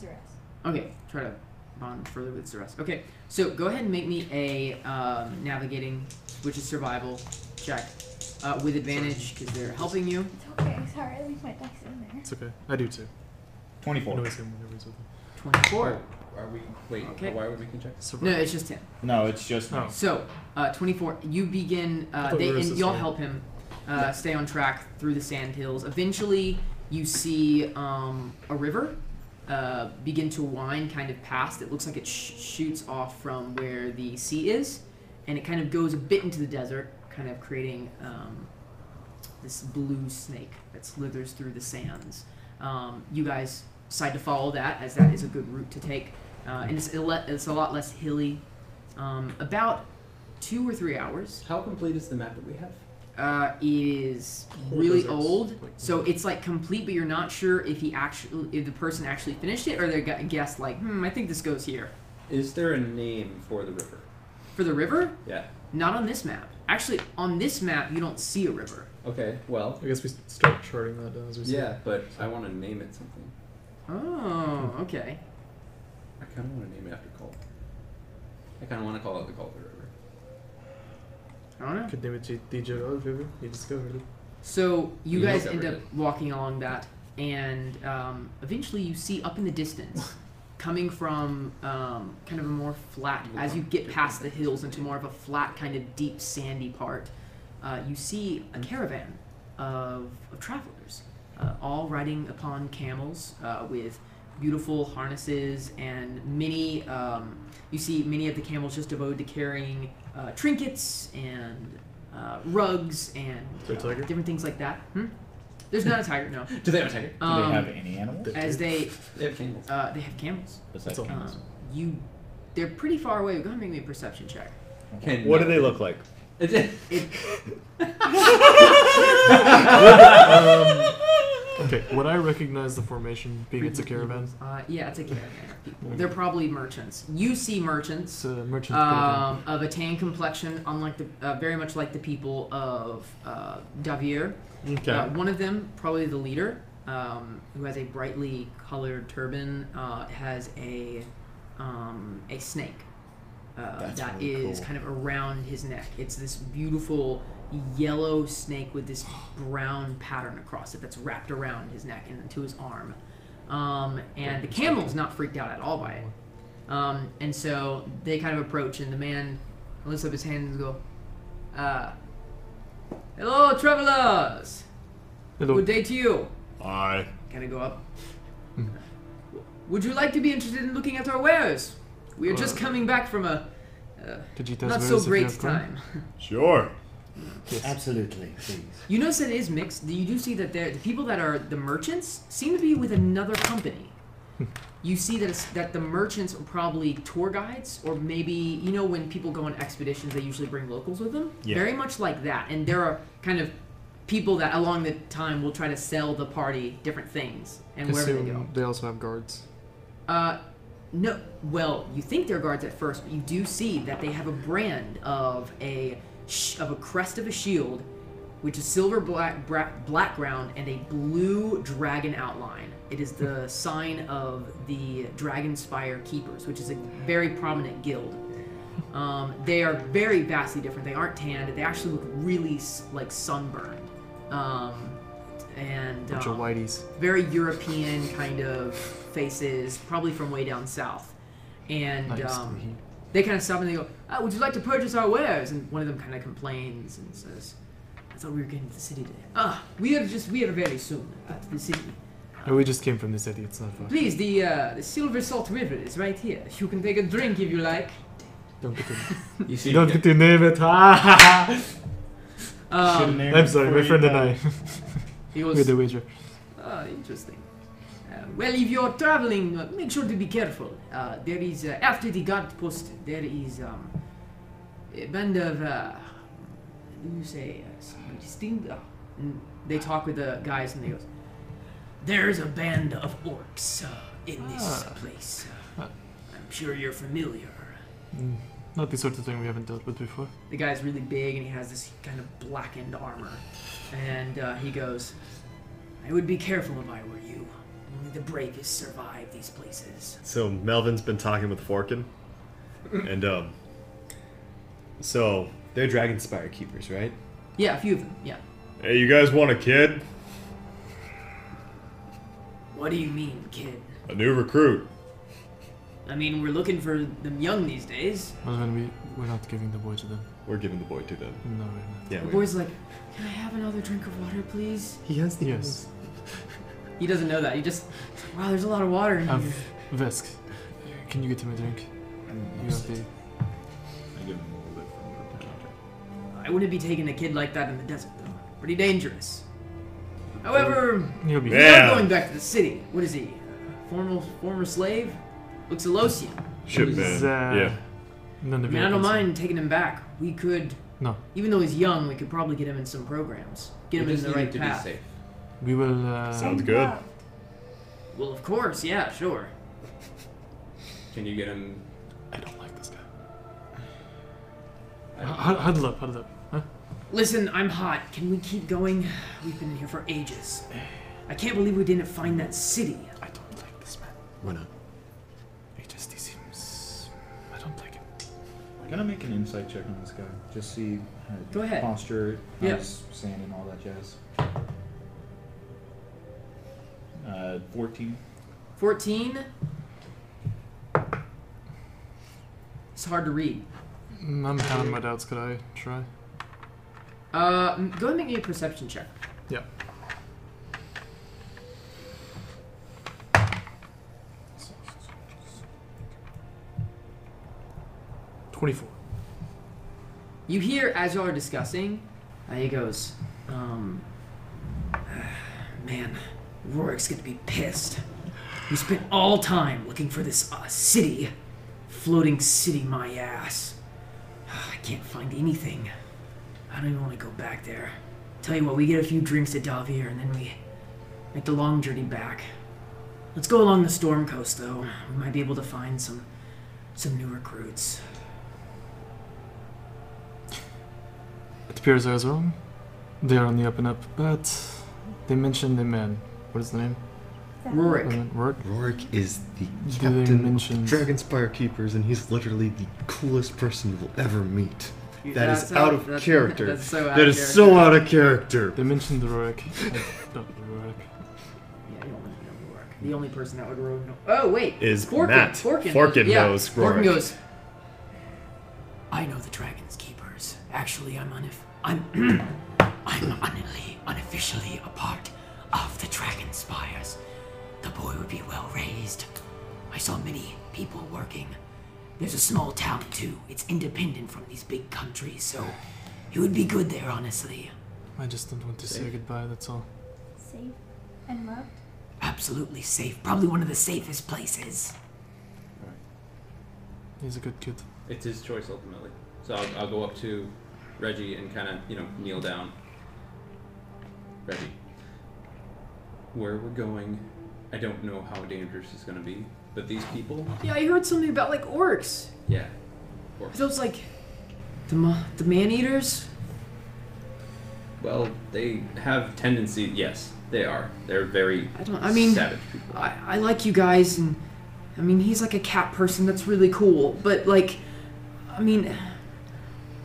Zeres. Okay, try to bond further with Zeres. Okay, so go ahead and make me a um, navigating, which is survival check, uh, with advantage because they're helping you. It's okay. Sorry, I leave my dice in there. It's okay. I do too. 24. I know he's him whenever he's with him. 24. Are we? Wait, Okay. why are we making check? No, it's just him. No, it's just Oh. me. So, uh, 24. You begin. Oh. I Uh, thought they we were and supposed y'all to- help him uh, stay on track through the sand hills. Eventually, you see um, a river uh, begin to wind kind of past. It looks like it sh- shoots off from where the sea is, and it kind of goes a bit into the desert, kind of creating um, this blue snake that slithers through the sands. Um, you guys decide to follow that, as that is a good route to take, uh, and it's a, le- it's a lot less hilly. Um, about two or three hours. How complete is the map that we have? Uh, it is really old, so it's like complete, but you're not sure if he actually, if the person actually finished it, or they gu- guessed like, hmm, I think this goes here Is there a name for the river? for the river. Yeah. Not on this map. Actually, on this map, you don't see a river. Okay. Well. I guess we s- start charting that down as we see. Yeah, but I want to name it something. Oh, okay. I kind of want to name it after Cole. I kind of want to call it the Culver River. I don't know. Could name it G- the Gerard River. You discovered it. So you You guys know end that up walking along that, and um, eventually you see up in the distance, coming from um, kind of a more flat, as you get past the hills into more of a flat, kind of deep, sandy part, uh, you see a caravan of, of travelers, uh, all riding upon camels uh, with beautiful harnesses, and many, um, you see many of the camels just devoted to carrying uh, trinkets and uh, rugs and Is there a uh, tiger? different things like that. Hmm? There's not a tiger, no. Do they have a tiger? Do they Um, have any animals? As they, They have camels. Uh, they have camels. Besides That's all. camels. Um, you, they're pretty far away. Go ahead and make me a perception check. what do they look like? um, okay, would I recognize the formation being it's a caravan? Hmm. Uh, yeah, it's a caravan of people. They're probably merchants. You see merchants. merchant um, of a tan complexion, unlike the uh, very much like the people of uh, Davir. Okay. Uh, one of them, probably the leader, um, who has a brightly colored turban, uh, has a um, a snake. Uh, That's that really is cool. kind of around his neck. It's this beautiful yellow snake with this brown pattern across it that's wrapped around his neck and to his arm. Um, and the camel's not freaked out at all by it. Um, and so they kind of approach, and the man lifts up his hand and go, uh, "Hello, travelers. Hello. Good day to you. I. Can I go up? Would you like to be interested in looking at our wares? We are just Uh, coming back from a uh, could you tell us not where so is if you great have time? time." Sure. Absolutely, please. You notice that it is mixed. You do see that there- the people that are the merchants seem to be with another company. you see that it's, that the merchants are probably tour guides, or maybe you know when people go on expeditions, they usually bring locals with them. Yeah. Very much like that. And there are kind of people that along the time will try to sell the party different things and wherever they go. Assume they also have guards. Uh, no. Well, you think they're guards at first, but you do see that they have a brand of a sh- of a crest of a shield, which is silver black bra- black ground and a blue dragon outline. It is the sign of the Dragon Spire Keepers, which is a very prominent guild. Um, they are very vastly different. They aren't tanned. They actually look really s- like sunburned. Um, and Bunch of um, whiteys. very European kind of faces, probably from way down south. And Nice Mm-hmm. to um, hear. they kind of stop and they go, oh, "Would you like to purchase our wares?" And one of them kind of complains and says, "I thought we were getting to the city today. Ah, we are just we are very soon at the city. Oh, we just came from the city. It's not far. Please, the uh, the Silver Salt River is right here. You can take a drink if you like." Don't get to. you see, don't get to name it. Ah! Um, Should've named I'm it sorry, before my you friend and I. died. He we was- had the wager. Ah, interesting. Uh, well, if you're traveling, uh, make sure to be careful. Uh, there is, uh, after the guard post, there is um, a band of, uh, what do you say, uh, some distinct. Uh, and they talk with the guys and they goes, There is a band of orcs uh, in this Ah. place. Uh, I'm sure you're familiar. Mm, Not the sort of thing we haven't dealt with before. The guy's really big and he has this kind of blackened armor. And uh, he goes, I would be careful if I were you. Only the bravest survive these places. So Melvin's been talking with Forkin, and um. So They're dragon spire keepers, right? Yeah, a few of them, yeah. hey, you guys want a kid? What do you mean, kid? A new recruit? I mean, we're looking for them young these days. Well, then we, we're not giving the boy to them. We're giving the boy to them. No, we're not. Yeah. The boy's like, Can I have another drink of water, please? He has the Yes. He doesn't know that. He just, Wow, there's a lot of water in Have here. Vesk. Can you get him a drink? You have the. I give him a little bit from the counter. I wouldn't be taking a kid like that in the desert, though. Pretty dangerous. However, You'll be we fine. are going back to the city. What is he? Former former slave? Looks Elosian. Shit, He's, man. uh, yeah. None I mean, of your I don't concern. mind taking him back. We could, No. even though he's young, we could probably get him in some programs. Get him We in just the need right to be path. safe. We will. Uh, Sounds good. Well, of course, yeah, sure. Can you get him? I don't like this guy. I don't Hud- Huddle up, huddle up. Huh? Listen, I'm hot. Can we keep going? We've been in here for ages. I can't believe we didn't find that city. I don't like this man. Why not? He just he seems. I don't like him. Can I make an insight check on this guy? Just see how Go ahead. posture, how Yeah. he's standing, all that jazz. Uh, 14. 14. It's hard to read. Mm, I'm having my doubts. Could I try? Uh, m- go ahead and make me a perception check. Yeah. Twenty-four. You hear as y'all are discussing, uh, he goes, um, "Ah, Man, Rorik's gonna be pissed. You spent all time looking for this uh, city. Floating city, my ass. Ah, I can't find anything. I don't even want to go back there. Tell you what, we get a few drinks at Davir and then we make the long journey back. Let's go along the storm coast, though. We might be able to find some some new recruits. It appears I was wrong. They are on the up and up, but they mentioned a man. What is the name? Rurik. Uh, Rurik. Rorik is the Do they captain mention- of Dragonspire Keepers, and he's literally the coolest person you'll ever meet. You- that is that's out so- of that's- character. that's so out That of is so character. out of character. They mentioned the Rurik. I don't know Rurik. yeah, you don't want to know Rorik. The only person that would ro- know. Oh, wait. Is Forkin. Matt. Forkin, Forkin yeah. knows Forkin Rurik. goes, I know the Dragon's Keepers. Actually, I'm unif- I'm I'm unofficially, unofficially a part of the Dragon Spires. The boy would be well raised. I saw many people working. There's a small town too. It's independent from these big countries, so he would be good there, honestly. I just don't want to say goodbye. That's all. Safe and loved. Absolutely safe. Probably one of the safest places. He's a good kid. It's his choice ultimately. So I'll, I'll go up to Reggie and kind of, you know, kneel down. Reggie, where we're going, I don't know how dangerous it's going to be, but these people, Yeah, I heard something about like orcs. yeah. Or, Those like the ma- the man eaters. well, they have tendency. Yes, they are. They're very I don't. I mean, savage. I, I like you guys, and I mean he's like a cat person. That's really cool. But like, I mean,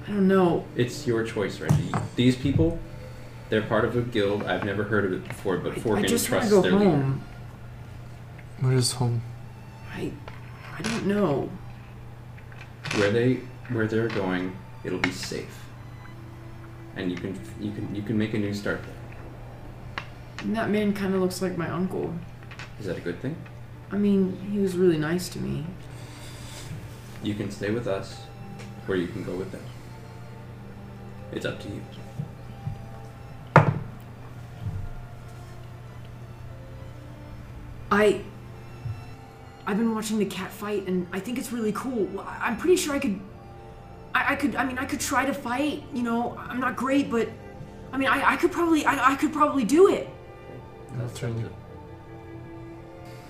I don't know. It's your choice, Reggie. These people, they're part of a guild. I've never heard of it before, but I Forkin just want trusts to go their leader. home. Where is home? I I don't know. where they where they're going, it'll be safe, and you can you can you can make a new start. there. And that man kind of looks like my uncle. Is that a good thing? I mean, he was really nice to me. You can stay with us, or you can go with them. It's up to you. I I've been watching the cat fight, and I think it's really cool. Well, I- I'm pretty sure I could. I, I could. I mean, I could try to fight. You know, I'm not great, but I mean, I, I could probably. I, I could probably do it. I'll train you.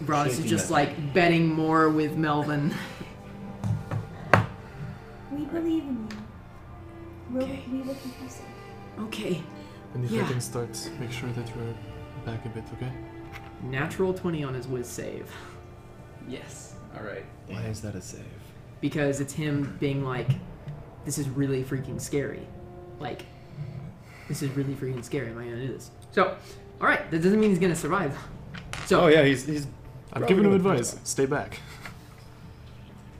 Bros is just, like betting more with Melvin. We believe in you. We'll, We will keep you safe. Okay. And if Yeah. everything starts, make sure that you're back a bit, okay? Natural twenty on his whiz save Yes. All right. Why is that a save? because it's him being like, "This is really freaking scary." Like, this is really freaking scary. Am I gonna do this? So, all right. That doesn't mean he's gonna survive. So. oh yeah, he's he's. I've probably given him gonna- advice. Stay back.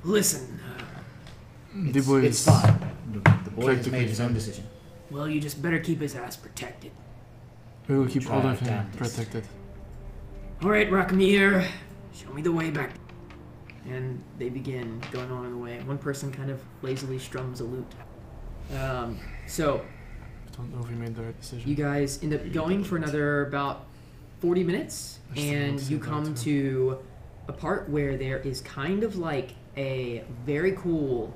Listen, uh, the boy it's is fine. The boy has practically made his own done. decision. well, you just better keep his ass protected. We will keep Try all to of him damn this. protected. All right, Rakmir, Show me the way back. And they begin going on the way. One person kind of lazily strums a lute. Um, so I don't know if we made the right decision. you guys end up going for another about 40 minutes, There's something and else you about come it. to a part where there is kind of like a very cool,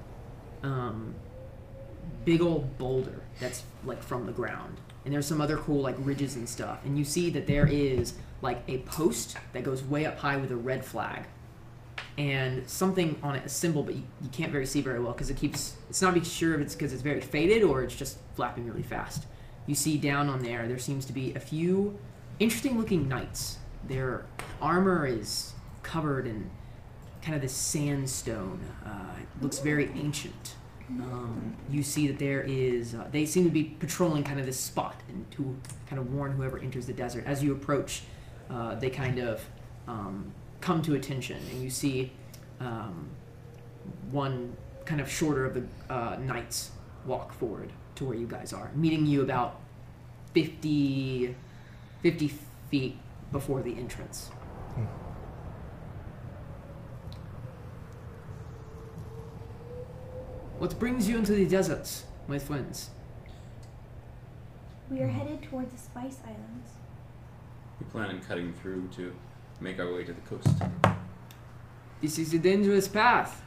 um, big old boulder that's like from the ground. And there's some other cool like ridges and stuff. And you see that there is like a post that goes way up high with a red flag and something on it, a symbol, but you, you can't very see very well because it keeps. It's not be sure if it's because it's very faded or it's just flapping really fast. You see down on there, there seems to be a few interesting looking knights. Their armor is covered in kind of this sandstone. Uh, it looks very ancient. um, you see that there is uh, they seem to be patrolling kind of this spot and to kind of warn whoever enters the desert as you approach uh, they kind of um, come to attention and you see um, one kind of shorter of the uh, knights walk forward to where you guys are meeting you about 50 50 feet before the entrance What brings you into the deserts, my friends? We are headed toward the Spice Islands. We plan on cutting through to make our way to the coast. This is a dangerous path.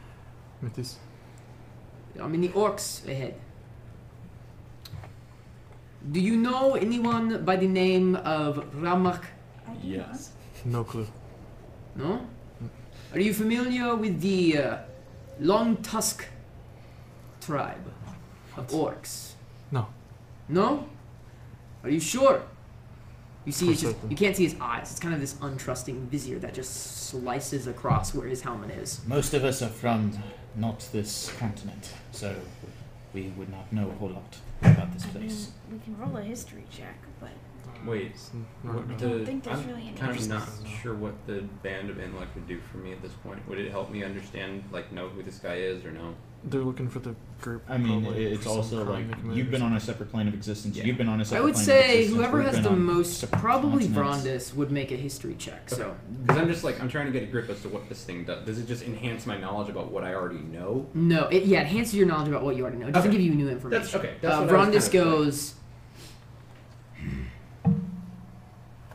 It is. There are many orcs ahead. Do you know anyone by the name of Ramak? Yes. No clue. No? Are you familiar with the uh, Long Tusk tribe of orcs? No. No? Are you sure? You see, For it's just, certain. you can't see his eyes. It's kind of this untrusting vizier that just slices across where his helmet is. Most of us are from not this continent, so we would not know a whole lot about this I mean, Mm. place. we can roll a history check, but Wait, I what don't the- think there's I'm really any kind of reason. not sure what the band of intellect would do for me at this point. Would it help me understand, like, know who this guy is or no? They're looking for the group. I mean, probably, it's for some also crime like they committed you've or been on a separate plane of existence. You've been on a I separate would plane of say existence. whoever We've has been the on most, separate probably continents. Brondis, would make a history check. So Because I'm just like I'm trying to get a grip as to what this thing does. Does it just enhance my knowledge about what I already know? No, it, yeah, it enhances your knowledge about what you already know. It doesn't Okay. give you new That's- information. okay, that's uh, what I was Brondis kind of- goes.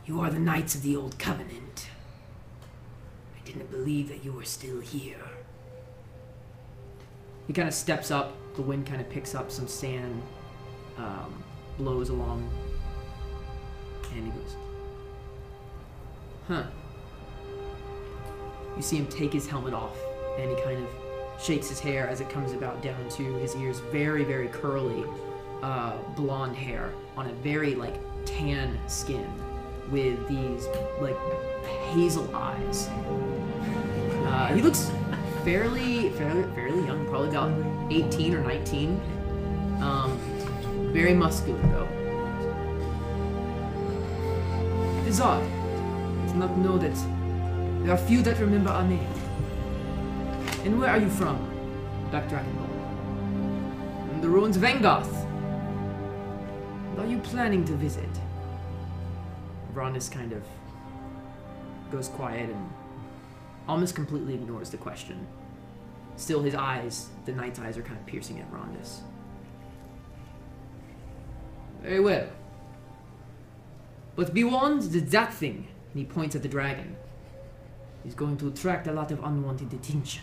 You are the knights of the old covenant. I didn't believe that you were still here. He kind of steps up. The wind kind of picks up some sand, um, blows along, and he goes, "Huh." You see him take his helmet off, and he kind of shakes his hair as it comes about down to his ears. Very, very curly, uh, blonde hair on a very like tan skin, with these like hazel eyes. Uh, he looks fairly, fairly, fairly young, probably about 18 or 19. Um, very muscular though. It is odd. I did not know that there are few that remember our name. And where are you from, Black Dragonborn? From the ruins of Engoth. And are you planning to visit? Ronis kind of goes quiet and almost completely ignores the question. Still, his eyes, the knight's eyes, are kind of piercing at Rondus. Very well. But be warned that that thing, and he points at the dragon, is going to attract a lot of unwanted attention.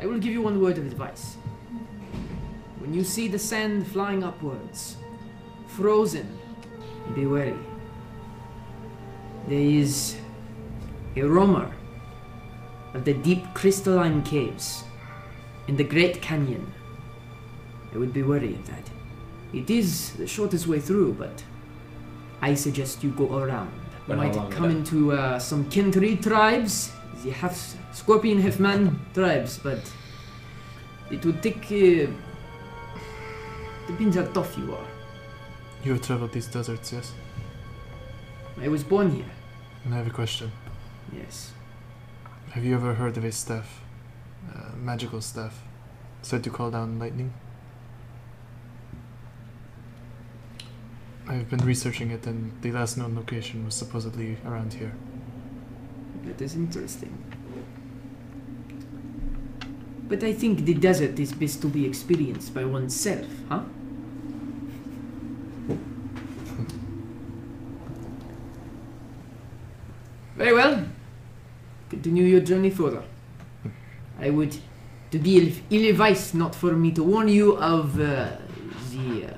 I will give you one word of advice. When you see the sand flying upwards, frozen, be wary. There is a rumor of the deep crystalline caves in the Great Canyon. I would be wary of that. It is the shortest way through, but I suggest you go around. You But how long might would come that- into uh, some Kentri tribes, the half scorpion, half man tribes, but it would take. Uh, depends how tough you are. You have traveled these deserts, yes? I was born here. And I have a question. Yes. Have you ever heard of a staff, uh, magical staff, said to call down lightning? I've been researching it, and the last known location was supposedly around here. That is interesting. But I think the desert is best to be experienced by oneself, huh? Very well. Continue your journey further. I would to be ill advised not for me to warn you of uh, the uh,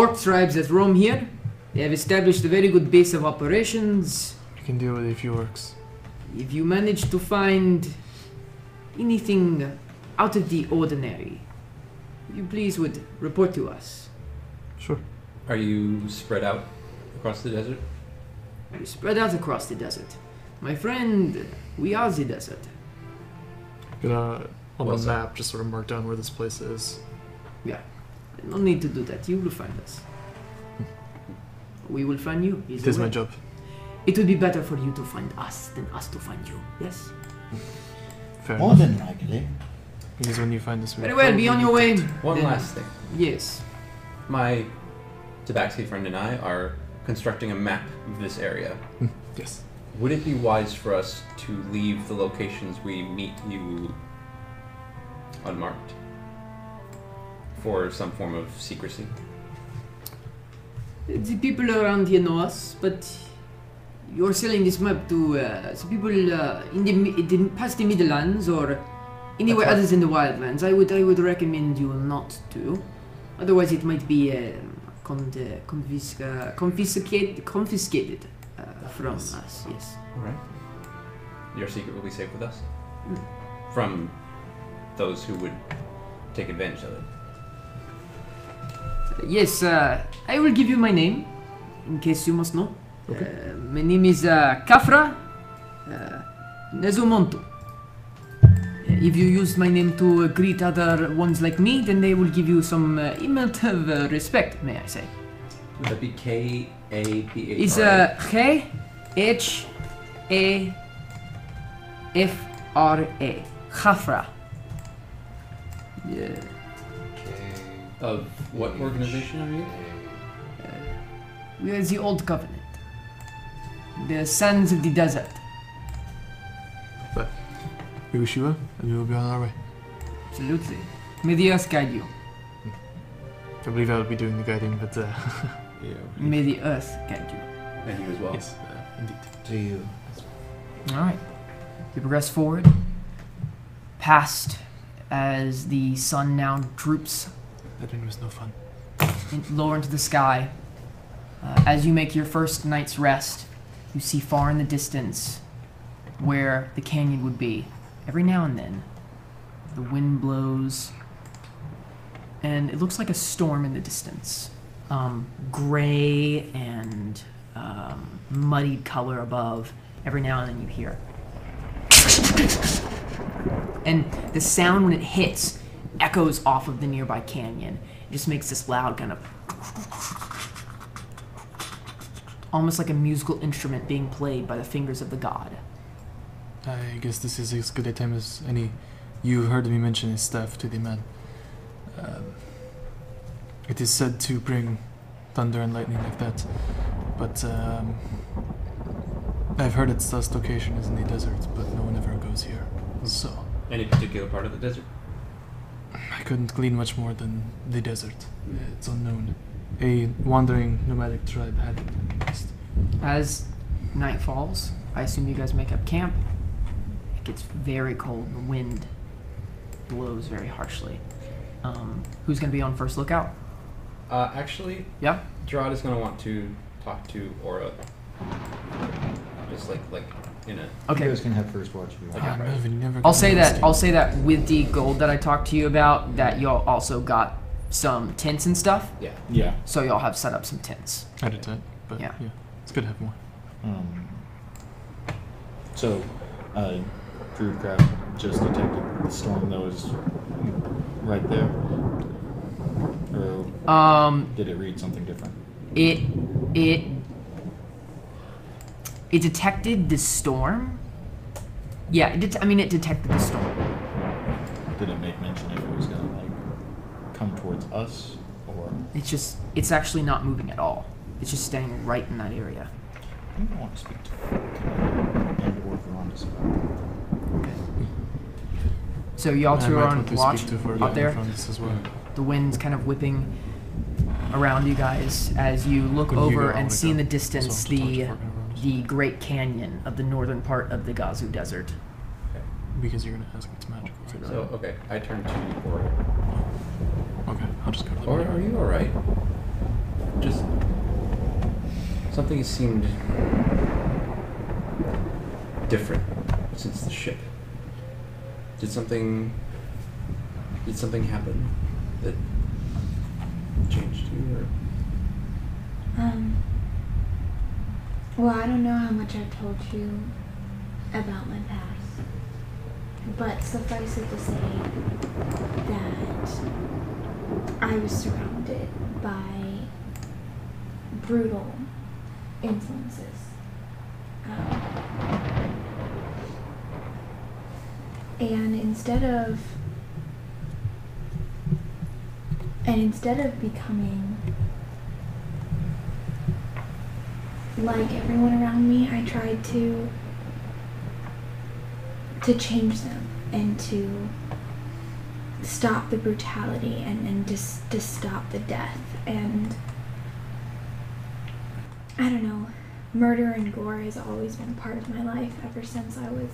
orc tribes that roam here. They have established a very good base of operations. You can deal with it if you works. If you manage to find anything out of the ordinary, you please would report to us. Sure. Are you spread out across the desert? We spread out across the desert. My friend, we are the desert. Gonna on Well the said. map, just sort of mark down where this place is. Yeah. No need to do that. You will find us. We will find you. either It is my way. job. It would be better for you to find us than us to find you. Yes. Fair More enough. than likely. Because when you find this, we Very well. Be on your way. One then. last thing. Yes. My tabaxi friend and I are constructing a map of this area. yes. Would it be wise for us to leave the locations we meet you unmarked for some form of secrecy? The people around here know us, but you're selling this map to uh, the people uh, in the, mi- the past the Middlelands or anywhere That's other than the Wildlands. I would I would recommend you not to. Otherwise, it might be um, con- uh, confisc- uh, confiscate- confiscated uh, from us. Yes. All right. Your secret will be safe with us from those who would take advantage of it. Yes, uh, I will give you my name, in case you must know. Uh, my name is uh, Kafra uh, Nezumonto. Uh, If you use my name to uh, greet other ones like me, then they will give you some uh, amount of uh, respect, may I say. Would that be K A P H? It's uh, K H A F R E. A. Khafra. Yeah. Of what organization are you? We are the Old Covenant. The Sons of the Desert. But we wish you well, and we will be on our way. Absolutely. May the earth guide you. I believe I will be doing the guiding, but uh, yeah, May the earth guide you. And you as well. Yes, uh, indeed. To you. Alright. You progress forward, past as the sun now droops That wind was no fun. in, lower into the sky. Uh, as you make your first night's rest, you see far in the distance where the canyon would be. Every now and then, the wind blows, and it looks like a storm in the distance. Um, gray and um, muddied color above. Every now and then, you hear. And the sound, when it hits, echoes off of the nearby canyon. It just makes this loud kind of. almost like a musical instrument being played by the fingers of the god. I guess this is as good a time as any. You heard me mention his staff to the man. Um, it is said to bring thunder and lightning like that, but um, I've heard its last location is in the desert, but no one ever goes here. So Any particular part of the desert? I couldn't glean much more than the desert. It's unknown. A wandering nomadic tribe had it. As night falls, I assume you guys make up camp. It gets very cold. The wind blows very harshly. Um, who's going to be on first lookout? Uh, actually, yeah. Gerard is gonna want to talk to Aura, just like like in a. Okay. You guys can have first watch if you want. Like a private- I'll say that. I'll say that with the gold that I talked to you about, that y'all also got some tents and stuff. Yeah. Yeah. So y'all have set up some tents. I did that, uh, but yeah. it's good to have more. Um, So, uh, Drew Craft just detected the storm that was right there. Or Um, did it read something different? it it it detected the storm. Yeah, it det- I mean it detected the storm. Did it make mention if it was gonna like come towards us or? It's just it's actually not moving at all. It's just staying right in that area. I don't want to speak to and or Veronis about that. So y'all I two are might on want to watch speak to Ferdinand out there. from this as well. The wind's kind of whipping around you guys as you look Couldn't hear Oh over it all and the see in the time. distance the the Great Canyon of the northern part of the Gazu Desert. Because you're gonna ask what's magical, right? So okay, I turn to Aura. Okay, I'll just go. To the Aura, are you all right? Just something has seemed different since the ship. Did something? Did something happen that changed you? Or? Um. Well, I don't know how much I told you about my past. But suffice it to say that I was surrounded by brutal influences. Um, and instead of and instead of becoming like everyone around me, I tried to to change them and to stop the brutality and, and just to stop the death and I don't know, murder and gore has always been part of my life ever since I was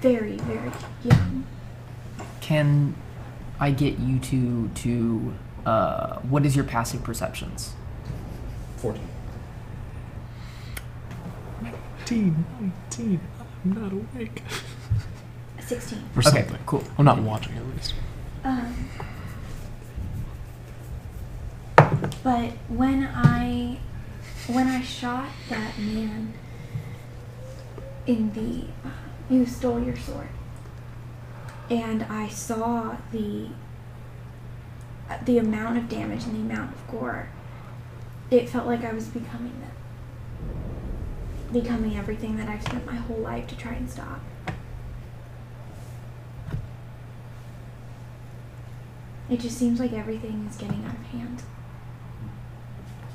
very, very young. Can I get you to to uh, what is your passive perceptions? 14. 19, 19. I'm not awake. 16. Or something. Cool. I'm not watching at least. Um, but when I when I shot that man in the uh, you stole your sword, and I saw the uh, the amount of damage and the amount of gore, it felt like I was becoming that becoming everything that I've spent my whole life to try and stop. It just seems like everything is getting out of hand.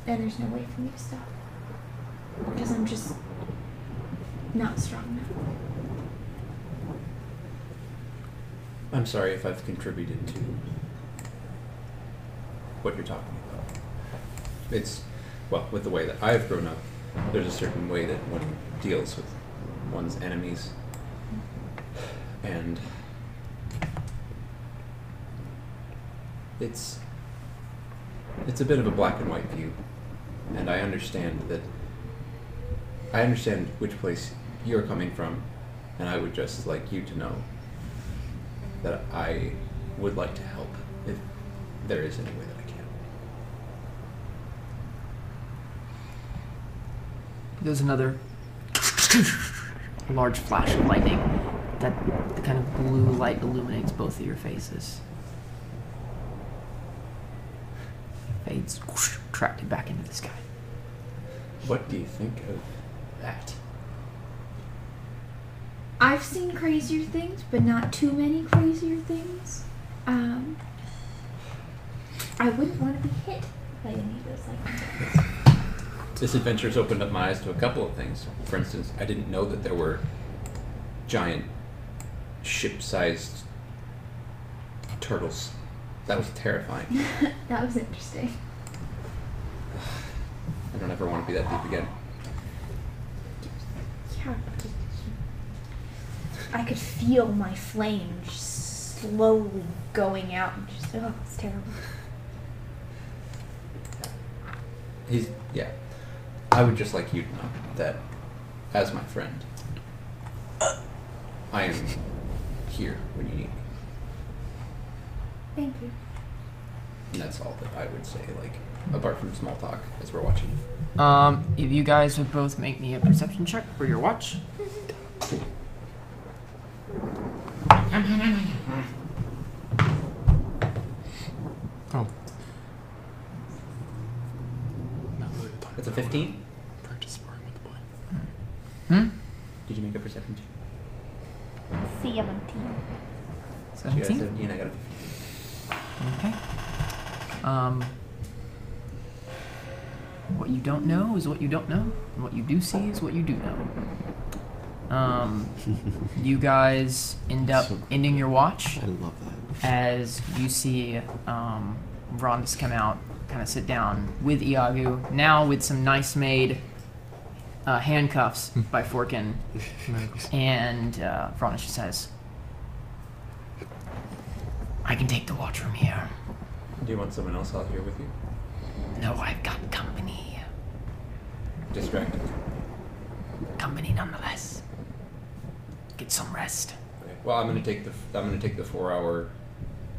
And there's no way for me to stop. Because I'm just not strong enough. I'm sorry if I've contributed to what you're talking about. It's, well, with the way that I've grown up, there's a certain way that one deals with one's enemies. And it's it's a bit of a black and white view. And I understand that I understand which place you're coming from, and I would just like you to know that I would like to help if there is any way that I can. There's another large flash of lightning. That the kind of blue light illuminates both of your faces. Fades, attracted back into the sky. What do you think of that? I've seen crazier things, but not too many crazier things. Um, I wouldn't want to be hit by any of those lightning bolts. This adventure's opened up my eyes to a couple of things. For instance, I didn't know that there were giant ship sized turtles. That was terrifying. that was interesting. I don't ever want to be that deep again. Yeah. I could feel my flame just slowly going out. And just, oh, it's terrible. He's yeah. I would just like you to know that, as my friend, I am here when you need me. Thank you. And that's all that I would say. Like apart from small talk, as we're watching. Um, if you guys would both make me a perception check for your watch. Oh. That's a 15. Practice sparring with the boy. Hmm? Did you make a perception check? Seventeen. She got a 17? 17. I got a Okay. Um, what you don't know is what you don't know, and what you do see is what you do know. Um, you guys end up ending your watch. I love that. As you see um, Rhonda's come out, kind of sit down with Iagu, now with some nice made uh, handcuffs by Forkin. and uh, Rhonda just says, I can take the watch from here. 15. Do you want someone else out here with you? No, I've got company. Distracted. Company nonetheless. Get some rest. Okay. Well, I'm gonna take the I'm gonna take the four hour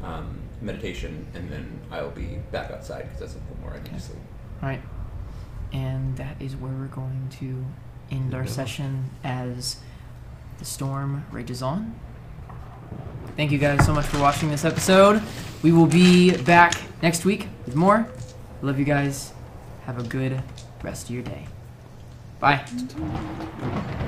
um, meditation, and then I'll be back outside because that's a little more I need to sleep. Right. And that is where we're going to end our session as The storm rages on. Thank you guys so much for watching this episode. We will be back next week with more. Love you guys. Have a good rest of your day. Bye.